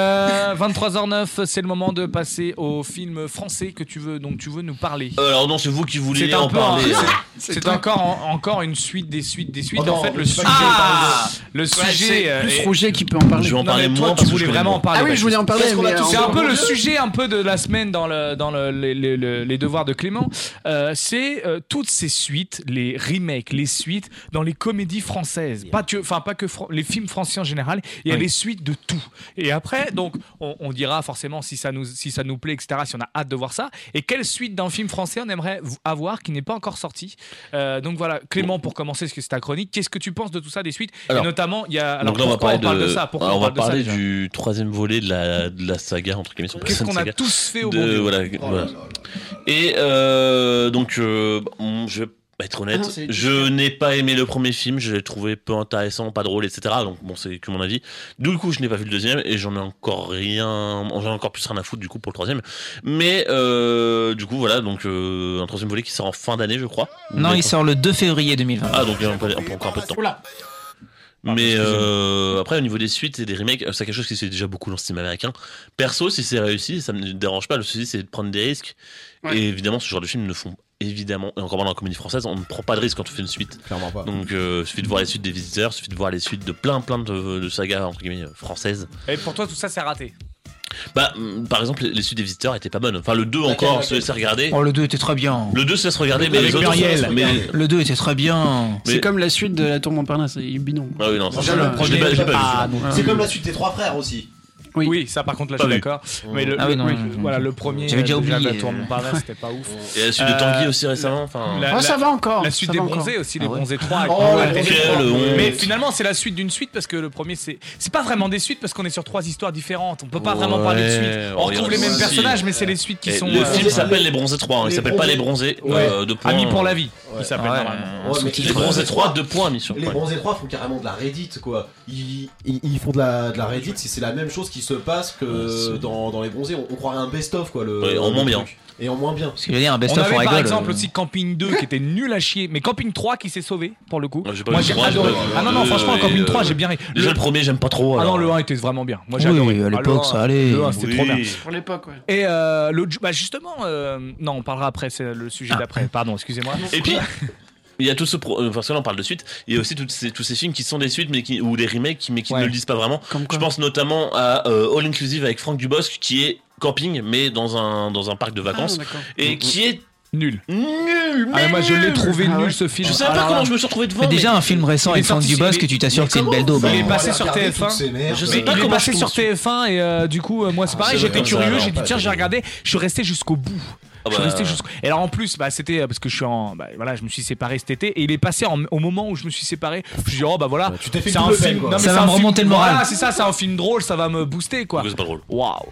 B: Euh, 23h09, c'est le moment de passer au film français que tu veux, donc tu veux nous parler.
D: Euh, alors non, c'est vous qui voulez
B: C'est un
D: en
B: peu
D: parler.
B: un- (laughs) c'est- C'est encore, en- encore une suite des suites des suites.
D: Oh non,
B: en fait, le
D: mais c'est
B: sujet.
D: pas que je vais
B: Ah
D: parler.
B: le
D: Ouais,
B: sujet.
D: c'est
B: euh,
C: plus
B: est-
C: Roger qui peut en parler.
D: Je vais en
B: Non,
D: parler
B: mais toi, Tu
D: moins parce que
B: voulais
D: je connais
B: vraiment en
D: moins.
B: parler.
C: Ah oui, je voulais en parler,
B: Parce qu'on a
C: mais
B: tous-
C: en-
B: C'est un peu
C: en-
B: le sujet un peu de la semaine dans le dans le- les, les- les- les devoirs de Clément. Euh, c'est euh, toutes ces suites, les remakes, les suites dans les comédies françaises. Pas que, enfin pas que fran- les films français en général. Il y a
D: Oui.
B: les suites de tout. Et après, donc on, on dira forcément si ça nous si ça nous plaît, etc. Si on a hâte de voir ça. Et quelle suite d'un film français on aimerait v- avoir qui n'est pas encore sorti. Euh, donc voilà, Clément pour commencer, parce que c'est ta chronique. Qu'est-ce que tu penses de tout ça des suites
D: Alors,
B: Et notamment, il y a alors
D: Donc là, on va
B: pourquoi
D: parler
B: on parle
D: de,
B: de, ça Pourquoi
D: alors, on va
B: parle de ça,
D: parler
B: déjà
D: du troisième volet de la, de la saga entre guillemets. sur
B: Qu'est-ce
D: personne
B: qu'on a
D: saga.
B: tous fait au
D: de,
B: bon Dieu.
D: voilà,
B: Oh
D: voilà.
B: là là.
D: Et euh, donc, euh, bon, je vais être honnête,
B: Ah non, c'est les
D: je n'ai pas aimé le premier film, je l'ai trouvé peu intéressant, pas drôle, etc. Donc bon, c'est que mon avis. Du coup, je n'ai pas vu le deuxième et j'en ai encore rien, j'en ai encore plus rien à foutre du coup pour le troisième. Mais euh, du coup, voilà, donc euh, un troisième volet qui sort en fin d'année, je crois.
A: Non,
D: Mais-
A: il sort le 2 février 2020.
D: Ah, donc il y a encore encore un peu de temps. Mais euh, après, au niveau des suites et des remakes, euh, c'est quelque chose qui se fait déjà beaucoup dans le cinéma américain. Perso, si c'est réussi, ça me dérange pas. Le souci, c'est de prendre des risques. Et évidemment, ce genre de films ne font évidemment, et encore moins dans la comédie française, on ne prend pas de risque quand on fait une suite.
E: Clairement pas.
D: Donc, euh, il suffit de voir les suites des visiteurs, il suffit de voir les suites de plein, plein de, de sagas entre guillemets euh, françaises.
B: Et pour toi, tout ça, c'est raté.
D: Bah, hum, par exemple, les suites des visiteurs étaient pas bonnes. Enfin, le 2 encore, se laissait regarder.
A: Oh, le 2 était très bien.
D: Le 2 se laisse regarder, Ah, mais
A: Avec
D: les autres,
A: Muriel.
D: mais-
A: Le 2 était très bien.
D: Mais-
C: C'est comme la suite de La Tour Montparnasse, c'est bidon.
D: Ah oui, non, ça,
C: Déjà,
D: je l'ai
C: le
D: pas- je l'ai
C: premier-
D: pas- je l'ai pas vu.
C: Ah, non.
E: C'est comme la suite des trois frères aussi.
B: Oui. ça par contre là
D: Pas
B: je suis
D: vu.
B: d'accord. Mais le,
D: Ah oui,
B: le-
D: non,
B: oui,
D: non,
B: le-
D: non.
B: voilà le premier.
D: J'avais déjà
B: euh,
D: oublié.
B: La tour
D: (laughs)
B: Montparnasse, c'était pas ouf. Euh,
D: Et la suite de Tanguy aussi récemment, enfin-
B: la-
D: Oh, ça
B: la-
D: va encore,
B: La suite
D: ça
B: des
D: va
B: bronzés
D: encore.
B: aussi,
D: Ah
B: les
D: ouais.
B: bronzés 3.
D: Oh,
B: avec-
D: ouais,
B: avec-
D: quelle
B: Mais
D: honte.
B: finalement c'est la suite d'une suite parce que le premier c'est c'est pas vraiment des suites parce qu'on est sur trois histoires différentes. On peut pas vraiment parler de suite.
D: Ouais,
B: On retrouve
D: regarde,
B: les mêmes
D: si.
B: personnages mais c'est les suites qui
D: Et
B: sont.
D: Le
B: euh,
D: film s'appelle Les Bronzés 3, hein, il s'appelle pas Les Bronzés euh,
B: Ouais.
D: de points.
B: Amis pour la vie.
E: Ouais.
B: Il s'appelle
D: Ouais.
B: normalement.
D: Ouais,
E: mais
D: Les Bronzés 3, deux points, mission.
E: Les bronzés 3 font carrément de la Reddit, quoi. Ils, ils- ils font de la, de la Reddit, si c'est la même chose qui se passe que dans, dans les bronzés. On, on croirait un best-of, quoi. Le,
D: Ouais, en
E: le
D: moins bien.
E: truc. Et en moins bien.
A: Parce que je veux dire, un best-of,
B: on avait
A: on
B: par
A: rigole,
B: exemple
A: euh.
B: aussi Camping 2 qui était nul à chier, mais Camping 3 qui s'est sauvé pour le coup.
D: pas
B: Moi
D: vu le
B: j'ai
D: trois, j'ai
B: adoré.
D: pas vu le
B: Ah non, non,
D: deux,
B: franchement,
D: et
B: Camping
D: le-
B: 3, j'ai bien ri.
D: Déjà, Euh, le premier, j'aime pas trop.
B: Ah non,
D: alors.
B: le 1 était vraiment bien. Moi
D: Oui,
B: j'adore.
D: oui, à l'époque, ça allait.
B: Le 1 c'était
D: Oui.
B: trop bien.
C: Pour l'époque, ouais.
B: Et euh, l'autre ju- bah justement, euh, non, on parlera après, c'est le sujet d'après. Pardon, excusez-moi.
D: Ah. Et puis, il y a tout ce. pro- euh, Parce que là, on parle de suite. Il y a aussi toutes ces, tous ces films qui sont des suites mais qui, ou des remakes qui- mais qui ne le disent pas vraiment. Je pense notamment à euh, All Inclusive avec Franck Dubosc qui est camping mais dans un, dans un parc de vacances.
B: Ah, d'accord.
D: et qui est.
B: Nul.
D: Nul,
B: Ah, mais moi, je l'ai
D: nul.
B: trouvé
D: Ah
B: nul,
D: ouais.
B: ce film.
D: Je sais pas
B: Alors
D: comment
B: là-
D: je me suis retrouvé devant.
A: Mais déjà,
D: mais-
A: un film récent
B: Il est
A: avec Franck
B: sorti-
A: Dubosc
B: mais-
A: que tu t'assures que c'est une belle daube.
B: Il est
A: hein.
B: passé sur TF1.
E: merdes.
D: Je sais
B: Mais
D: pas
B: il est
D: comment
B: passé
D: je
B: sur
D: trouve
B: TF1 et euh, du coup, euh, moi c'est
D: Ah,
B: pareil,
D: c'est
B: j'étais
D: vrai,
B: curieux,
D: ça,
B: j'ai dit
D: alors,
B: tiens,
D: pas
B: j'ai regardé, je suis resté jusqu'au bout.
D: Ah
B: je suis
D: bah.
B: resté jusqu'au- Et alors en plus, bah, c'était euh, parce que je suis en. bah, voilà, je me suis séparé cet été et il est passé en- au moment où je me suis séparé. Je me suis dit, oh bah voilà,
E: t'es fait
B: c'est
E: une
B: un
E: double
B: film.
E: peine, quoi.
B: non, mais
A: Ça
B: c'est
A: va
B: un
A: me
B: film-
A: remonter le moral.
B: Voilà, c'est ça, c'est un film drôle, ça va me booster quoi.
D: C'est pas drôle.
B: Waouh.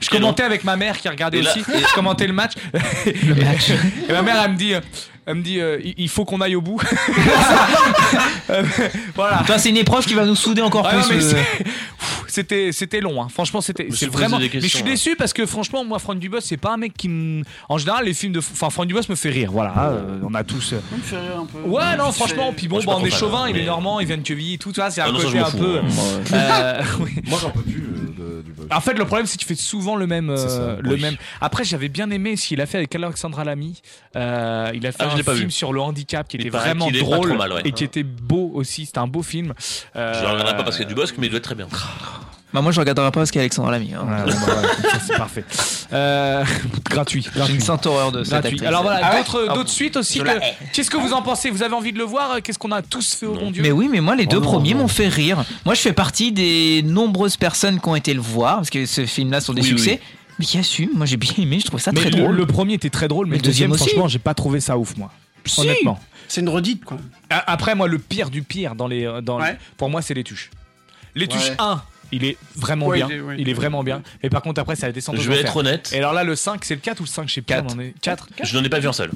B: Je commentais avec ma mère qui regardait
D: Et là-
B: aussi. Je commentais le match. Le match. (laughs) Et ma mère, elle me dit, euh, elle me dit, euh, il- il faut qu'on aille au bout. (laughs) Euh, (laughs) voilà.
A: Toi, c'est une épreuve qui va nous souder encore
B: Ah non, mais
A: plus. euh.
B: c'est- Pfff, C'était c'était long, hein. franchement c'était
A: me
B: c'est
A: suis
B: vraiment.
A: posé des
B: Mais je suis
A: questions,
D: hein.
B: déçu parce que franchement moi Franck Dubos c'est pas un mec qui me. En général les films de enfin Franck Dubos me fait rire voilà euh, on a tous. euh,
C: Ça me fait rire un peu.
B: Ouais, non,
C: C'est-
B: franchement, puis bon,
C: Moi, je suis
B: bah,
C: pas
B: on est
C: trop fan,
B: chauvin, il
C: mais-
B: est normand, il vient de Quevilly et tout, tu vois, c'est un
D: Ah non, ça,
B: côté
D: je m'en
B: un
D: fous,
B: peu.
D: hein. Moi,
B: Euh, oui.
E: Moi,
B: (laughs)
E: j'en peux plus euh, de- du
B: En fait, le problème, c'est que tu fais souvent le même. euh, le même. Après, j'avais bien aimé ce qu'il a fait avec Alexandra Lamy. Euh, il a fait
D: Ah, je
B: un
D: l'ai pas
B: film
D: vu.
B: sur le handicap qui
D: Il
B: était
D: paraît
B: vraiment
D: qu'il est pas
B: drôle
D: trop mal, ouais.
B: et qui était beau aussi. C'était un beau film. Euh,
D: Je le regarderai pas parce qu'il y a Dubosc, mais il doit être très bien.
A: Bah, moi, je regarderai pas parce qu'il y a Alexandre Lamy. hein.
B: Ouais, bon, bah, voilà, comme ça, c'est parfait. Euh, (laughs) gratuit. gratuit.
A: une sainte horreur de cette
B: Gratuit.
A: actrice.
B: Alors voilà,
A: Ah ouais
B: d'autres
A: Ah
B: d'autres
A: bon,
B: suites aussi.
A: je la
B: que-
A: hais.
B: Qu'est-ce que vous en pensez Vous avez envie de le voir Qu'est-ce qu'on a tous fait au bon Dieu
A: Mais oui, mais moi, les
B: Oh
A: deux premiers m'ont fait rire. Moi, je fais partie des nombreuses personnes qui ont été le voir, parce que ce film-là sont des
B: Oui,
A: succès, mais qui assument. Moi, j'ai bien aimé, je trouve ça
B: Mais
A: très
B: le,
A: drôle.
B: le premier était très drôle, mais le deuxième, franchement, j'ai pas trouvé ça ouf, moi.
A: Si.
B: Honnêtement.
C: C'est une redite, quoi.
B: A- Après, moi, le pire du pire dans les, euh, dans
C: Ouais.
B: les- pour moi, c'est les tuches. Les tuches
C: Ouais.
B: 1, il est vraiment
C: Ouais,
B: bien.
C: il est- ouais.
B: Il est vraiment bien. Mais par contre, après, ça descend
D: Je vais être honnête.
B: Et alors là, le 5, c'est le 4 ou le 5, je sais plus. on en est- 4.
D: (laughs) Je n'en ai pas vu un seul.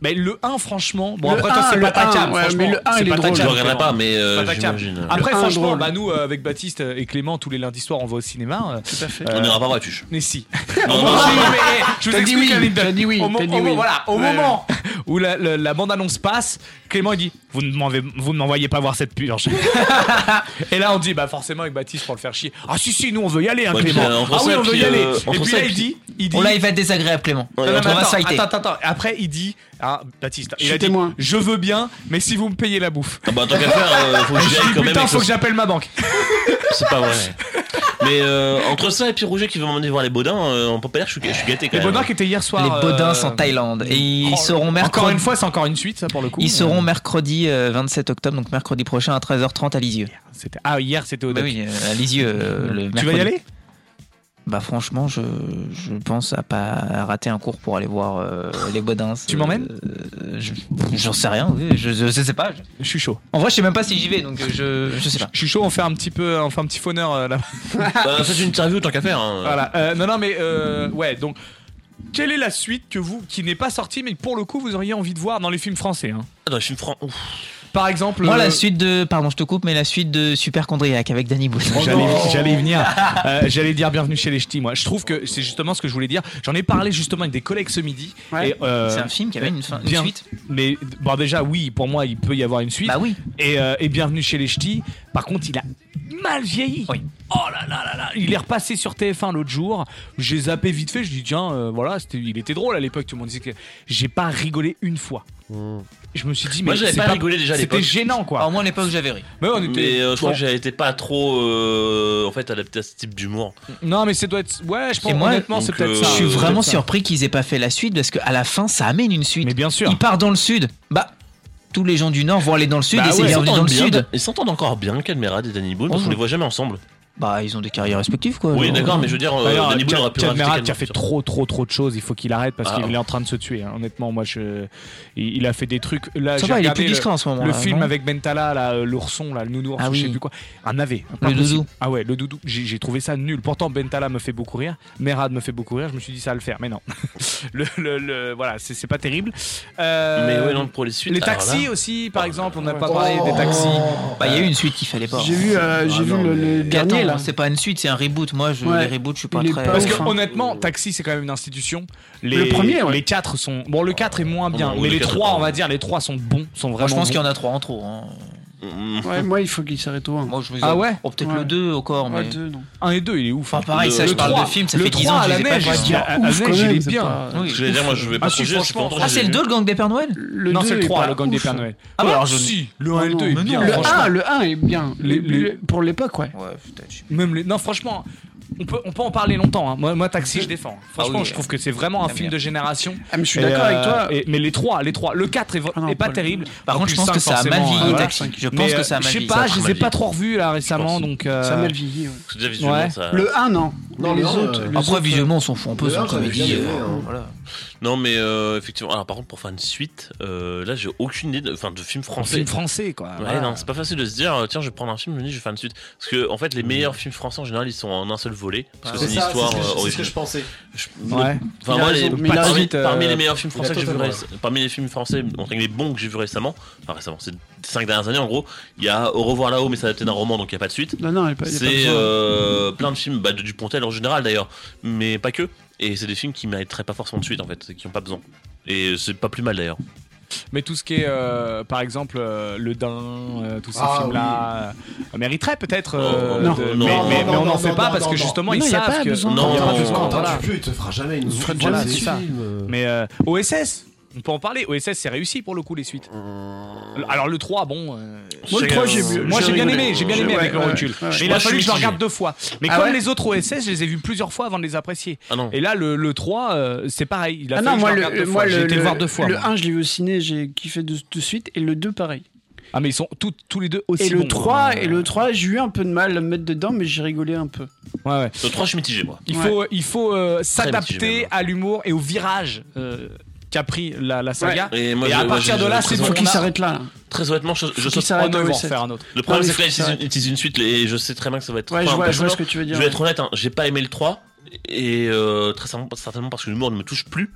B: Mais le 1, franchement. Bon,
C: Le
B: après, toi,
C: 1,
B: c'est
C: le
B: pas ta
C: 1,
B: cam,
C: ouais,
B: franchement.
C: mais le 1,
B: C'est
C: il est
B: pas ta
C: drôle.
B: cam,
D: Je regarderai
B: Clément.
D: pas, mais, euh,
B: C'est pas ta cam.
D: j'imagine.
B: Après,
D: Le 1,
B: franchement,
D: drôle.
B: bah, nous, euh, avec Baptiste et Clément, tous les lundis soirs, on va au cinéma. Tout à fait.
D: On n'ira pas voir la tuche.
B: Mais si.
D: Non,
B: Au (laughs)
D: non,
B: moment-
D: non.
B: mais, mais, je vous
C: T'as dit
B: explique
C: oui,
B: l'anecdote.
C: t'as dit oui,
B: Au, mo-
C: t'as dit
B: au mo-
C: oui.
B: voilà, au
C: Ouais.
B: moment (laughs) où la, la- la bande-annonce passe, Clément il dit Vous ne m'envoyez- vous ne m'envoyez pas voir cette
C: (laughs)
B: purge. et là, on dit Bah, forcément, avec Baptiste, pour le faire chier. Ah, si, si, nous, on veut y aller, hein,
A: Ouais,
B: Clément.
A: puis, euh, entre
B: ah, oui,
A: ça,
B: on veut
A: puis,
B: y aller.
A: euh,
B: et
A: entre
B: puis
A: ça,
B: là,
A: et
B: il
A: puis-
B: dit, il dit
A: Oh là, il va être désagréable, Clément. On
B: Non, non, mais
A: va
B: attends,
A: s'arrêter.
B: attends, attends, attends. Après, il dit hein, Baptiste, il
A: suis
B: a dit
A: témoin.
B: Je veux bien, mais si vous me payez la bouffe.
D: Ah bah, tant qu'à faire, euh,
B: (laughs)
D: faut que j'y
B: Je
D: aille
B: dis,
D: quand même
B: Putain,
D: avec
B: faut
D: le-
B: que j'appelle ma banque.
D: C'est pas vrai. Mais euh, entre ça et puis Rouget qui veut m'emmener voir les Baudins, euh, on peut pas dire que je suis, je suis gâté quand
B: Les
D: même.
B: Baudins qui étaient hier soir. euh,
D: Les Baudins sont en
A: Thaïlande. Et ils seront mercredi.
B: Oh Encore une fois, c'est encore une suite, ça, pour le coup.
A: Ils seront
B: Euh,
A: mercredi euh, 27 octobre, donc mercredi prochain à 13h30 à Lisieux.
B: c'était- Ah, hier, c'était au
A: Bah
B: Doc.
A: oui, euh, à Lisieux. euh, le
B: Tu vas y
A: mercredi.
B: aller
A: Bah franchement, je, je pense à pas rater un cours pour aller voir euh, les Baudins. Tu m'emmènes J'en sais rien, oui, je, je- je sais pas.
B: Je suis chaud.
A: En vrai, je sais même pas si j'y vais, donc euh, je, je sais pas.
B: Je suis chaud, on fait un petit peu, on fait un petit fauneur euh, là.
D: (laughs) Bah, faites une interview tant qu'à faire. hein.
B: Voilà. Euh, non, non, mais euh, ouais. Donc, quelle est la suite que vous, qui n'est pas sortie, mais que pour le coup, vous auriez envie de voir dans les films français hein
D: Ah, Dans les films français.
B: Par exemple.
A: Moi,
B: euh,
A: la suite de. Pardon, je te coupe, mais la suite de Superchondriac avec Danny Boone.
B: J'allais, j'allais y venir. Euh, j'allais dire bienvenue chez les ch'tis, moi. Je trouve que c'est justement ce que je voulais dire. J'en ai parlé justement avec des collègues ce midi.
A: Ouais.
B: Et, euh,
A: C'est un film qui avait une fin- une suite.
B: Mais bon, déjà, oui, pour moi, il peut y avoir une suite.
A: Bah oui.
B: Et, euh, et bienvenue chez les ch'tis. Par contre, il a mal vieilli. Oh là là là là. Il est repassé sur TF1 l'autre jour. J'ai zappé vite fait. Je dis, tiens, euh, voilà, c'était, il était drôle à l'époque. Tout le monde disait que j'ai pas rigolé une fois.
D: Mm.
B: Je me suis dit, mais
D: Moi, j'avais
B: c'est
D: pas rigolé déjà à
B: C'était
D: l'époque.
B: gênant, quoi.
A: Alors, moi, à l'époque, j'avais ri.
B: Mais on était.
D: Mais euh, je crois
B: bon.
D: que j'avais été pas trop euh, en fait adapté à ce type d'humour.
B: Non, mais ça doit être. Ouais, je pense
A: Et moi,
B: honnêtement, c'est
D: donc,
B: peut-être
D: euh,
B: ça.
A: Je suis
B: C'est
A: vraiment
B: peut-être ça.
A: surpris qu'ils aient pas fait la suite parce qu'à la fin, ça amène une suite. Mais
B: bien sûr.
A: Il part dans le sud. Bah, tous les gens du nord vont aller dans le sud
D: Bah
A: et c'est
D: ouais, ils
A: bienvenue dans le
D: s'entendent bien,
A: sud.
D: Ils s'entendent encore bien, Calmerad et Danny Boone, parce
A: Oh.
D: qu'on les voit jamais ensemble.
A: Bah, ils ont des carrières respectives, quoi. Bah,
D: Oui,
A: genre.
D: d'accord, mais je veux dire, euh,
B: D'ailleurs,
D: Danny Boone aurait pu
B: Cal-
D: rajouter
B: Calmerat
D: quelqu'un
B: qui a fait
D: sur-
B: trop trop trop de choses, il faut qu'il arrête parce
D: Ah.
B: qu'il est en train de se tuer. hein. Honnêtement, moi je, il, il a fait des trucs. Là,
A: Ça
B: j'ai
A: va, il est
B: regardé
A: plus
B: le-
A: discret en ce moment,
B: Le
A: là,
B: film
A: non
B: avec Bentala, là, euh, l'ourson, là, le nounours,
A: Ah
B: ou je sais
A: oui.
B: plus quoi, un AV.
A: Le doudou.
B: Ah ouais, le doudou. J'ai j'ai trouvé ça nul. Pourtant, Bentala me fait beaucoup rire, Merad me fait beaucoup rire. Je me suis dit ça va le faire, mais non. (laughs) le, le- le- voilà, c'est c'est pas terrible. Euh,
D: Mais ouais, non, pour les suites,
B: Les
D: alors
B: taxis
D: là-
B: aussi, par exemple, on n'a pas
A: Oh.
B: parlé des taxis.
A: Bah, il y a eu une suite qu'il fallait pas. Ah
C: J'ai vu, euh, j'ai vu le, le
A: Mais
C: dernier
A: attends,
C: là.
A: C'est pas une suite, c'est un reboot. Moi, je,
C: Ouais.
A: les reboots, je suis pas
C: Il est
A: très.
C: pas
B: Parce que
C: ouf, hein.
B: honnêtement, Taxi c'est quand même une institution. Les,
A: Le premier, ouais.
B: les quatre sont bon, le 4 est moins bien,
A: Ouais,
B: mais
A: le
B: les
A: quatre,
B: trois,
A: ouais.
B: on va dire, les trois sont bons, sont
A: Moi,
B: vraiment.
A: je pense
B: bons.
A: qu'il y en a trois en trop. hein.
C: Ouais, moi, il faut qu'il s'arrête au 1.
A: Moi, je
B: Ah ouais
A: Oh, peut-être le 2 encore, mais.
C: Ouais, Ah, deux, non.
B: Un et deux, il est ouf. hein.
A: Enfin, pareil, ça, je parle de film, ça fait 10 ans que je les ai pas vus.
B: Ah, À la neige, il est bien.
D: Je voulais dire, moi, je vais pas
B: Ah, si,
D: changer, ça fait
B: franchement,
D: longtemps que
A: Ah,
D: je
A: c'est
D: l'ai
A: le 2
D: vu.
A: le gang des Pères Noël
C: Le
B: Non,
C: deux
B: c'est le
C: est
B: 3,
C: pas
B: le gang des
C: ouf.
B: Pères Noël.
A: Ah bah alors, je-
B: si, le 1 et le 2 est
A: mais
B: bien.
A: non.
C: Le
B: franchement.
C: 1, Ah, le 1 est bien.
B: Les- les-
C: Pour l'époque, ouais.
A: Ouais, peut-être. je-
B: Même les- Non, franchement, on peut, on peut en parler longtemps. hein. Moi, moi, Taxi, je défends. Franchement,
A: Ah oui.
B: je trouve que c'est vraiment un
A: Très
B: film
A: bien.
B: de génération.
C: Ah, mais je suis
B: Et,
C: d'accord avec
B: euh,
C: toi.
B: et- mais les trois, les trois. Le 4 est,
A: Ah
B: est pas terrible.
A: Par
B: Et
A: contre, je
B: puis
A: pense
B: le
A: que
B: cinq,
A: ça a mal
B: forcément,
A: vieilli,
B: euh, voilà.
A: Taxi. Je pense
B: Mais,
A: que
B: euh,
A: ça a mal
B: Je sais
A: vieilli.
B: pas, je les
D: mal
B: ai pas
D: vieilli.
B: trop revus là récemment,
D: pense.
B: donc. euh,
C: Ça a mal vieilli. ouais.
D: Parce que déjà, visuellement,
B: Ouais.
D: ça-
C: Le 1, non.
E: Non,
C: les
E: le un,
C: autres.
E: euh,
C: les
A: Après,
C: autres,
A: visuellement, on s'en fout un peu,
E: le
A: son
E: un,
A: comme
E: j'avais bien
A: vie.
E: aimé,
A: euh,
E: hein.
A: voilà.
D: Non, mais euh, effectivement, alors par contre, pour faire une suite, euh, là, j'ai aucune idée de, enfin, de film
B: Un
D: français.
B: film français, quoi.
D: Ouais,
B: Voilà.
D: non, c'est pas facile de se dire, euh, tiens, je vais prendre un film, je me dis, je vais faire une suite. Parce que, en fait, les meilleurs films français, en général, ils sont en un seul volet. Parce que
E: Mm. C'est
D: c'est une
E: ça,
D: histoire
E: c'est ce que
D: euh,
E: je- c'est ce que
D: originale.
E: je pensais.
D: Je-
B: Ouais.
D: Enfin,
B: Il a
D: moi,
B: raison.
D: les-
B: Mais il a
D: parmi,
B: raison, euh,
D: parmi les meilleurs films
E: il a
D: français que j'ai vus,
E: totalement
D: réc- parmi les films français, entre les bons que j'ai vus récemment, enfin récemment, ces cinq dernières années en gros, il y a Au revoir là-haut, mais c'est adapté d'un roman, donc il n'y a pas de suite.
C: Non, non, il est pas- il est pas
D: C'est
C: besoin.
D: euh, plein de films, bah, de Dupontel en général d'ailleurs, mais pas que. Et c'est des films qui mériteraient pas forcément de suite en fait, qui n'ont pas besoin. Et c'est pas plus mal d'ailleurs.
B: Mais tout ce qui est, euh, par exemple, euh, Le Dain, euh, tous ces
E: Ah,
B: films-là, euh, mériterait peut-être. euh,
D: Oh, non.
B: de- mais,
D: Non, non,
B: mais- mais
E: non,
B: on n'en
E: non,
B: fait
E: non,
B: pas
E: non,
B: parce que
E: non,
B: justement,
C: non,
B: ils
C: y a
B: savent
C: pas
B: que.
C: besoin.
B: Il y a pas
D: Non,
B: besoin,
E: Quand
B: voilà.
E: tu peux, il te fera jamais une suite
B: Voilà,
E: de
B: c'est
E: ces
B: ça.
E: films.
B: Mais euh, OSS, on peut en parler. OSS, c'est réussi pour le coup, les suites. Alors le 3, bon. euh,
C: Moi, le
D: J'ai-
C: 3, j'ai vu.
B: Moi j'ai bien
D: rigolé.
B: aimé, j'ai bien aimé
C: Ouais,
B: avec le
C: ouais,
B: recul.
C: ouais, ouais.
B: Mais il
D: Moi,
B: a
D: je
B: fallu que
D: suis
B: je le
D: mitigé.
B: regarde deux fois. Mais
C: Ah
B: comme
C: ouais
B: les autres OSS, je les ai vus plusieurs fois avant de les apprécier.
D: Ah non.
B: Et là, le, le 3, euh, c'est pareil. Il a
C: Ah
B: fallu
C: non,
B: que
C: moi,
B: je le regarde
C: le,
B: deux fois.
C: moi,
B: J'ai
C: le,
B: été le voir
C: le-
B: deux fois.
C: Le
B: moi.
C: 1, je l'ai vu au ciné, j'ai kiffé de, de suite. Et le 2, pareil.
B: Ah, mais ils sont tous, tous les deux aussi
C: Et le,
B: bons,
C: 3,
B: hein.
C: et le 3, j'ai eu un peu de mal à me mettre dedans, mais j'ai rigolé un peu.
B: Ouais, ouais.
D: Le 3, je suis mitigé moi.
B: Il
C: Ouais.
B: faut, il faut euh,
D: mitigé,
B: s'adapter
D: même.
B: à l'humour et au virage euh, qu'a pris la, la saga.
D: Et moi,
B: Et
D: je-
B: à
D: moi,
B: partir
D: j'ai-
B: de là,
D: j'ai-
B: c'est
C: Faut
B: bon.
C: qu'il
B: on a-
C: s'arrête là. là.
D: Très honnêtement, je, je
C: Faut
D: saute
C: qu'il
B: On
C: s'arrête
B: va
C: là.
B: en
C: ouais,
B: faire un autre.
D: Le problème,
C: Ouais,
D: c'est
C: mais
D: que là, ils
C: c'est
D: disent
C: ça.
D: une- ils disent une suite et je sais très bien que ça va être.
C: Ouais,
D: enfin,
C: je vois, je vois
D: personnellement,
C: ce que tu veux dire.
D: Je vais
C: ouais.
D: être honnête, hein, j'ai pas aimé le 3, et euh, très certainement- certainement parce que l'humour ne me touche plus.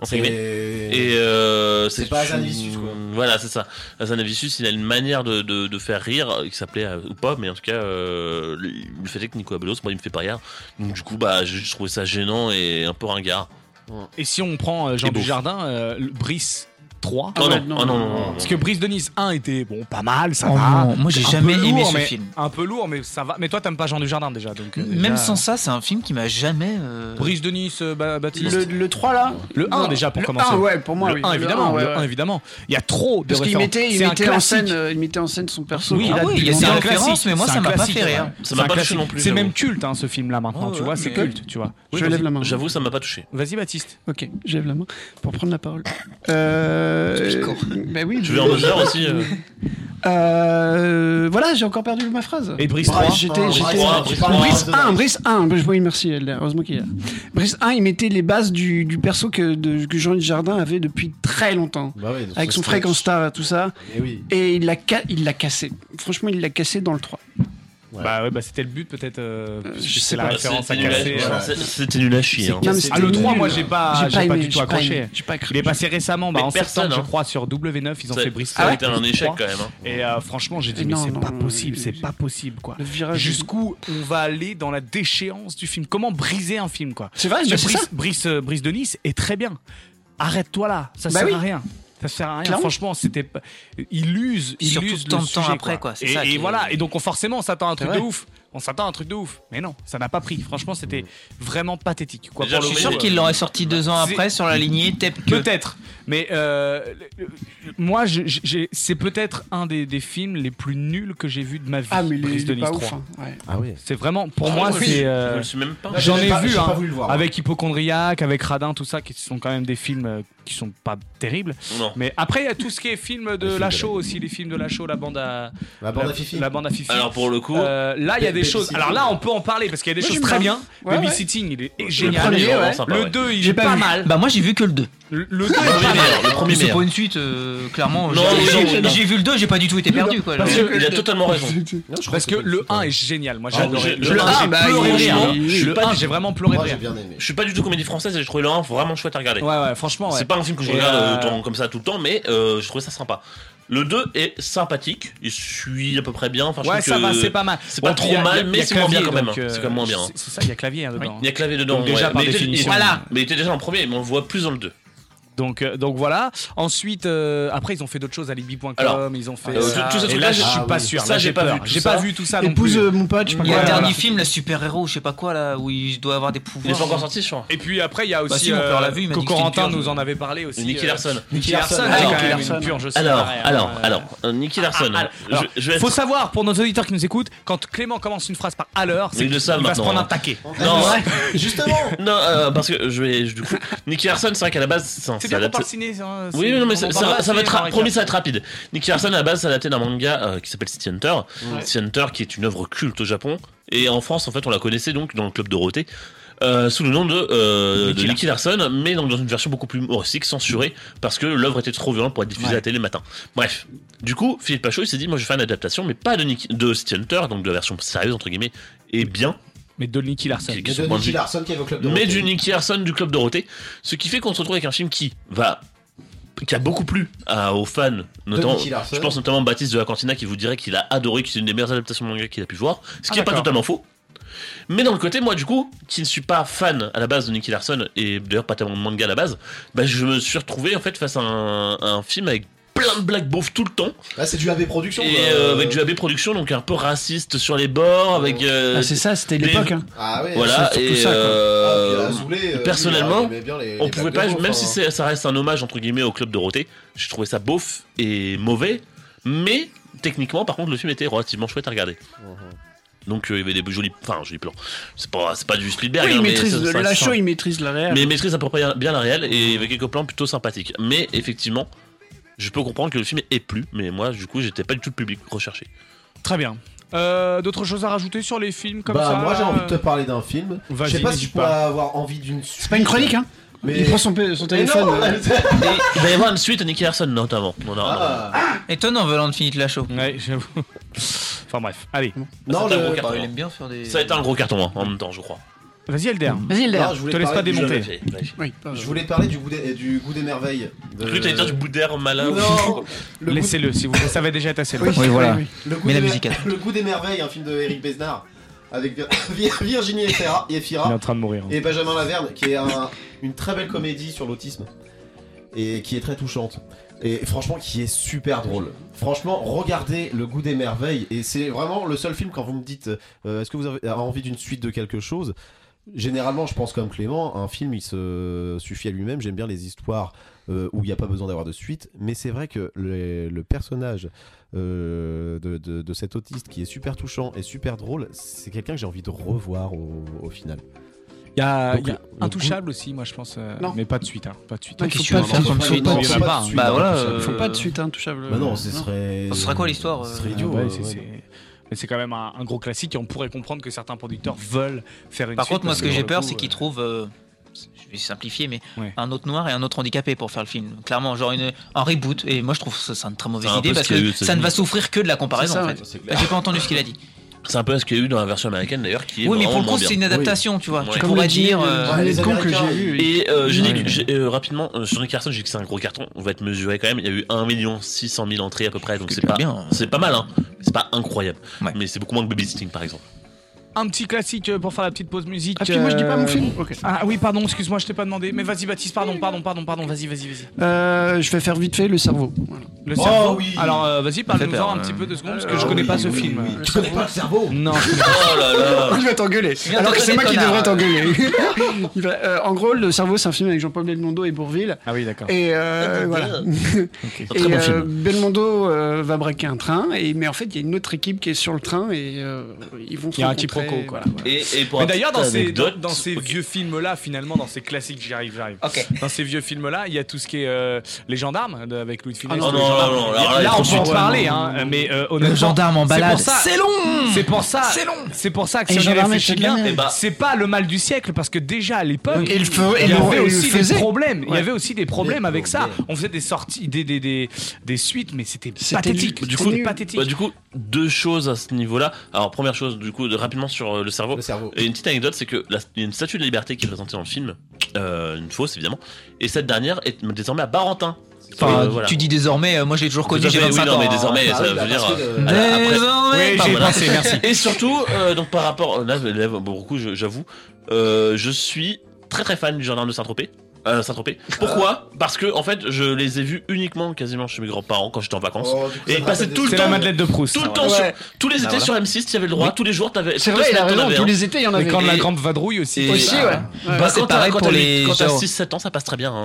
D: entre guillemets.
E: Et...
D: Et euh,
E: C'est pas
D: je-
E: Hazanavicius, quoi.
D: Voilà, c'est ça. Hazanavicius, il a une manière de, de, de faire rire, euh, qui s'appelait euh, ou pas, mais en tout cas, euh, le le fait est que Nicolas Bedos, moi, il me fait pas rire. Donc, du coup, bah, je, je trouvais ça gênant et un peu ringard.
B: Et si on prend euh, Jean
D: Et beau.
B: Dujardin, euh, le- Brice, 3.
D: Ah Oh ouais, non, non, oh non, non, non, non.
B: Parce que Brise de Nice 1 était bon, pas mal, ça
A: Oh
B: va.
A: non, moi, j'ai
B: Un
A: jamais
B: peu
A: aimé
B: lourd,
A: ce
B: mais-
A: film.
B: Un peu lourd, mais ça va. Mais toi, t'aimes pas Jean du Jardin déjà. Donc, euh, déjà-
A: Même
C: hein.
A: sans ça, c'est un film qui m'a jamais. euh,
B: Brise de Nice, euh, Ba- Baptiste.
C: Le, 3 là
B: Le 1
C: Non.
B: déjà pour
C: le
B: commencer.
C: 1, ouais, pour moi.
B: Le
C: oui.
B: 1 évidemment.
C: ouais,
B: le
C: ouais.
B: 1 évidemment. Il y a trop de
C: Parce qu'il
B: références.
C: mettait, il
B: C'est un
C: mettait en
B: classique.
C: scène, euh, il mettait en scène son perso.
B: Oui, ah
C: qui date
B: oui, il y
C: depuis
B: a des
C: longtemps.
B: références,
A: mais moi, ça m'a pas fait rire.
D: Ça
B: C'est un
D: m'a pas touché
B: classique.
D: non plus,
B: C'est même
D: j'avoue.
B: culte, hein, ce film-là maintenant.
C: Ouais,
B: Tu vois,
C: ouais,
B: c'est
C: mais-
B: culte, tu vois.
C: Oui, Je vas-y. lève la main.
D: J'avoue, ça m'a pas touché.
B: Vas-y, Baptiste.
C: Ok, je lève la main pour prendre la parole. Euh... Bah oui.
D: Tu veux en Oscar aussi, euh
C: Euh, Voilà, j'ai encore perdu ma phrase.
B: Et Brice
C: Ah,
B: 3.
C: J'étais,
B: Brice
C: j'étais.
B: 3, Brice 3.
C: Brice 1, Brice 1. Bah, je- Oui, merci. elle- Heureusement qu'il est là. Brice 1, il mettait les bases du, du perso que, de, que Jean Jardin avait depuis très longtemps.
E: Bah ouais, donc
C: avec
E: ça,
C: son
E: c'est-
C: fréquence star et tout ça.
E: Eh oui.
C: Et il l'a, ca- il l'a cassé. Franchement, il l'a cassé dans le 3.
B: Bah ouais, bah c'était le but peut-être. euh, parce que
C: je
B: c'est
C: sais
B: la
C: pas.
B: référence à
D: C'était nul à-
B: casser.
D: voilà,
B: euh.
D: c'est- c'était nul à chier, hein.
B: Ah,
D: Non, mais c'était
B: le 3,
D: nul.
B: moi j'ai pas,
D: J'ai
B: j'ai
D: pas
B: pas,
D: aimé,
B: du
D: j'ai
B: tout
D: pas
B: accroché.
D: aimé, j'ai pas accroché.
B: Il est passé récemment, bah,
D: Mais
B: en
D: personne,
B: septembre, je
D: hein.
B: crois, sur W9, ils ont
D: Ça-
B: fait Brice.
D: ça a été un échec, quand même, hein.
B: Et euh, franchement, j'ai dit,
D: Et
B: mais
D: non,
B: c'est
D: non,
B: pas
D: non,
C: euh,
B: possible, c'est pas possible quoi.
C: virage-
B: Jusqu'où on va aller dans la déchéance du film Comment briser un film quoi
C: C'est vrai,
B: Parce
C: mais
B: que
C: c'est
B: Brice, Brice,
C: ça.
B: euh, Brice de Nice est très bien. Arrête-toi là, ça
C: Bah
B: sert
C: oui.
B: à rien. Ça sert à rien.
C: Clairement.
B: Franchement, c'était. pas- Il use, il
A: Hein, Surtout tant
B: use le
A: de temps
B: sujet,
A: après, quoi, c'est
B: Et,
A: ça
B: et
A: qui est-
B: voilà. Et donc, on forcément, on s'attend à un truc de
A: vrai.
B: ouf. On s'attend à un truc de ouf. Mais non, ça n'a pas pris. Franchement, c'était vraiment pathétique. Quoi.
A: je
B: Pour
A: suis
B: le
A: sûr
B: coup,
A: qu'il
B: euh,
A: l'aurait sorti deux ans
B: c'est-
A: après sur la lignée Tep que.
B: Peut-être, mais euh, le- le- moi, je- je- j'ai- c'est peut-être un des, des films les plus nuls que j'ai vu de ma vie.
C: Ah, mais il est-
B: Brice
C: il
B: de
C: est
B: Nice
C: pas
B: 3.
C: ouf, hein, ouais.
E: Ah oui.
B: C'est vraiment, pour
D: Ah,
B: moi,
D: moi, je-
B: c'est.
D: je
B: euh,
D: me le suis même pas-
B: J'en
D: J'ai
B: ai
D: pas-
B: vu,
D: j'ai pas
B: hein,
D: voulu le voir, moi.
B: avec Hypochondriac, avec Radin, tout ça, qui sont quand même des films euh, qui sont pas terribles.
D: Non.
B: Mais après, il y a tout ce qui est film de Lachaud aussi, les films de Lachaud, la bande à.
E: La bande à Fifi.
B: La bande à Fifi.
D: Alors, pour le coup,
B: Euh, là, il y a des
D: Baby
B: choses.
D: Sitting.
B: Alors là, on peut en parler parce qu'il y a des
D: Moi,
B: choses
D: j'aime
B: très
D: bien.
B: bien.
D: Ouais,
B: Baby
D: ouais.
B: Sitting, il est
D: Le
B: génial.
D: premier, ouais.
B: Le
D: ouais.
B: 2, il
A: J'ai
B: est
A: pas
B: pas
A: vu.
B: mal.
A: Bah moi j'ai vu que le 2.
B: Le 2 est
A: pas
B: meilleur,
A: mal.
B: le premier
A: Mais C'est
B: meilleur.
A: pas une suite, euh, clairement.
B: Non,
A: J'ai-
B: mais
A: j'ai-
B: non, mais non.
A: J'ai vu le 2, j'ai pas du tout été perdu quoi. euh,
B: Parce
A: Genre.
B: que- (laughs) Parce que le 1 est génial. Moi, j'ai
D: Ah,
B: adoré.
D: j'ai-
B: Le
D: le
B: 1,
D: un,
B: j'ai
D: bah,
B: pleuré de
D: il est
B: rire.
D: génial. hein. Je suis
B: Le
D: pas
B: 1,
D: du-
B: j'ai vraiment pleuré de
D: Moi, j'ai
B: rire.
D: bien aimé. Je suis pas du tout comédie française et j'ai trouvé le 1 vraiment chouette à regarder.
B: Ouais, ouais, franchement. ouais.
D: C'est pas un film que je
B: Et,
D: regarde
B: euh,
D: euh, autant comme ça tout le temps, mais euh, je trouvais ça sympa. Le 2 est sympathique, il suit à peu près bien. Enfin, je
B: Ouais,
D: trouve
B: ça
D: que
B: va, c'est pas mal.
D: C'est
B: Bon,
D: pas
B: puis,
D: trop
B: il y a-
D: mal,
B: il y a
D: mais c'est moins bien
B: clavier,
D: quand même. hein.
B: donc, euh,
D: C'est quand même moins bien.
B: C'est ça, il y a clavier hein, dedans.
D: Il y a clavier dedans.
B: Donc déjà,
D: ouais.
B: par
D: mais il était-
B: définition.
D: il- Mais il était déjà dans le premier, mais on le voit plus dans le 2.
B: Donc, euh, donc voilà. Ensuite, euh, après, ils ont fait d'autres choses à
D: Alors,
B: Libi.com. Ils ont fait.
D: euh,
B: ça.
D: tout- tout ce
B: et là,
D: truc-là,
B: je suis
D: ah
B: pas
D: oui.
B: sûr.
D: Ça,
B: Là,
D: j'ai
B: j'ai
D: pas
B: peur.
D: vu tout
B: J'ai
D: ça.
B: pas vu tout ça. non
C: Épouse
B: plus.
C: euh, mon pote, je sais pas
A: Il y a
C: quoi.
A: le dernier
C: Voilà.
A: film, la super-héros, je sais pas quoi là, où il doit avoir des pouvoirs.
D: Il est pas encore sorti, je crois.
B: Et puis après, il y a
A: Bah
B: aussi
A: si, mon père l'a vu, il m'a dit que c'était une
B: Corentin
A: purge. hein.
B: nous en avait parlé aussi.
D: Nicky
B: euh,
D: Larson.
B: Nicky Larson,
D: Alors,
B: c'est quand
D: Nicky
B: même
D: Larson.
B: une purge. c'est
D: Alors,
B: vrai, hein.
D: alors, alors, euh, Nicky Larson.
B: Ah,
D: je-
B: alors,
D: je vais
B: faut
D: être-
B: savoir pour nos auditeurs qui nous écoutent, quand Clément commence une phrase par alors,
D: Mais
B: c'est
D: ils le
B: qu'il
D: savent
B: va se
D: maintenant,
B: prendre
D: hein.
B: un taquet.
D: Non,
E: Justement.
D: non, euh, parce que je vais je- du coup, Nicky Larson, c'est vrai qu'à la base, c'est un-
B: C'est
D: ça
B: bien qu'on
D: date-
B: parle ciné. hein, c'est-
D: Oui, non, mais
B: on en
D: ça,
B: parle pas
D: ça- ça va
B: assez
D: être
B: dans
D: ra-
B: Recap.
D: promis, ça va être rapide. Nicky Larson, à la base, ça datait d'un manga euh, qui s'appelle City Hunter.
B: Ouais.
D: City Hunter, qui est une œuvre culte au Japon. Et en France, en fait, on la connaissait donc dans le club Dorothée. euh, sous le nom de, euh,
B: Nicky
D: de Nicky Larson, mais donc dans une version beaucoup plus humoristique, censurée, parce que l'œuvre était trop violente pour être diffusée à la télé le matin. Bref, du coup, Philippe Lachaud il s'est dit, moi je vais faire une adaptation, mais pas de, Nicky- de City Hunter, donc de la version sérieuse entre guillemets, et bien.
B: Mais de Nicky Larson.
E: Mais de Nicky Larson qui est au club de
D: Mais
E: Rothschild.
D: du Nicky Larson du Club Dorothée. Ce qui fait qu'on se retrouve avec un film qui va. qui a beaucoup plu à- aux fans. Notamment,
E: Nicky Larson.
D: je pense notamment à Baptiste de la Cantina qui vous dirait qu'il a adoré, que c'est une des meilleures adaptations de manga qu'il a pu voir. Ce
B: Ah,
D: qui n'est pas
B: d'accord.
D: totalement faux. Mais dans le côté, moi, du coup, qui ne suis pas fan à la base de Nicky Larson, et d'ailleurs pas tellement de manga à la base, bah, je me suis retrouvé en fait face à un, un film avec plein de blagues beaufs tout le temps.
E: Là, Bah, c'est du AB Production.
D: Et
E: quoi.
D: euh, avec du AB Production, donc un peu raciste sur les bords, avec. euh,
C: Ah, c'est ça, c'était
D: des-
C: l'époque. hein.
E: Ah ouais.
D: voilà,
C: c'est surtout
D: et
C: ça, quoi.
D: euh,
E: Ah, puis, Azoulay, euh,
D: personnellement,
E: lui, il aimait bien les-
D: on
E: les
D: pouvait
E: blagues
D: pas,
E: de
D: même
E: beauf,
D: si
E: hein.
D: c'est- ça reste un hommage entre guillemets au club Dorothée, j'ai trouvé ça beauf et mauvais, mais techniquement, par contre, le film était relativement chouette à regarder.
E: Mhm.
D: Donc euh, il y avait des jolis, enfin jolis plans. C'est pas, c'est pas du Spielberg.
C: Oui,
D: hein,
C: il
D: mais
C: maîtrise
D: ça-
C: le
D: ça-
C: Lachaud,
D: ça-
C: il maîtrise la réelle.
D: mais il maîtrise à peu près bien la réelle et il y avait quelques plans plutôt sympathiques. Mais effectivement, je peux comprendre que le film est plu, mais moi, du coup, j'étais pas du tout le public recherché.
B: Très
D: (laughs)
B: bien. Euh, D'autres choses à rajouter sur les films comme
E: bah,
B: ça
E: moi j'ai envie de te
B: euh,
E: parler d'un film. Je
B: Vas-y,
E: sais pas si
B: n'hésite
E: je pourrais
B: pas.
E: avoir envie d'une suite.
C: C'est pas une chronique, hein
E: Mais-
C: Il prend son, pe- son
E: Mais non,
C: téléphone. euh,
D: Et il va y avoir une suite à Nicky Larson notamment. On a-
A: Étonnant, Volant de Finite Lachaud.
B: Ouais, j'avoue. enfin bref, allez.
E: Non,
D: ça a été un gros
E: le-
A: Bah,
D: carton. hein.
A: il aime bien faire des.
D: Ça a été un gros carton hein, en même temps, je crois.
B: Vas-y, Elder.
C: Vas-y, Elder.
E: Non, je voulais
B: Te laisse
E: parler
B: pas
E: du-
B: démonter.
D: J'ai- j'ai-
C: Oui, pardon.
E: Je voulais te parler du goût des, du goût des merveilles. De-
D: J'ai cru que t'allais dire du bout d'air malin.
E: Non, le goût-
B: Laissez-le si vous le savez déjà être assez Euh, loin.
A: Oui, voilà.
E: Le goût
A: Mais la
E: des-
A: musicale.
E: Le goût des merveilles, un film de Eric Besnard avec Vir- (laughs) Vir- Virginie Efira, Efira
B: Il est en train de mourir. hein.
E: et Benjamin Laverne, qui est un- une très belle comédie sur l'autisme et qui est très touchante. et franchement qui est super drôle. Franchement, regardez Le Goût des Merveilles et c'est vraiment le seul film quand vous me dites euh, est-ce que vous avez envie d'une suite de quelque chose. Généralement, je pense comme Clément, un film il se suffit à lui-même. J'aime bien les histoires euh, où il n'y a pas besoin d'avoir de suite, mais c'est vrai que les- le personnage euh, de, de- de cet autiste qui est super touchant et super drôle, c'est quelqu'un que j'ai envie de revoir au, au final.
B: Il y a,
E: Donc,
B: il y a
E: le- le goût-
B: Intouchable aussi, moi je pense. euh,
C: Non.
B: Mais pas de suite, hein, pas de suite.
C: Non, il faut pas le faire comme suite.
B: Non,
C: Faut
B: il y en a
C: pas
B: pas,
C: de
B: hein.
C: suite.
B: Bah voilà,
C: Intouchable.
B: euh,
C: Faut pas de suite, hein, Intouchable.
E: Bah non, ce serait-
B: Ce serait quoi l'histoire
C: euh,
E: Ce serait idiot,
B: Ah bah ouais,
E: ouais,
B: c'est-
E: ouais.
B: c'est- Mais c'est quand même un, un gros classique et on pourrait comprendre que certains producteurs veulent faire une
A: Par
B: suite
A: contre, moi,
B: parce
A: ce que
B: pour
A: j'ai
B: le
A: peur,
B: coup,
A: c'est qu'ils
B: euh,
A: trouvent. euh, je vais simplifier, mais un autre noir et un autre handicapé pour faire le film. Clairement, genre une, un reboot. Et moi, je trouve ça, ça une très mauvaise
D: C'est un
A: idée
D: peu ce
A: parce
D: qu'il y a
A: que
D: eu aux
A: ça ne va
D: États-Unis.
A: souffrir que de la comparaison.
D: C'est ça,
A: en
D: ouais,
A: fait. Bah,
D: c'est clair.
A: J'ai pas entendu ce qu'il a dit.
D: C'est un peu ce qu'il y a eu dans la version américaine d'ailleurs qui est
A: Oui, mais pour
D: vraiment
A: le coup,
D: moins
A: c'est
D: bien.
A: une adaptation, tu vois. Tu
D: Ouais.
A: pourrais dire. euh,
D: Et euh, je dis que j'ai- euh, rapidement, euh, Johnny Carson, j'ai dit que c'est un gros carton. On va être mesuré quand même. Il y a eu 1 600 000 entrées à peu près, donc c'est pas, c'est pas mal, hein. C'est pas incroyable, mais c'est beaucoup moins que Babysitting par exemple.
B: Un petit classique euh, pour faire la petite pause musique.
C: Ah, puis moi, je dis pas mon film.
B: Ah oui, pardon, excuse-moi, je t'ai pas demandé. Mais vas-y, Baptiste, pardon, pardon, pardon, pardon, vas-y, vas-y, vas-y.
C: Euh, je vais faire vite fait le cerveau. Voilà.
B: Le cerveau.
E: Oh
B: Alors euh, vas-y, parle-nous-en un petit peu de secondes, parce que je connais pas ce film.
E: Tu connais pas le cerveau
B: Non.
D: Oh là
C: (laughs)
D: là.
C: Je vais t'engueuler.
B: Viens
C: Alors que
B: t'engueuler,
C: c'est moi qui
B: connard.
C: devrais t'engueuler. (laughs) Il va- euh, en gros, Le Cerveau, c'est un film avec Jean-Paul Belmondo et Bourville.
B: Ah oui, d'accord.
C: Et euh, voilà. (laughs)
B: Un
C: Et
B: très bon
C: euh,
B: film.
C: Belmondo euh, va braquer un train, et, mais en fait, il y a une autre équipe qui est sur le train et euh, ils vont se
B: Il y a un
C: rencontrer,
B: quiproquo, quoi.
C: voilà.
D: Et, et pour
B: Mais
D: la
B: d'ailleurs, dans
D: petite
B: ces, dans,
D: anecdote,
B: dans ces vieux films-là, finalement, dans ces classiques, j'y arrive, j'arrive. Dans ces vieux films-là, il y a tout ce qui est euh, les gendarmes de- avec Louis de Funès.
D: Ah non,
B: les
D: non,
B: gendarmes.
D: non, non,
B: Il y a-
D: alors là,
B: là,
D: ils
B: on
D: sont
B: peut en
D: chiants.
B: parler, hein, mais euh, honnêtement,
A: gendarme en
B: c'est
A: balade,
B: pour ça-
A: c'est long
B: C'est pour ça,
A: C'est long
B: C'est pour ça que
A: Et
B: si on y
A: gendarme,
B: réfléchit
A: c'est de la
B: bien,
A: merde.
B: eh ben, c'est pas le mal du siècle parce que déjà à l'époque,
C: Donc, il le fe-
B: il
C: il
B: y
C: le-
B: avait
C: il le
B: aussi des
C: faisait.
B: problèmes. Il y
C: Ouais.
B: avait aussi des problèmes
C: Des
B: avec ça. On faisait des sorties, des des des, des suites, mais c'était pathétique.
D: Du coup,
B: C'était pathétique.
D: bah, du coup, deux choses à ce niveau-là. Alors, première chose, du coup, de- rapidement sur euh, le cerveau. Et une petite anecdote, c'est que la- il y a une statue de la liberté qui est présentée dans le film, euh, une fausse évidemment, et cette dernière est désormais à Barentin.
A: Enfin,
D: Euh, voilà.
A: tu dis désormais, euh, moi j'ai toujours
D: Tout
A: connu,
D: à
A: j'ai
D: fait,
A: 25
D: oui, non,
A: ans.
D: mais
A: hein.
D: désormais,
A: Ah
D: ça
A: oui,
D: veut
A: bah,
D: dire.
A: parce que,
D: euh,
A: euh,
D: à- après-
A: Désormais,
D: Oui,
A: pas
D: j'ai
A: voilà.
D: pensé, merci. Et surtout, euh, donc par rapport. Là, là, beaucoup, je- j'avoue, euh, je suis très très fan du gendarme de Saint-Tropez. Euh,
B: (laughs)
D: Saint-Tropez. Pourquoi Parce que en fait, je les ai vus uniquement quasiment chez mes grands-parents quand j'étais en vacances.
B: Oh, du coup,
D: et
B: ça
D: ils
B: va,
D: passaient
B: c'est-
D: tout le
B: c'est
D: temps.
B: la Madeleine de Proust.
D: Tout le
B: Ah,
D: temps,
B: ouais.
D: sur- tous les
B: Ah,
D: étés
B: voilà.
D: sur M6, tu avais le droit.
B: Oui.
D: Tous les jours, tu avais.
B: C'est vrai, il a raison, tous les étés, il y en avait. Mais quand la grande vadrouille aussi. Aussi, ouais. Ouais. Bah, c'est pareil
D: quand
B: pour
D: t'as-
B: les
D: Quand t'as
B: genres.
D: 6-7 ans, ça passe très bien. hein.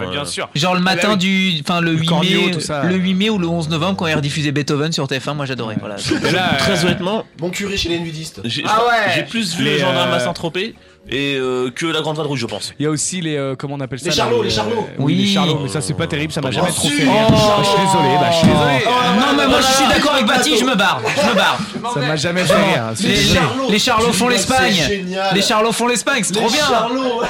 A: Genre
B: Bah
A: le matin du. Enfin, le 8
D: cornio,
A: mai.
D: tout ça.
A: Le 8 mai ou le 11 novembre, quand ils rediffusaient Beethoven sur TF1, moi j'adorais. Voilà.
B: euh,
D: très honnêtement,
E: Mon curé chez les nudistes.
D: j'ai
A: Ah ouais.
D: j'ai plus vu
A: Les,
D: les gendarmes à
A: euh,
D: Saint-Tropez et euh, que la grande vadrouille, je pense.
B: Il y a aussi les euh, comment on appelle ça
D: Les
B: là,
D: charlots, les
B: euh,
D: charlots.
B: Oui, les
D: Oui.
B: charlots, mais ça c'est pas terrible, ça m'a
D: Oh,
B: jamais
D: si.
B: trop fait rire.
A: hein.
D: Oh.
A: Ah,
B: Bah, je suis désolé, bah, je suis désolé.
A: non, mais moi je suis d'accord avec Baptiste, je me barre. Je me barre.
B: Ça m'a jamais fait rire. hein,
A: Les,
B: c'est-
A: les Charlots font
E: c'est
A: l'Espagne.
E: génial.
A: Les Charlots font l'Espagne, c'est
E: Les
A: trop bien.
E: Charlots.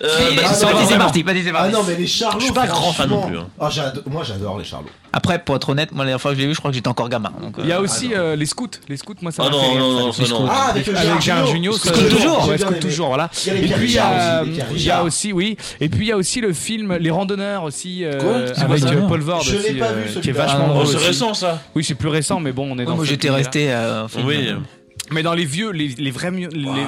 A: Et-
E: Ah,
A: c'est
E: non,
A: parti, c'est
E: non,
A: parti,
E: non.
A: parti, c'est parti.
E: Ah non, mais les Charlots.
A: Je suis pas grand fan non plus,
E: franchement.
A: hein.
E: Ah, j'ado- moi, j'adore les Charlots.
A: Après, pour être honnête, moi la dernière fois que je l'ai vu, je crois que j'étais encore gamin. donc, euh,
B: Il y a aussi euh, les scouts, les scouts moi ça
A: Ah
B: m'a
A: non,
B: fait rire.
A: non,
B: ça,
A: non,
B: les
A: ça, non.
B: scouts.
A: Ah, avec, euh, Gérard
B: Gérard
A: Jugnot.
B: Jugnot,
A: Scout
B: ça,
A: toujours. J'ai
B: ouais,
A: bien
B: scout
A: aimé.
B: toujours voilà.
A: Il y a les
B: Et
A: Pierre
B: puis il y
A: Richard
B: a euh,
A: aussi, les Pierre
B: il y a
A: Richard.
B: aussi oui, et puis il y a aussi le film Les randonneurs aussi euh,
A: Quoi C'est quoi
B: avec
A: ça
B: euh, Paul Vord
A: Je l'ai
B: aussi,
A: pas
B: euh,
A: vu,
B: qui est
A: celui-là. Ah
B: vachement
A: non,
B: drôle
A: c'est
B: aussi.
A: récent,
D: ça.
B: Oui, c'est plus récent mais bon, on est
A: Ouais,
B: dans
A: moi,
B: cette
A: j'étais
B: lignée-là.
A: resté, euh, au film.
B: Oui. euh, Mais dans les vieux, les, les vrais mieux. Les vrais,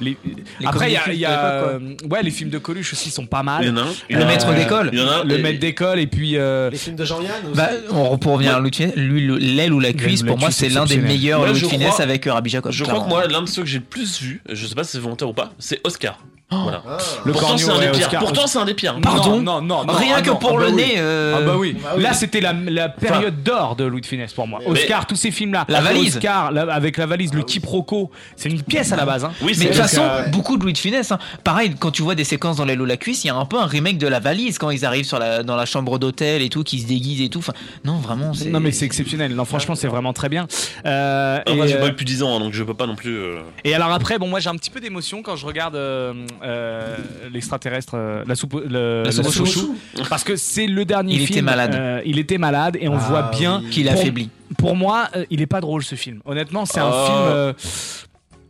B: les- Après, il y a.
A: comédies
B: il y a,
A: cultes
B: euh, ouais, les films de Coluche aussi sont pas mal.
A: Il y en a un. Le maître d'école.
B: Il y en a un. Le maître d'école et puis. euh,
E: Les films de Jean-Yann aussi.
A: Bah, on, pour revenir à Louis de Funès, lui, le- l'aile ou la cuisse,
B: ou la
A: pour moi,
B: cuisse,
A: c'est l'un des
B: exceptionnel.
A: meilleurs
D: Moi,
A: Louis
D: je
A: de Funès
D: crois-
A: avec euh, Rabbi Jacob.
D: Je crois que
A: clairement.
D: moi, l'un de ceux que j'ai le plus vu, je sais pas si c'est volontaire ou pas, c'est Oscar.
A: Oh.
D: Voilà.
B: Le
D: Pourtant,
B: corneau,
D: c'est un des
B: ouais,
D: pires.
B: Oscar.
D: Pourtant, c'est un des pires.
B: Pardon Non, non, non.
A: Ah, Rien
B: ah
A: que
B: non,
A: pour
B: ah
A: le
B: bah oui.
A: nez, euh,
B: Ah bah oui.
A: bah oui.
B: Là, c'était la, la période d'or de Louis de Funès pour moi.
A: Mais-
B: Oscar, tous ces films-là.
A: La valise.
B: Oscar, la- avec la valise, le quiproquo. C'est une pièce à la base. Hein.
A: mais de toute façon, beaucoup de Louis de Funès. hein. Pareil, quand tu vois des séquences dans l'aile ou la cuisse, il y a un peu un remake de la valise quand ils arrivent sur la, dans la chambre d'hôtel et tout, qui se déguisent et tout. Enfin, non, vraiment, c'est.
B: Non, mais c'est exceptionnel. Non, franchement, c'est vraiment très bien. Euh,
D: Ah, moi,
B: et,
D: j'ai pas
B: euh,
D: eu plus de 10 ans, hein, donc je peux pas non plus. euh,
B: Et alors après, bon, moi j'ai un petit peu d'émotion quand je regarde euh, euh, l'extraterrestre, euh, la soupe, le-
A: La soupe aux choux.
B: parce que c'est le dernier
A: Il
B: film.
A: était malade.
B: euh, il était malade et on
A: Ah
B: voit bien
A: oui. Qu'il
B: pour-
A: affaiblit.
B: Pour moi, euh, il est pas drôle ce film. Honnêtement, c'est un
A: Oh.
B: film. euh,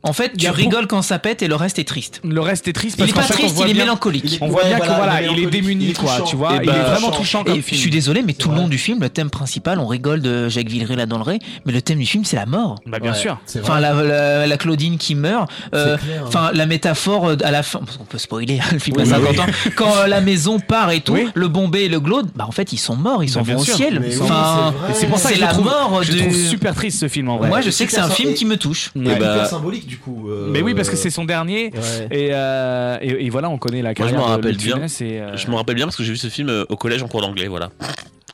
A: En fait, tu rigoles quand ça pète et le reste est triste.
B: Le reste est triste
A: Il
B: parce
A: est
B: qu'en
A: pas
B: fait, on
A: triste,
B: voit
A: il est
B: bien-
A: mélancolique.
B: On voit bien que bah voilà, il est démuni, quoi. Tu vois, il est vraiment touchant comme
A: Et Je suis
B: film.
A: désolé, mais tout le long du film, le thème principal, on rigole de Jacques Villeray là dans le Ray, mais le thème du film, c'est la mort.
B: Bah, bien Ouais, sûr. c'est vrai.
A: Enfin, la, la- la Claudine qui meurt. euh,
B: C'est clair, hein.
A: Enfin, la métaphore euh, à la fin. On peut spoiler, hein, le film
B: Oui,
A: a
B: bah
A: 50
B: oui.
A: ans. Quand euh, la maison part et tout,
B: Oui.
A: le Bombay et le Glaude, bah en fait, ils sont morts, ils sont
B: bien
A: au
B: sûr.
A: ciel.
B: Mais oui,
A: Enfin,
B: c'est vrai. Et c'est pour ça que je
A: la
B: le trouve-
A: mort.
B: je le
A: du-
B: trouve super triste, ce film, en vrai.
A: Moi, je sais que c'est
B: Super
A: un
B: sym-
A: film
B: et-
A: qui me touche.
B: et Ouais. bah-
E: hyper symbolique du coup. euh,
B: Mais oui, parce que c'est son dernier.
E: Ouais.
B: Et, euh, et, et voilà, on connaît la
D: Moi, je
B: carrière
D: m'en
B: de- de
D: rappelle bien.
B: Funès et, euh,
D: Je m'en rappelle bien parce que j'ai vu ce film euh, au collège en cours d'anglais, voilà.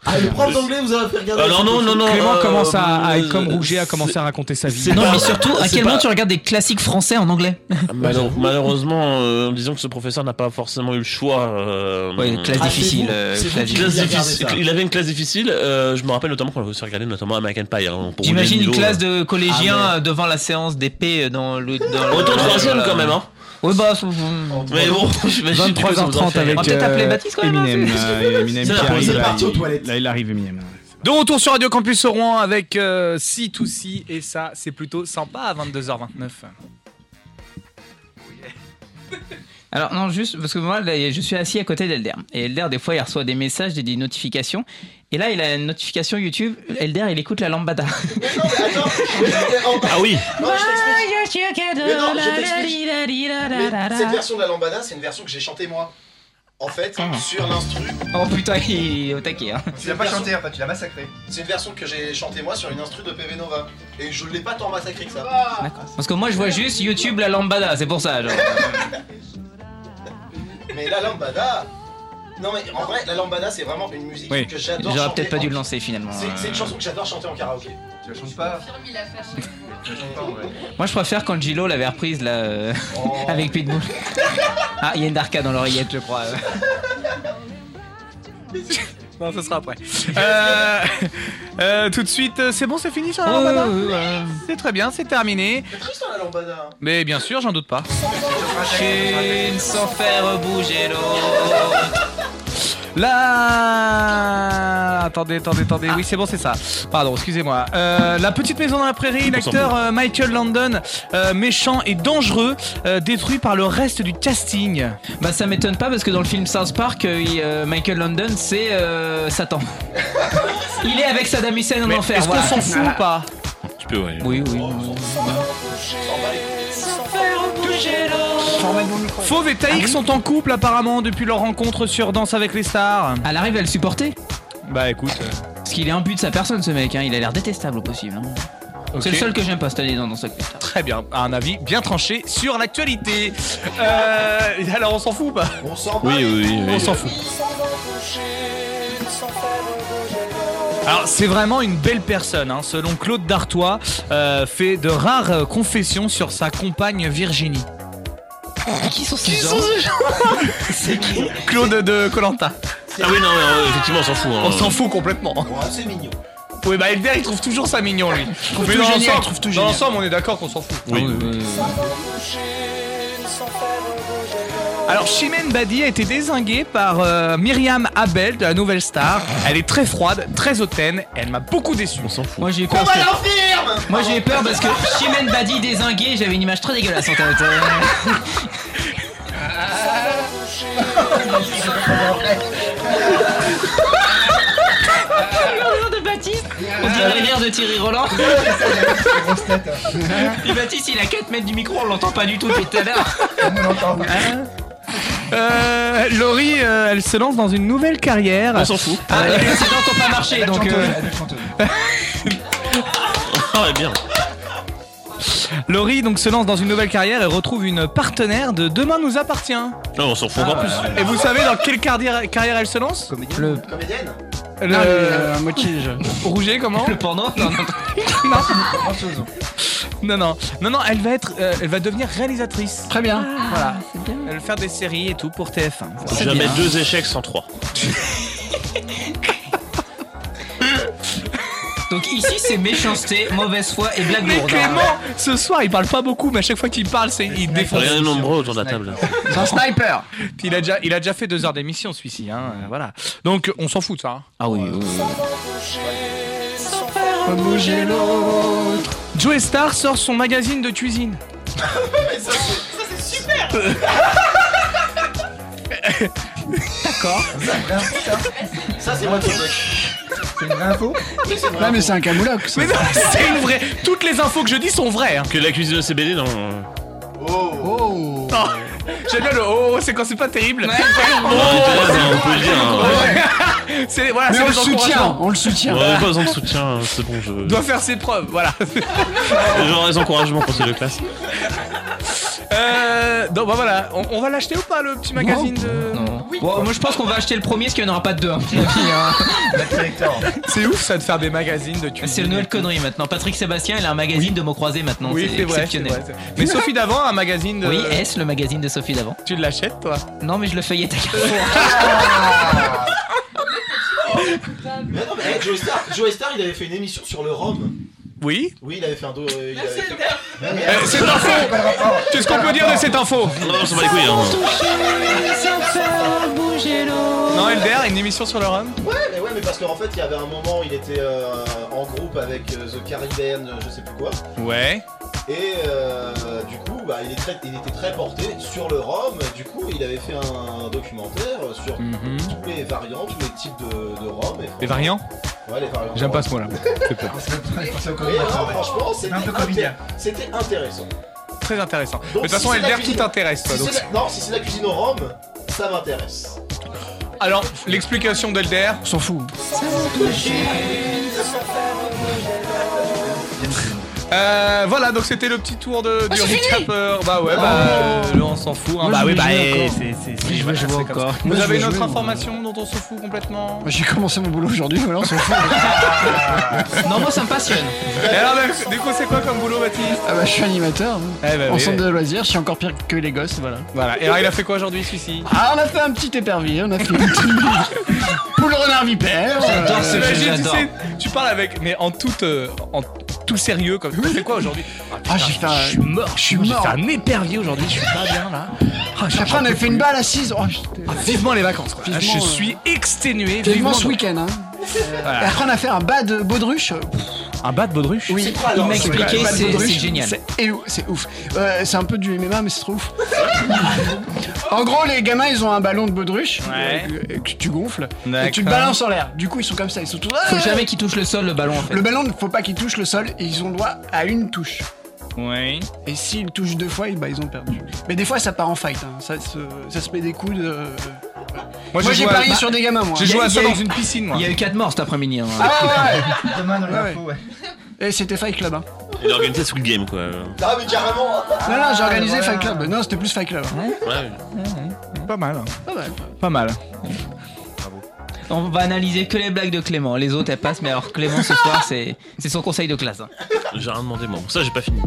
E: Ah, le prof d'anglais vous a fait regarder.
D: Euh, Ah, non,
E: ce
D: non,
E: film.
D: non, non,
B: Clément
D: euh,
B: commence à, à être
D: euh,
B: comme Rouget, à commencer à raconter sa vie.
D: c'est
A: Non,
D: pas-
A: mais surtout, à quel
D: c'est pas- Ah, bah
A: moment tu regardes des classiques français en anglais
D: Malheure- malheureusement, euh, disons que ce professeur n'a pas forcément eu le choix. euh,
A: Ouais, classe Ah, c'est difficile, vous- euh, c'est vous classe qui difficile. avez regardé
D: difficile.
A: ça.
D: Il avait une classe difficile. euh, je me rappelle notamment qu'on avait aussi regardé notamment American Pie. hein,
A: (laughs)
D: pour relever
A: J'imagine
D: le
A: une
D: niveau,
A: classe
D: euh.
A: de collégiens
D: Ah,
A: euh, devant la séance d'épée dans le. Dans
D: Autant de troisième, quand même, hein.
A: Oui, bah.
D: Mais bon, j'imagine que ça vous en
B: 23h30
D: fait
B: avec
D: rire. On va peut-être appeler
B: euh,
D: Baptiste, quand même, hein,
B: Eminem.
D: c'est-
B: euh, Eminem
D: C'est
B: qui
D: la police,
B: arrive,
D: c'est parti
B: là,
D: aux
B: il-
D: toilettes.
B: Là, il arrive, Eminem. De retour sur Radio Campus Rouen avec euh, C2C et ça, c'est plutôt sympa à 22h29.
A: Alors, non, juste parce que moi, là, je suis assis à côté d'Elder. Et Elder, des fois, il reçoit des messages, des, des notifications. Et là, il a une notification YouTube. Elder, il écoute la lambada.
E: Ah
D: oui
E: Non, je t'explique.
G: Mais non, je Ah
E: Mais cette version de la lambada, c'est une version que j'ai chantée moi. En fait, sur l'instru.
A: Oh putain, il est au taquet. hein.
E: Tu l'as pas chantée en fait, tu l'as massacrée. C'est une version que j'ai chantée moi sur une instru de PV Nova. Et je l'ai pas tant massacrée que ça.
A: Parce que moi, je vois juste YouTube la lambada, c'est pour ça. Genre.
E: Mais la lambada. Non mais en vrai, la lambada c'est vraiment une musique
A: Oui,
E: que j'adore.
A: j'aurais
E: chanter
A: peut-être pas
E: en-
A: dû le lancer finalement.
E: C'est c'est une
A: Euh,
E: chanson que j'adore chanter en karaoké. Tu la chantes pas
A: Moi, je préfère quand Gilo l'avait reprise là euh, (laughs) avec Pitbull. Ah, il y a une darka dans l'oreillette, je crois.
B: (laughs) Non, ce sera après. Euh, euh, tout de suite, euh, c'est bon, c'est fini sur la
E: Ouais,
B: lambada
E: ouais,
B: C'est très bien, c'est terminé.
E: C'est triste hein, la lambada.
B: Mais bien sûr, j'en doute pas.
A: Chine sans faire bouger l'autre.
B: Là Attendez, attendez, attendez. Oui, c'est bon, c'est ça. Pardon, excusez-moi. Euh, la petite maison dans la prairie, l'acteur euh, Michael Landon, euh, méchant et dangereux, euh, détruit par le reste du casting.
A: Bah, ça m'étonne pas parce que dans le film South Park, euh, il- euh, Michael London, c'est euh,
B: (laughs)
A: Satan. Il est avec Saddam Hussein en
B: Mais
A: enfer.
B: est-ce qu'on
A: voilà.
B: s'en fout ou pas
D: Tu peux, ouais.
A: Oui, oui.
B: Fauve et Taïk sont en couple apparemment depuis leur rencontre sur Danse avec les stars.
A: Elle arrive à le supporter
B: Bah écoute.
A: Parce qu'il est un but de sa personne, ce mec. hein. Il a l'air détestable au possible. hein. C'est le seul que j'aime pas cette année dans, dans ce
B: Très bien, un avis bien tranché sur l'actualité. Euh, alors on s'en fout ou pas
E: On s'en
D: Oui, oui, oui.
B: On s'en fout. Alors c'est vraiment une belle personne, hein. selon Claude Dartois, euh, fait de rares euh, confessions sur sa compagne Virginie.
A: Qui sont ces
B: gens C'est qui Claude de Colanta.
D: Ah oui, non, mais, euh, effectivement, on s'en fout. hein.
B: On s'en fout complètement.
E: c'est mignon.
B: Oui, bah Elder il trouve toujours ça mignon lui.
A: trouve
B: Mais
A: tout
B: dans
A: génial,
B: l'ensemble-
A: il trouve tout
B: dans
A: génial.
B: l'ensemble, on est d'accord qu'on s'en fout.
D: Oui.
B: Alors Chimène Badi a été désinguée par euh, Myriam Abel de la Nouvelle Star. Elle est très froide, très hautaine, et elle m'a beaucoup déçu. bah On s'en fout.
A: Moi j'ai
E: Qu'on
A: peur.
E: va à
A: parce que-
E: l'enferme
A: (laughs) Moi j'ai eu peur
E: (laughs)
A: parce que Chimène Badi désingué, j'avais une image très dégueulasse en (laughs) tête. Euh, L'horreur de Baptiste
H: Ah,
A: On dirait l'air de Thierry Roland. Et Baptiste il a 4 mètres du micro, on l'entend pas du tout depuis tout à l'heure. Hein
B: Euh, Laurie, euh, elle se lance dans une nouvelle carrière. Euh,
D: On s'en fout.
A: Ah, les précédents n'ont pas marché donc. euh,
D: (laughs) Ah, ouais, bien.
B: Laurie donc se lance dans une nouvelle carrière et retrouve une partenaire de Demain nous appartient.
D: Non, on s'en fout encore plus.
B: Et vous savez dans quelle carrière, carrière elle se lance Ah,
A: Le.
E: Comédienne
B: Le
R: Non, le- euh, moitié, je-
B: (laughs) Rouget comment
A: Le porno Non, non.
B: non. non non non non elle va être euh, elle va devenir réalisatrice.
R: Très bien.
B: Voilà. Elle va faire des séries et tout pour TF1.
A: C'est
D: Jamais
A: bien.
D: deux échecs sans trois.
A: Donc ici c'est méchanceté, mauvaise foi et blague
B: Mais
A: lourde.
B: Clément, ce soir, il parle pas beaucoup, mais à chaque fois qu'il parle, c'est il défonce.
D: Regardez nombreux autour de la table.
R: C'est un sniper.
B: Puis il a déjà, il a déjà fait deux heures d'émission, celui-ci. Hein, euh, voilà. Donc on s'en fout de ça. hein.
A: Ah oui, oui, oui.
B: Joey Star sort son magazine de cuisine. Mais ça, c'est- ça, c'est super
A: D'accord.
E: Ça, c'est moi qui
H: C'est une vraie info
C: Ouais, mais c'est un camoulox.
B: Mais non,
C: (laughs)
B: c'est une vraie. Toutes les infos que je dis sont vraies. hein.
D: Que la cuisine au CBD, non.
B: Oh. J'aime bien le oh, c'est quand c'est pas terrible.
D: Oh, putain, mais on peut le dire. hein.
B: Ouais. C'est voilà,
C: Mais
B: c'est
C: on le
B: les
C: soutient,
B: encouragements.
C: on le soutient.
D: On avait pas besoin de soutien, hein, c'est bon, je.
B: Doit faire ses preuves, voilà.
D: Genre les encouragements pour ces deux classes.
B: Euh, donc bah voilà, on, on va l'acheter ou pas le petit magazine de.
A: Bon, moi je pense qu'on va acheter le premier parce qu'il n'y en aura pas de deux. hein, à mon avis,
D: (laughs)
A: hein. Ah,
B: C'est ouf ça de faire des magazines de
A: C'est
B: cuisine.
A: le nouvelle connerie maintenant. Patrick Sébastien, il a un magazine de mots croisés maintenant.
B: Oui,
A: c'est
B: c'est vrai,
A: exceptionnel.
B: c'est vrai, c'est vrai. Mais Sophie d'avant, un magazine de.
A: Oui, S, le magazine de Sophie d'avant.
B: Tu l'achètes toi
A: Non, mais je le feuillette à Carrefour.
B: (laughs)
E: Mais non, mais hey, Joey Star, Joey Star, il avait fait une émission sur le rhum.
B: Oui
E: Oui, il avait fait un dos. euh, il avait fait-
A: Eh,
B: Euh, cette info Qu'est-ce qu'on peut dire de cette info
D: Non, on s'en bat les couilles. Hein.
B: Non, Elder, une émission sur le rhum
E: Ouais, mais ouais, mais parce qu'en fait, il y avait un moment, il était euh, en groupe avec euh, The Caribbean, euh, je sais plus quoi.
B: Ouais.
E: Et euh, du coup, bah, il, est très- il était très porté sur le rhum. Du coup, il avait fait un documentaire sur
B: Mhm.
E: tous les variants, tous les types de, de rhum. Et
B: Les variants
E: Ouais, les variants.
B: J'aime pas ce mot là. C'est peur.
E: Et, euh, franchement, c'était intér- c'était intéressant.
B: Très intéressant. Mais De
E: Donc,
B: toute façon,
E: si c'est la
B: Elder,
E: cuisine-
B: tout t'intéresse toi.
E: si
B: donc
E: c'est la- Non, si c'est la cuisine au rhum, ça m'intéresse.
B: Alors, l'explication d'Elder.
C: S'en fout.
B: Euh, voilà, donc c'était le petit tour de, du
F: Oh, c'est
B: recap.
F: fini
B: euh, bah
C: Oh.
B: ouais, bah euh, on s'en fout. hein.
A: Moi,
B: bah
A: je
B: oui,
A: veux
B: bah
A: jouer
B: eh,
A: encore.
B: c'est c'est-
A: Je
B: c'est
A: veux
B: voilà,
A: jouer
B: c'est comme
A: encore.
B: ça.
C: Moi,
B: Vous
C: je
B: avez
C: veux
B: une autre
C: jouer, moi.
B: information dont on se fout
C: (laughs)
B: complètement.
C: J'ai commencé mon boulot aujourd'hui, voilà, on s'en fout.
A: non, moi ça me passionne.
B: Et alors, bah, du coup, c'est quoi comme boulot, Baptiste
C: Ah bah, je suis animateur, hein.
B: Eh bah,
C: en
B: oui,
C: centre
B: oui.
C: de loisirs, je suis encore pire que les gosses, voilà.
B: Voilà. Et alors, il a fait quoi aujourd'hui, celui-ci
C: Ah, on a fait un petit épervier, on a fait une petite poule renard vipère.
A: J'adore ce jeu,
B: Imagine, tu,
A: j'adore.
B: sais, tu parles avec, mais en tout, euh, en tout sérieux, comme tu fais quoi aujourd'hui
C: Ah, j'ai fait
B: Je suis
C: un...
B: mort,
C: je suis
B: j'ai
C: mort.
B: fait un épervier aujourd'hui, je suis pas bien là. Ah, j'en-
C: Après, on avait fait une balle assise. Oh, putain.
B: Ah, vivement les vacances, quoi. Là, je
C: Vivement, euh,
B: suis exténué.
C: Vivement
B: Vivement
C: ce week-end, hein. Et
B: Voilà.
C: après, on a fait un bas de baudruche.
B: Un bas de baudruche
C: Oui,
A: Il m'a expliqué,
C: Pas de
A: c'est c'est
C: baudruche.
A: génial.
C: C'est- et ou- C'est ouf. Euh, c'est un peu du MMA, mais c'est trop ouf. en gros, les gamins, ils ont un ballon de baudruche
B: Ouais.
C: euh, que tu gonfles et tu
B: D'accord.
C: le balances en l'air. Du coup, ils sont comme ça, ils sont tous.
A: Faut jamais qu'il touche le sol, le ballon en fait.
C: Le ballon, ne faut pas qu'il touche le sol et ils ont le droit à une touche.
B: Oui.
C: Et s'ils touchent deux fois, ils- bah, ils ont perdu. Mais des fois, ça part en fight. hein. Ça, se, ça se met des coudes. euh, Moi, j'ai
B: joué à-
C: parié sur des gamins, moi.
B: J'ai
A: y a-
B: joué à ça
A: y a-
B: dans une piscine, moi.
A: Il y a eu 4 morts cet après-midi. hein.
C: Ah ouais,
H: Demain, dans
C: les infos,
H: ouais.
C: ouais. Et c'était Fight Club. Hein.
D: Il a organisé Squid Game, quoi.
E: Ah, mais carrément
C: Non, non, j'ai organisé
A: Ah,
H: voilà.
C: Fight Club. Non, c'était plus Fight Club.
D: Ouais.
B: Pas
A: hein.
B: mal.
C: Pas mal.
B: Pas mal.
A: On va analyser que les blagues de Clément. Les autres elles passent, mais alors Clément ce soir c'est c'est son conseil de classe. hein.
D: J'ai rien demandé, moi. Ça, j'ai pas fini.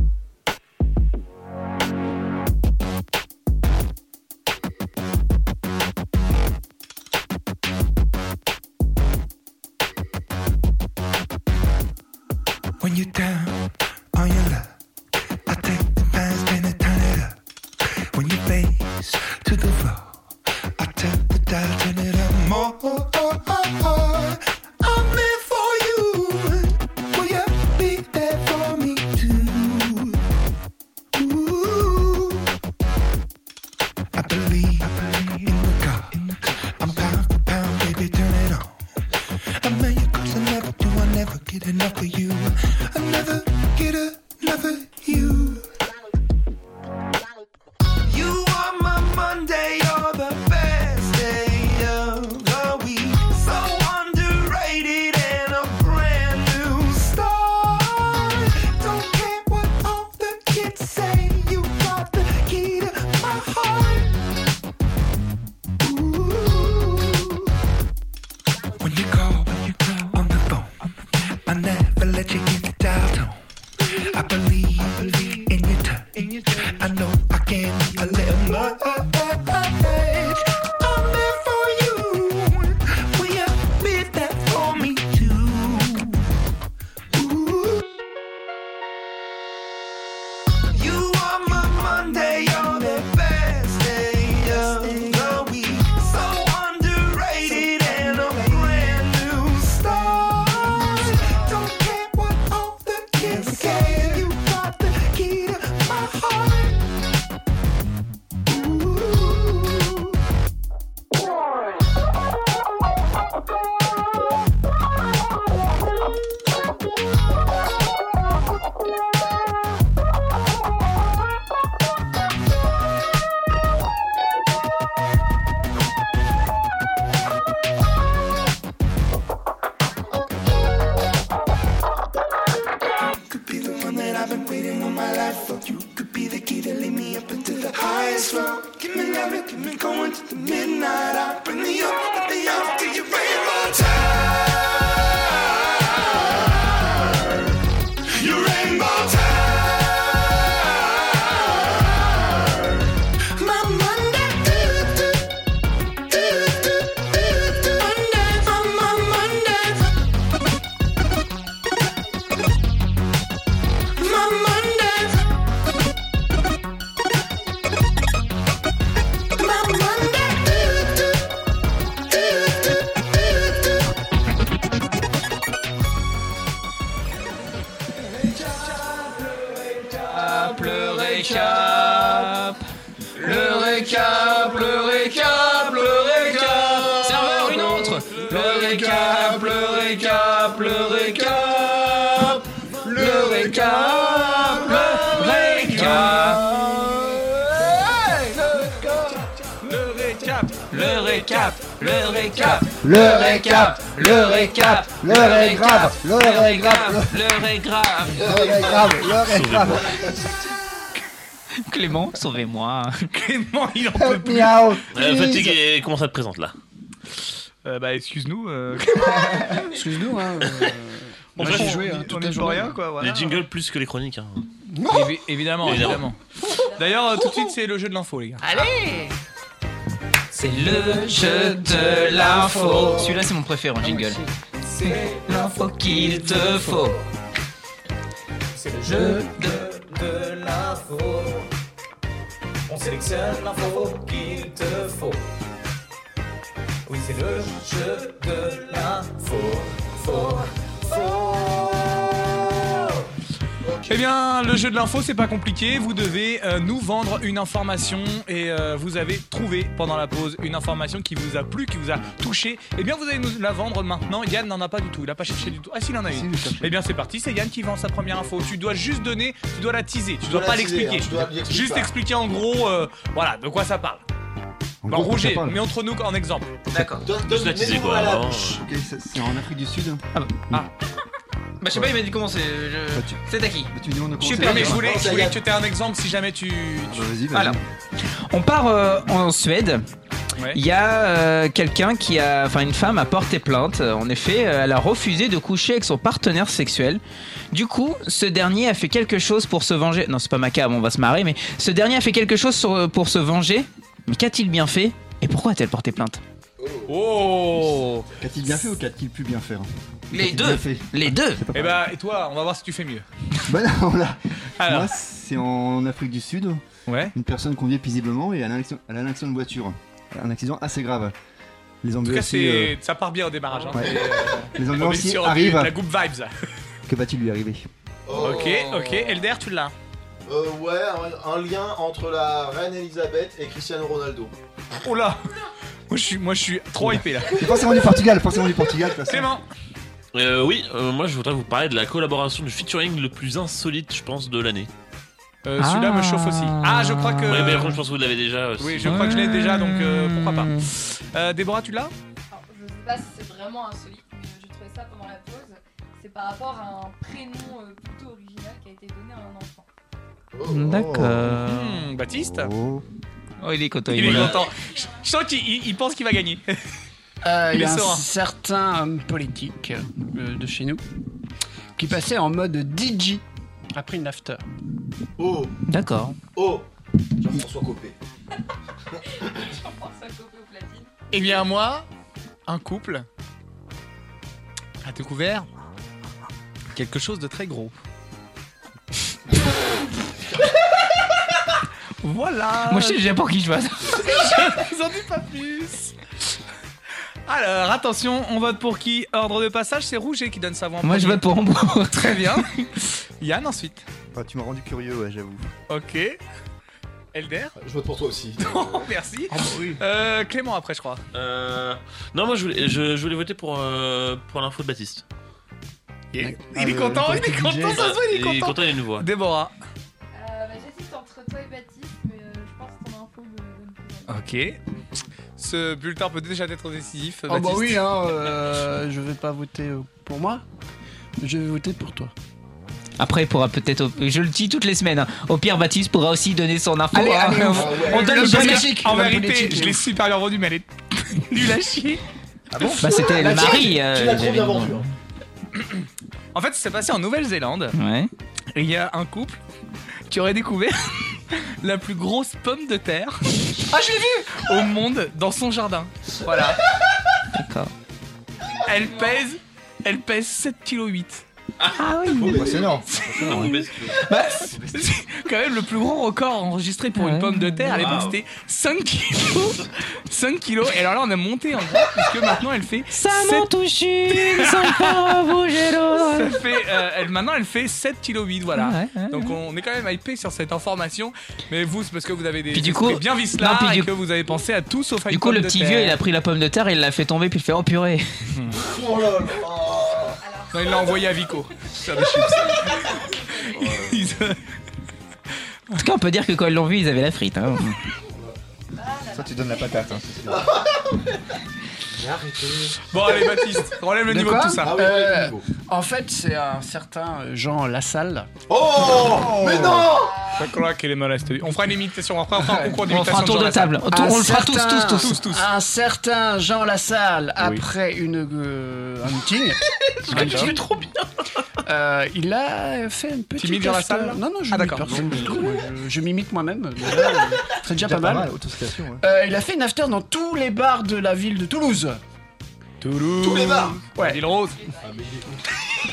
P: When you're down on your luck, I take the past and I turn it up. When you face to the floor, I turn the dial, turn it up more. I'm there for you. Will you be there for me too? Ooh. I believe in the car. I'm pound for pound, baby, turn it on. I know you cause I never do, I never get enough of you. I never get enough of you. You are my Monday, you're the best day of the week. So
S: autres. Le récap, le récap, le récap, le récap, le récap.
B: Le récap, le récap, le récap,
S: Le récap, le récap, le récap,
B: le récap, le récap,
A: le récap, le récap.
S: Clément, sauvez-moi. Clément, il en
A: peut
B: (laughs)
S: plus.
D: Euh, fatigué, comment ça te présente là
B: Euh, bah, excuse-nous.
D: (laughs)
B: euh,
C: Excuse-nous, hein.
B: (laughs) On
D: va
B: va jouer, hein, toute la journée.
D: Les jingles plus que les chroniques. hein.
B: Évi- évidemment, évidemment.
D: Évidemment.
B: D'ailleurs, euh, tout de suite, c'est le jeu de l'info, les gars. Ah,
S: Allez
A: C'est le jeu de l'info. Celui-là, c'est mon préféré en jingle.
S: C'est
A: l'info qu'il te faut.
S: C'est le
A: jeu
S: de, l'info. On sélectionne l'info qu'il te faut. Oui, c'est le jeu de l'info.
B: Eh bien, le jeu de l'info, c'est pas compliqué. Vous devez euh, nous vendre une information et euh, vous avez trouvé pendant la pause une information qui vous a plu, qui vous a touché. Eh bien, vous allez nous la vendre maintenant. Yann n'en a pas du tout. Il a pas cherché du tout. Ah, s'il en a une. eh bien, c'est parti. C'est Yann qui vend sa première info. Tu dois juste donner, tu dois la teaser. Tu, dois
E: dois
B: pas
E: la teaser,
B: l'expliquer.
E: hein, tu dois l'expliquer
B: juste
E: pas.
B: expliquer en gros, euh, voilà, de quoi ça parle.
H: En gros,
B: Bon,
H: de quoi ça
B: Roger,
H: parle
B: mais entre nous en exemple. D'accord.
D: Juste la teaser, quoi. avant, euh,
H: Ok, ça- c'est en Afrique du Sud. hein.
A: Ah, Bah, je sais pas, il m'a dit comment c'est. je-
H: Bah,
A: C'est à qui Je suis
B: Super,
A: perdu.
B: mais je voulais, je voulais que tu aies un exemple si jamais tu.
H: Ah, bah,
B: tu-
A: Alors, on part euh, en Suède.
B: Ouais.
A: Il y a euh, quelqu'un qui a, enfin une femme a porté plainte. En effet, euh, elle a refusé de coucher avec son partenaire sexuel. Du coup, ce dernier a fait quelque chose pour se venger. Non, c'est pas macabre, on va se marrer, mais ce dernier a fait quelque chose sur- euh, pour se venger. Mais qu'a-t-il bien fait Et pourquoi a-t-elle porté plainte
B: Ah. Oh
H: Qu'a-t-il bien fait ou qu'a-t-il pu bien faire hein
A: Les
H: Qu'a-t-il
A: deux.
H: bien fait
A: Les deux
H: C'est pas
B: Eh
H: pareil.
B: bah, et toi, on va voir si tu fais mieux.
H: Bah non, là
B: Alors.
H: Moi, c'est en Afrique du Sud.
B: Ouais.
H: Une personne conduit paisiblement et elle a un accident, elle a un accident de voiture. Un accident assez grave. Les
B: En tout cas,
H: ambulanciers.
B: c'est, ça part bien au démarrage. Hein,
H: euh, Ouais.
B: C'est, euh,
H: Les
B: on est
H: ambulanciers
B: sur du-
H: arrivent.
B: La groupe Vibes.
H: euh, Que va-t-il lui arriver
B: Ok, ok. Elder, tu l'as.
E: Euh, ouais, un- un lien entre la reine Elisabeth et Cristiano Ronaldo.
B: Oh là Moi, je suis, moi, je suis trop hypé là.
H: C'est forcément du Portugal, forcément du Portugal. de toute façon.
B: Clément
D: Euh, oui, euh, moi je voudrais vous parler de la collaboration du featuring le plus insolite, je pense, de l'année.
B: Euh, Celui-là me chauffe aussi. Ah, je crois que.
D: Ouais, mais par contre, je pense que vous l'avez déjà. euh,
B: Oui,
D: si-
B: je crois que je l'ai déjà, donc euh, pourquoi pas. Euh, Déborah, tu l'as
I: Je sais pas si c'est vraiment insolite, mais euh, j'ai trouvé ça pendant la pause. C'est par rapport à un prénom euh, plutôt original qui a été donné à un enfant.
A: D'accord.
B: Hmm, Baptiste
H: oh.
A: Euh, il est content.
B: Il est
A: voilà.
B: content. Je, je sens qu'il il- il pense qu'il va gagner. (laughs)
C: Euh, il y
B: est
C: a un
B: serein.
C: certain homme politique euh, de chez nous qui passait en mode DJ après une after.
E: Oh,
A: D'accord.
E: oh, Jean-François Copé.
I: Jean-François Copé au platine.
B: Eh bien, moi, un couple a découvert quelque chose de très gros. voilà.
A: Moi, je sais déjà pour qui je
B: vais. (laughs)
A: passe.
B: je vous en dis pas plus. Alors, attention, on vote pour qui Ordre de passage, c'est Rouget qui donne sa voix. en
A: Moi, je
B: premier.
A: vote pour Hambourg.
B: (laughs) Très bien. Yann, ensuite.
H: Ah, tu m'as rendu curieux, ouais, j'avoue.
B: Ok. Elder
E: Je vote pour toi
B: (laughs)
E: aussi. Ah, bah
B: Oh, merci. Euh, Clément, après, je crois.
D: Euh, Non, moi je voulais, je, je voulais voter pour, euh, pour l'info de Baptiste.
B: Il est content, il est content, ça se voit, il est
D: Il est
B: content.
D: content, il est nouveau. ouais.
B: Déborah.
I: Euh, bah, J'hésite entre toi et Baptiste, mais euh, je pense que ton info me donne plus.
B: Ok. Ce bulletin peut déjà être décisif.
C: Oh bah
B: Baptiste.
C: oui, hein, euh, je vais pas voter euh, pour moi, je vais voter pour toi.
A: Après, il pourra peut-être. au- Je le dis toutes les semaines. hein. Au pire, Baptiste pourra aussi donner son info.
C: Allez,
A: Ah,
C: allez,
A: on-
C: ouf.
A: on donne
C: Le
A: le
C: bon
A: bonheur.
C: éthique,
B: En
C: le
B: vérité,
C: politique,
B: je
C: oui.
B: l'ai super bien vendu, mais elle est (laughs) nulle à chier.
A: bon Bah, c'était le mari, euh, j'avais dit, bon.
C: hein.
B: En fait, ça s'est passé en Nouvelle-Zélande.
A: Ouais.
B: Et il y a un couple qui aurait découvert (laughs) la plus grosse pomme de terre. Ah, je l'ai vu Au monde dans son jardin. Voilà.
A: D'accord.
B: Elle pèse, elle pèse 7,8 kg.
A: Ah oui,
B: (laughs)
G: impressionnant.
D: Ah,
B: Bah, c'est quand même le plus grand record enregistré pour une pomme de terre. À l'époque,
D: Wow.
B: c'était 5 kilos. 5 kilos. Et alors là, on a monté en gros, puisque maintenant, elle fait.
A: Ça
B: sept-
A: m'en touche une sans faire bouger
B: Ça
A: l'eau.
B: fait, euh, elle, maintenant, elle fait 7,8 kg. Voilà.
A: Ouais, ouais,
B: Donc,
A: ouais.
B: on est quand même hypé sur cette information. Mais vous, c'est parce que vous avez des.
A: Puis du
B: vous
A: coup-
B: êtes bien vicelard
A: Non, puis
B: et
A: du-
B: que vous avez pensé à tout sauf à
A: Du
B: une
A: coup,
B: pomme
A: le
B: de
A: petit
B: terre.
A: vieux, il a pris la pomme de terre, il l'a fait tomber, puis il fait Oh purée.
B: (laughs) Non, il l'a envoyé à Vico. Faire des chips. Ils-
A: En tout cas, on peut dire que quand ils l'ont vu, ils avaient la frite. hein.
G: Ça, tu donnes la patate. hein.
B: Bon, allez, Baptiste, relève le
C: De
B: niveau
C: quoi
B: de tout ça.
C: Ah oui, Euh, En fait, c'est un certain euh, Jean Lassalle.
B: Oh Mais non Je crois qu'il est mal à cette- On fera une imitation après, on fera un concours d'imitation. Jean Lassalle.
C: Ah, certain-
B: tous, tous.
C: Un certain Jean Lassalle, après une, euh,
B: (laughs)
C: un meeting.
B: Je continue
C: trop bien. il a fait une petite.
B: Timide Jean
C: after-
B: Lassalle
C: Non, non, je
B: Ah,
C: m'imite
B: d'accord.
C: personne
B: Non,
C: du tout. Moi, je- Je m'imite moi-même. déjà, euh, C'est déjà pas mal. Euh, il a fait une after dans tous les bars de la ville de Toulouse.
B: Toulouse.
C: Tous les bars.
B: Ouais. Ville Rose.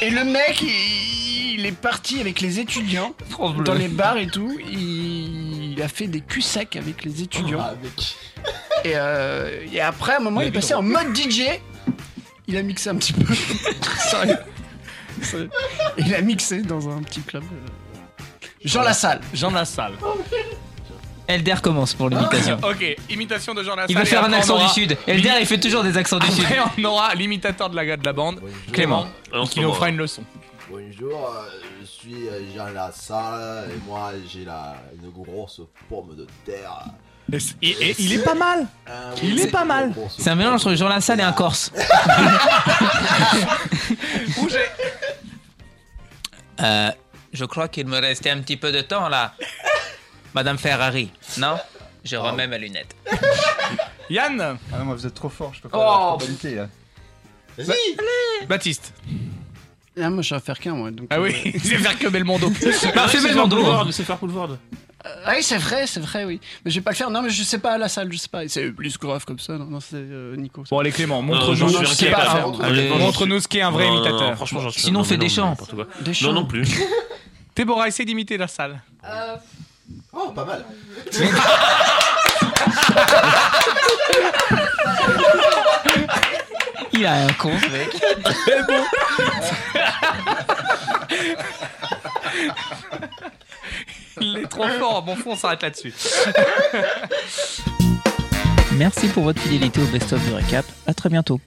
C: Et le mec, il, il est parti avec les étudiants
B: France Bleu.
C: dans les bars et tout. Il, il a fait des cul secs avec les étudiants. Et, euh, et après, à un moment,
B: Il
C: il est
B: habite
C: passé
B: en-
C: en mode DJ. Il a mixé un petit peu. (laughs) Sérieux. Sérieux. Il a mixé dans un petit club. euh, Jean Lassalle.
B: Jean Lassalle.
A: Elder commence pour l'imitation.
B: ok, imitation de Jean Lassalle.
A: Il veut
B: et
A: faire un
B: après, on
A: accent
B: aura-
A: du Sud. Elder, il fait toujours des accents du Sud.
B: Après, on aura l'imitateur de la gars de la bande, Clément,
A: Alors,
B: qui nous
A: Clément.
B: fera une leçon.
E: Bonjour, euh, je suis euh, Jean Lassalle et moi j'ai la une grosse pomme de terre.
B: Et, et il est pas mal. Il est pas mal.
A: C'est un mélange entre Jean Lassalle et un Corse. Euh, je crois qu'il me restait un petit peu de temps (laughs) là. Madame Ferrari, non Je remets ma lunette.
B: Yann
G: Ah non, moi, vous êtes trop fort, je peux pas.
A: Oh.
G: avoir trop qualité, là.
B: Baptiste.
C: Là, Ah, moi, je vais faire qu'un, moi. donc,
B: Ah oui, (laughs)
C: euh,
G: (laughs)
B: il sait faire que (laughs) Belmondo.
C: Ah, c'est Belmondo.
T: C'est faire Boulevard.
C: Euh, ah oui, c'est vrai, c'est vrai, oui. Mais je vais pas le faire. Non, mais je sais pas à la salle, je sais pas. C'est plus grave comme ça. Non, non, c'est euh, Nico.
B: Bon, allez, Clément,
T: Non,
B: montre-nous
T: j'en suis
B: ce qu'est
T: incapable. Honnêtement,
B: pas- Allez,
T: j'en suis-
B: montre-nous ce qu'est un vrai
T: Non, non, non,
B: imitateur.
T: franchement, j'en suis- non, mais non, n'importe quoi. Non, non plus.
B: (laughs) Déborah, essaie d'imiter la salle.
E: Oh, pas mal.
A: Il a un con, ce mec.
B: C'est bon. Il est trop fort. Bon, fond, on s'arrête (laughs) là-dessus.
A: Merci pour votre fidélité au Best of du Recap. À très bientôt.